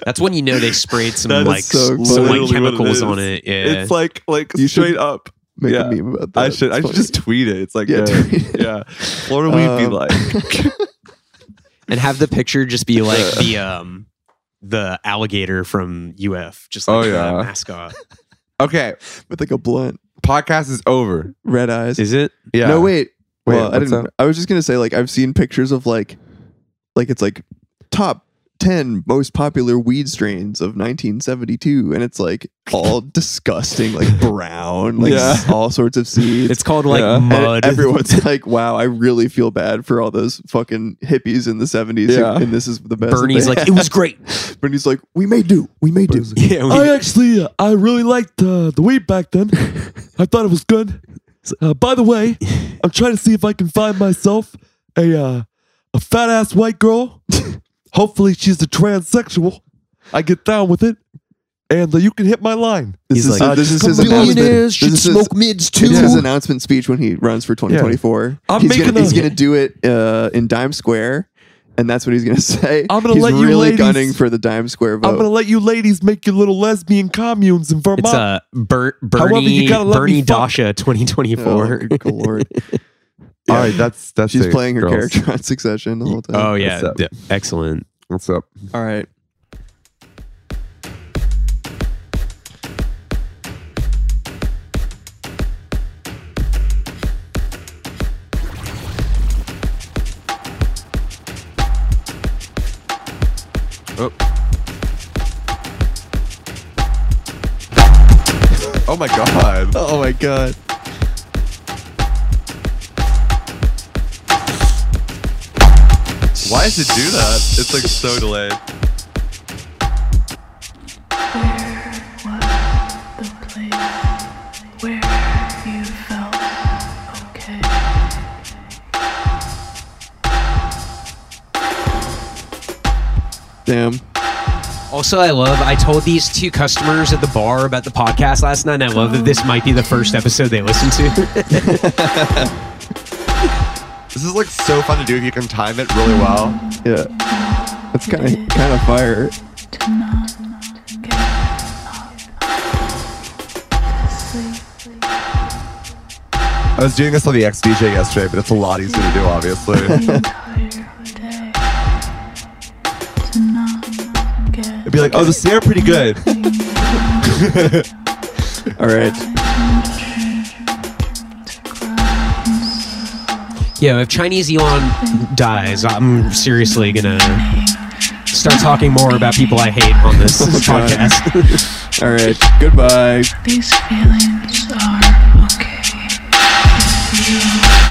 Speaker 2: that's when you know they sprayed some
Speaker 1: That is
Speaker 2: like
Speaker 3: so
Speaker 2: s- some
Speaker 1: literally
Speaker 2: like
Speaker 1: what it
Speaker 2: chemicals
Speaker 1: is.
Speaker 2: on it yeah
Speaker 1: It's like like
Speaker 3: You should
Speaker 1: straight up.
Speaker 3: make
Speaker 1: Yeah.
Speaker 3: a meme about that
Speaker 1: I should I
Speaker 3: It's
Speaker 1: should
Speaker 3: funny.
Speaker 1: just tweet it. It's like
Speaker 3: Yeah,
Speaker 1: yeah,
Speaker 3: tweet it.
Speaker 1: yeah. Florida weed be
Speaker 3: Um,
Speaker 1: like
Speaker 2: and have the picture just be like the um the alligator from UF just
Speaker 1: Oh,
Speaker 2: like the
Speaker 1: yeah.
Speaker 2: mascot
Speaker 1: Okay,
Speaker 3: *laughs* with like a blunt
Speaker 1: podcast is over.
Speaker 3: red eyes
Speaker 2: is it
Speaker 1: Yeah.
Speaker 3: No, wait.
Speaker 1: Wait,
Speaker 3: well, I
Speaker 1: what's
Speaker 3: didn't.
Speaker 1: that?
Speaker 3: I was just gonna say like I've seen pictures of like, like it's like top ten most popular weed strains of 1972, and it's like all disgusting, like brown, like
Speaker 1: Yeah.
Speaker 3: s- all sorts of seeds.
Speaker 2: it's called like
Speaker 1: Yeah.
Speaker 3: And
Speaker 2: mud
Speaker 3: Everyone's like, "Wow, I really feel bad for all those fucking hippies in the 70s." who-
Speaker 1: Yeah.
Speaker 3: and this is the best. that
Speaker 2: Bernie's
Speaker 3: they
Speaker 2: like,
Speaker 3: had."
Speaker 2: it was great. Oh,
Speaker 3: Bernie's like, "We may do, we may do."
Speaker 2: yeah,
Speaker 7: I actually, I really liked uh, the weed back then. I thought it was good. Uh, by the way, I'm trying to see if I can find myself a uh, a fat ass white girl. Hopefully, she's a transsexual. I get down with it, and uh, you can hit my line.
Speaker 3: This
Speaker 2: He's
Speaker 3: is
Speaker 2: like,
Speaker 3: uh, this is his announcement.
Speaker 7: Billionaires
Speaker 3: This
Speaker 7: should
Speaker 3: is his-
Speaker 7: smoke mids too.
Speaker 3: It's his announcement speech when he runs for 2024.
Speaker 7: I'm
Speaker 3: he's
Speaker 7: making
Speaker 3: gonna,
Speaker 7: a-
Speaker 3: he's gonna do it uh, in Dime Square, and that's what he's gonna *laughs* say.
Speaker 7: I'm gonna
Speaker 3: he's
Speaker 7: let you
Speaker 3: really
Speaker 7: ladies-
Speaker 3: gunning for the Dime Square vote.
Speaker 7: I'm gonna let you ladies make your little lesbian communes in Vermont.
Speaker 2: It's uh, Ber- Bernie,
Speaker 7: However, you gotta let me
Speaker 2: Bernie
Speaker 7: fuck.
Speaker 2: Dasha 2024.
Speaker 7: *laughs*
Speaker 3: Oh, good Oh, lord.
Speaker 1: All right, that's that's
Speaker 3: She's
Speaker 1: it,
Speaker 3: playing her
Speaker 1: girls.
Speaker 3: character on Succession the whole time.
Speaker 2: *laughs* Oh yeah,
Speaker 1: What's up?
Speaker 2: d- excellent.
Speaker 1: What's up?
Speaker 3: All right.
Speaker 1: Oh my god.
Speaker 3: Oh my god.
Speaker 1: Why does it do that? It's like so delayed.
Speaker 8: where you felt okay.
Speaker 3: Damn.
Speaker 2: Also, I love. I told these two customers at the bar about the podcast last night, and I love that this might be the first episode they listen to. *laughs*
Speaker 1: This is like so fun to do if you can time it really well.
Speaker 3: Yeah. That's kind of kind of fire.
Speaker 8: To not get up to sleep.
Speaker 1: I was doing this on the X DJ yesterday, but it's a lot easier to do, obviously.
Speaker 8: The entire day. To not get
Speaker 1: It'd be like, oh, the snare pretty good.
Speaker 3: All right.
Speaker 2: Yo, if Chinese Elon dies, I'm seriously gonna start talking more about people I hate on this
Speaker 3: God.
Speaker 2: podcast.
Speaker 3: All right. Goodbye.
Speaker 8: these feelings are okay.